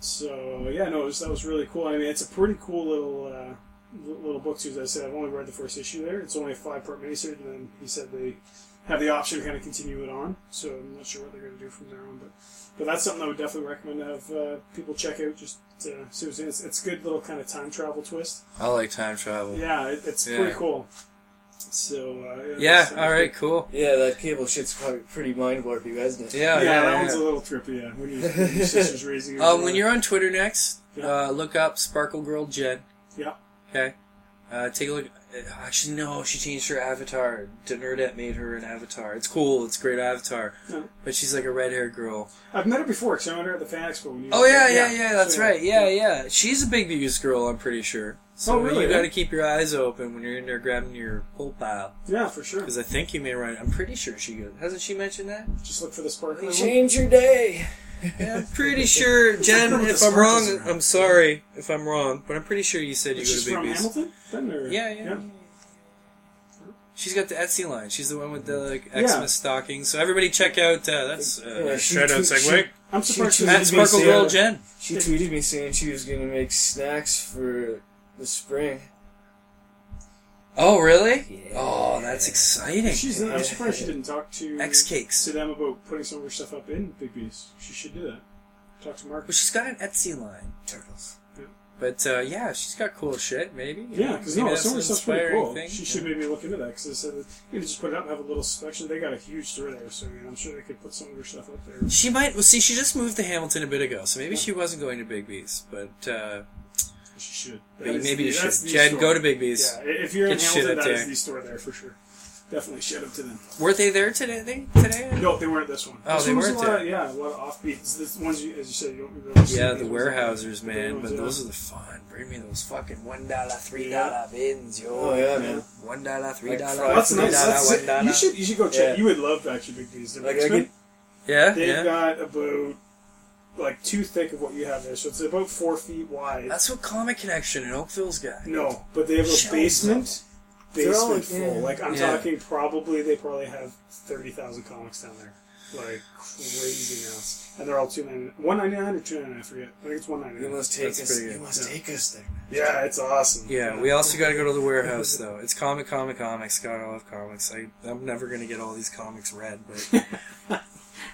[SPEAKER 9] So yeah, no, it was, that was really cool. I mean, it's a pretty cool little uh, li- little book too. As I said, I've only read the first issue there. It's only a five part miniseries, and then he said they have the option to kind of continue it on. So I'm not sure what they're going to do from there on, but but that's something I would definitely recommend to have uh, people check out. Just to see what's in. It's, it's a good little kind of time travel twist.
[SPEAKER 7] I like time travel.
[SPEAKER 9] Yeah, it, it's
[SPEAKER 7] Yeah.
[SPEAKER 9] pretty cool. So uh, that's-
[SPEAKER 7] cool.
[SPEAKER 10] Yeah, that cable shit's probably pretty mind warpy, isn't it?
[SPEAKER 9] yeah, that one's a little trippy. Yeah, when, you, when your sister's raising you.
[SPEAKER 7] Uh, when you're on Twitter next, uh, look up Sparkle Girl Jen.
[SPEAKER 9] Yeah.
[SPEAKER 7] Okay. Uh, take a look. uh, Actually, no, she changed her avatar. Denerdette made her an avatar. It's cool. It's a great avatar.
[SPEAKER 9] No.
[SPEAKER 7] But she's like a red haired girl.
[SPEAKER 9] I've met her before because I met her at the fan expo. When you
[SPEAKER 7] Oh yeah, yeah, yeah. That's
[SPEAKER 9] So,
[SPEAKER 7] right. Yeah, yeah. She's a big news girl. I'm pretty sure. So
[SPEAKER 9] Oh, really?
[SPEAKER 7] You got to keep your eyes open when you're in there grabbing your pull pile.
[SPEAKER 9] Yeah, for sure.
[SPEAKER 7] Because I think you may run. I'm pretty sure she goes. Hasn't she mentioned that?
[SPEAKER 9] Just look for the sparkling. one.
[SPEAKER 10] Change your day.
[SPEAKER 7] Yeah, I'm pretty sure, Jen.
[SPEAKER 9] With the
[SPEAKER 7] If I'm
[SPEAKER 9] sparkles
[SPEAKER 7] wrong, I'm sorry if I'm wrong, but I'm pretty sure you said you
[SPEAKER 9] She's
[SPEAKER 7] go to
[SPEAKER 9] from
[SPEAKER 7] Big B's.
[SPEAKER 9] Hamilton. Then, or?
[SPEAKER 7] Yeah, yeah. She's got the Etsy line. She's the one with the like
[SPEAKER 9] Yeah.
[SPEAKER 7] Xmas stocking. So everybody check out. Uh, that's uh,
[SPEAKER 10] Yeah, she
[SPEAKER 7] shout out
[SPEAKER 10] tweet-
[SPEAKER 7] segue.
[SPEAKER 10] she-
[SPEAKER 9] I'm
[SPEAKER 10] she
[SPEAKER 9] surprised she
[SPEAKER 10] tweeted
[SPEAKER 7] At
[SPEAKER 10] me
[SPEAKER 7] Sparkle
[SPEAKER 10] saying-
[SPEAKER 7] Girl Jen.
[SPEAKER 10] She tweeted me saying she was going to make snacks for the spring.
[SPEAKER 7] Oh really? Oh, that's exciting.
[SPEAKER 9] She's. not- I'm surprised she didn't talk to
[SPEAKER 7] X Cakes.
[SPEAKER 9] to them about putting some of her stuff up in Big B's. She should do that. Talk to Mark.
[SPEAKER 7] Well, she's got an Etsy line. Turtles. But uh, yeah, she's got cool shit. Maybe. you
[SPEAKER 9] Yeah,
[SPEAKER 7] know,
[SPEAKER 9] because
[SPEAKER 7] maybe
[SPEAKER 9] no,
[SPEAKER 7] that's
[SPEAKER 9] some of her
[SPEAKER 7] an
[SPEAKER 9] stuff's pretty
[SPEAKER 7] inspiring
[SPEAKER 9] cool.
[SPEAKER 7] thing.
[SPEAKER 9] She should maybe look into that because they said that you know, just put it up, have a little selection. They got a huge store there, so I mean, I'm sure they could put some of her stuff up there.
[SPEAKER 7] She might. Well, see, she just moved to Hamilton a bit ago, so maybe she wasn't going to Big B's, but uh,
[SPEAKER 9] she should. That
[SPEAKER 7] Maybe,
[SPEAKER 9] is
[SPEAKER 7] maybe
[SPEAKER 9] the-
[SPEAKER 7] you
[SPEAKER 9] that's
[SPEAKER 7] should.
[SPEAKER 9] the
[SPEAKER 7] Jen,
[SPEAKER 9] store.
[SPEAKER 7] go to Big B's.
[SPEAKER 9] Yeah, if you're in
[SPEAKER 7] Get your
[SPEAKER 9] Hamilton,
[SPEAKER 7] shit up
[SPEAKER 9] that is
[SPEAKER 7] there.
[SPEAKER 9] the store there for sure. Definitely shout out to them.
[SPEAKER 7] Were they there today? They, today?
[SPEAKER 9] No, they weren't this one.
[SPEAKER 7] Oh,
[SPEAKER 9] this
[SPEAKER 7] they
[SPEAKER 9] one was
[SPEAKER 7] weren't
[SPEAKER 9] a lot
[SPEAKER 7] there.
[SPEAKER 9] Of, yeah, a lot of offbeats. This ones, you, as you said, you don't really see.
[SPEAKER 7] Yeah, the
[SPEAKER 9] these ones.
[SPEAKER 7] warehousers, man.
[SPEAKER 9] ones,
[SPEAKER 7] But
[SPEAKER 9] yeah.
[SPEAKER 7] those are the fun. Bring me those fucking one dollar, three dollar bins, yo.
[SPEAKER 10] Oh, yeah, man.
[SPEAKER 7] One dollar, three
[SPEAKER 10] Like
[SPEAKER 7] dollar.
[SPEAKER 10] fries.
[SPEAKER 9] That's
[SPEAKER 7] two
[SPEAKER 9] nice.
[SPEAKER 7] dollar,
[SPEAKER 9] That's
[SPEAKER 7] one
[SPEAKER 9] it.
[SPEAKER 7] dollar.
[SPEAKER 9] You should you should go check.
[SPEAKER 7] Yeah.
[SPEAKER 9] You would love actually Big B's. They're
[SPEAKER 10] Like, I
[SPEAKER 9] Mexican.
[SPEAKER 7] Yeah,
[SPEAKER 9] They've
[SPEAKER 7] yeah.
[SPEAKER 9] got about like two thick of what you have there, so it's about four feet wide.
[SPEAKER 7] That's what Comic Connection in Oakville's got.
[SPEAKER 9] No, but they have a
[SPEAKER 7] Shelves
[SPEAKER 9] basement.
[SPEAKER 7] They're all,
[SPEAKER 9] Basement full.
[SPEAKER 7] yeah.
[SPEAKER 9] Like I'm
[SPEAKER 7] Yeah.
[SPEAKER 9] talking, probably they probably have thirty thousand comics down there, like crazy amounts, and they're all two ninety nine, one ninety nine or two ninety nine. I forget. I think it's one ninety nine.
[SPEAKER 10] You must take
[SPEAKER 7] That's
[SPEAKER 10] us.
[SPEAKER 7] pretty good.
[SPEAKER 10] You must take us there.
[SPEAKER 9] Yeah, it's awesome.
[SPEAKER 7] Yeah, we also got to go to the warehouse though. It's comic, comic, comics. God, I love comics. I I'm never gonna get all these comics read, but
[SPEAKER 9] I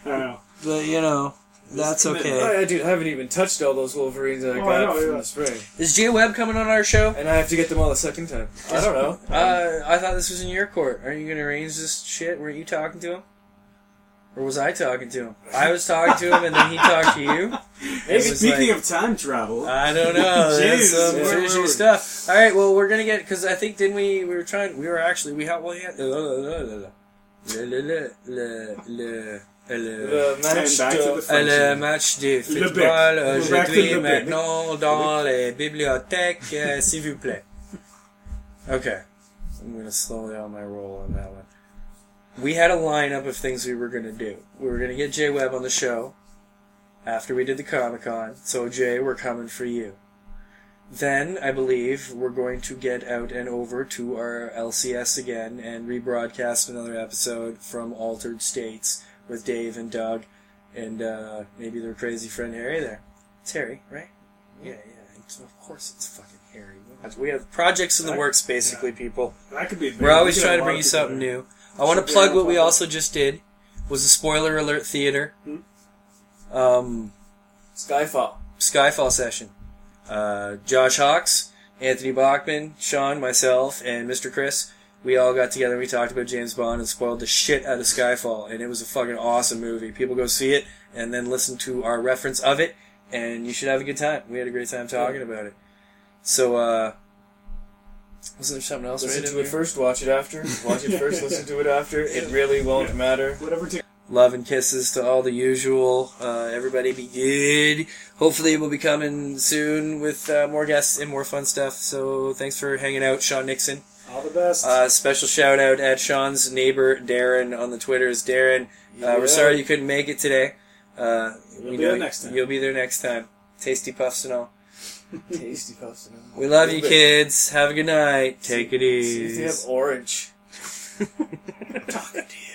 [SPEAKER 9] know.
[SPEAKER 7] but you know that's okay.
[SPEAKER 10] I, I, Oh, dude, I haven't even touched all those Wolverines that I
[SPEAKER 7] Oh,
[SPEAKER 10] got
[SPEAKER 7] I know,
[SPEAKER 10] from
[SPEAKER 7] yeah.
[SPEAKER 10] the spring.
[SPEAKER 7] Is Jay Webb coming on our show?
[SPEAKER 10] And I have to get them all a second time. I don't know.
[SPEAKER 7] Uh, I thought this was in your court. Are you going to arrange this shit? Weren't you talking to him? Or was I talking to him? I was talking to him, and then he talked to you.
[SPEAKER 9] Hey,
[SPEAKER 7] It was
[SPEAKER 9] speaking
[SPEAKER 7] like- Uh,
[SPEAKER 9] of time travel,
[SPEAKER 7] I don't know. That's
[SPEAKER 9] Jeez,
[SPEAKER 7] some
[SPEAKER 9] yeah.
[SPEAKER 7] fishy stuff. All right, well, we're gonna get because I think didn't we? We were trying. We were actually we had well, yeah. uh, uh, Le le le le le. Le
[SPEAKER 10] Le match
[SPEAKER 9] And back to de- the French.
[SPEAKER 7] Le euh, match de
[SPEAKER 9] Le bec.
[SPEAKER 7] football euh,
[SPEAKER 9] We're back to
[SPEAKER 7] aujourd'hui
[SPEAKER 9] le bec.
[SPEAKER 7] maintenant dans les bibliothèques, euh, s'il vous plaît. Okay. I'm going to slow down my roll on that one. We had a lineup of things we were going to do. We were going to get Jay Webb on the show. after we did the Comic Con. So, Jay, we're coming for you. Then, I believe, we're going to get out and over to our LCS again and rebroadcast another episode from Altered States with Dave and Doug and uh, maybe their crazy friend Harry there. It's Harry, right? Yeah, yeah. It's, of course it's fucking Harry. We have projects in the works, basically, people.
[SPEAKER 9] That could be.
[SPEAKER 7] We're always trying to bring you something new. I want to plug what we also just did. Was a spoiler alert theater. Um,
[SPEAKER 10] Skyfall.
[SPEAKER 7] Skyfall session. Uh, Josh Hawks, Anthony Bachman, Sean, myself, and Mr. Chris. We all got together and we talked about James Bond and spoiled the shit out of Skyfall. And it was a fucking awesome movie. People go see it and then listen to our reference of it, and you should have a good time. We had a great time talking about it. So, uh, was there something else?
[SPEAKER 10] Listen
[SPEAKER 7] right in
[SPEAKER 10] to it
[SPEAKER 7] here?
[SPEAKER 10] first, watch it after. Watch it first, listen to it after. It really won't matter.
[SPEAKER 9] Whatever. T-
[SPEAKER 7] Love and kisses to all the usual. Uh, everybody be good. Hopefully, we'll be coming soon with uh, more guests and more fun stuff. So, thanks for hanging out, Sean Nixon.
[SPEAKER 9] All the best.
[SPEAKER 7] Uh, special shout out at Sean's neighbor, Darren, on the Twitters. Darren, uh,
[SPEAKER 9] Yeah.
[SPEAKER 7] we're sorry you couldn't make it today. Uh, you'll
[SPEAKER 9] be there next time.
[SPEAKER 7] You'll be there next time. Tasty puffs and all.
[SPEAKER 10] Tasty puffs. and all.
[SPEAKER 7] We love you,
[SPEAKER 10] Good.
[SPEAKER 7] kids. Have a good night. Take it
[SPEAKER 10] See if
[SPEAKER 7] easy.
[SPEAKER 10] they have orange. Talking to you.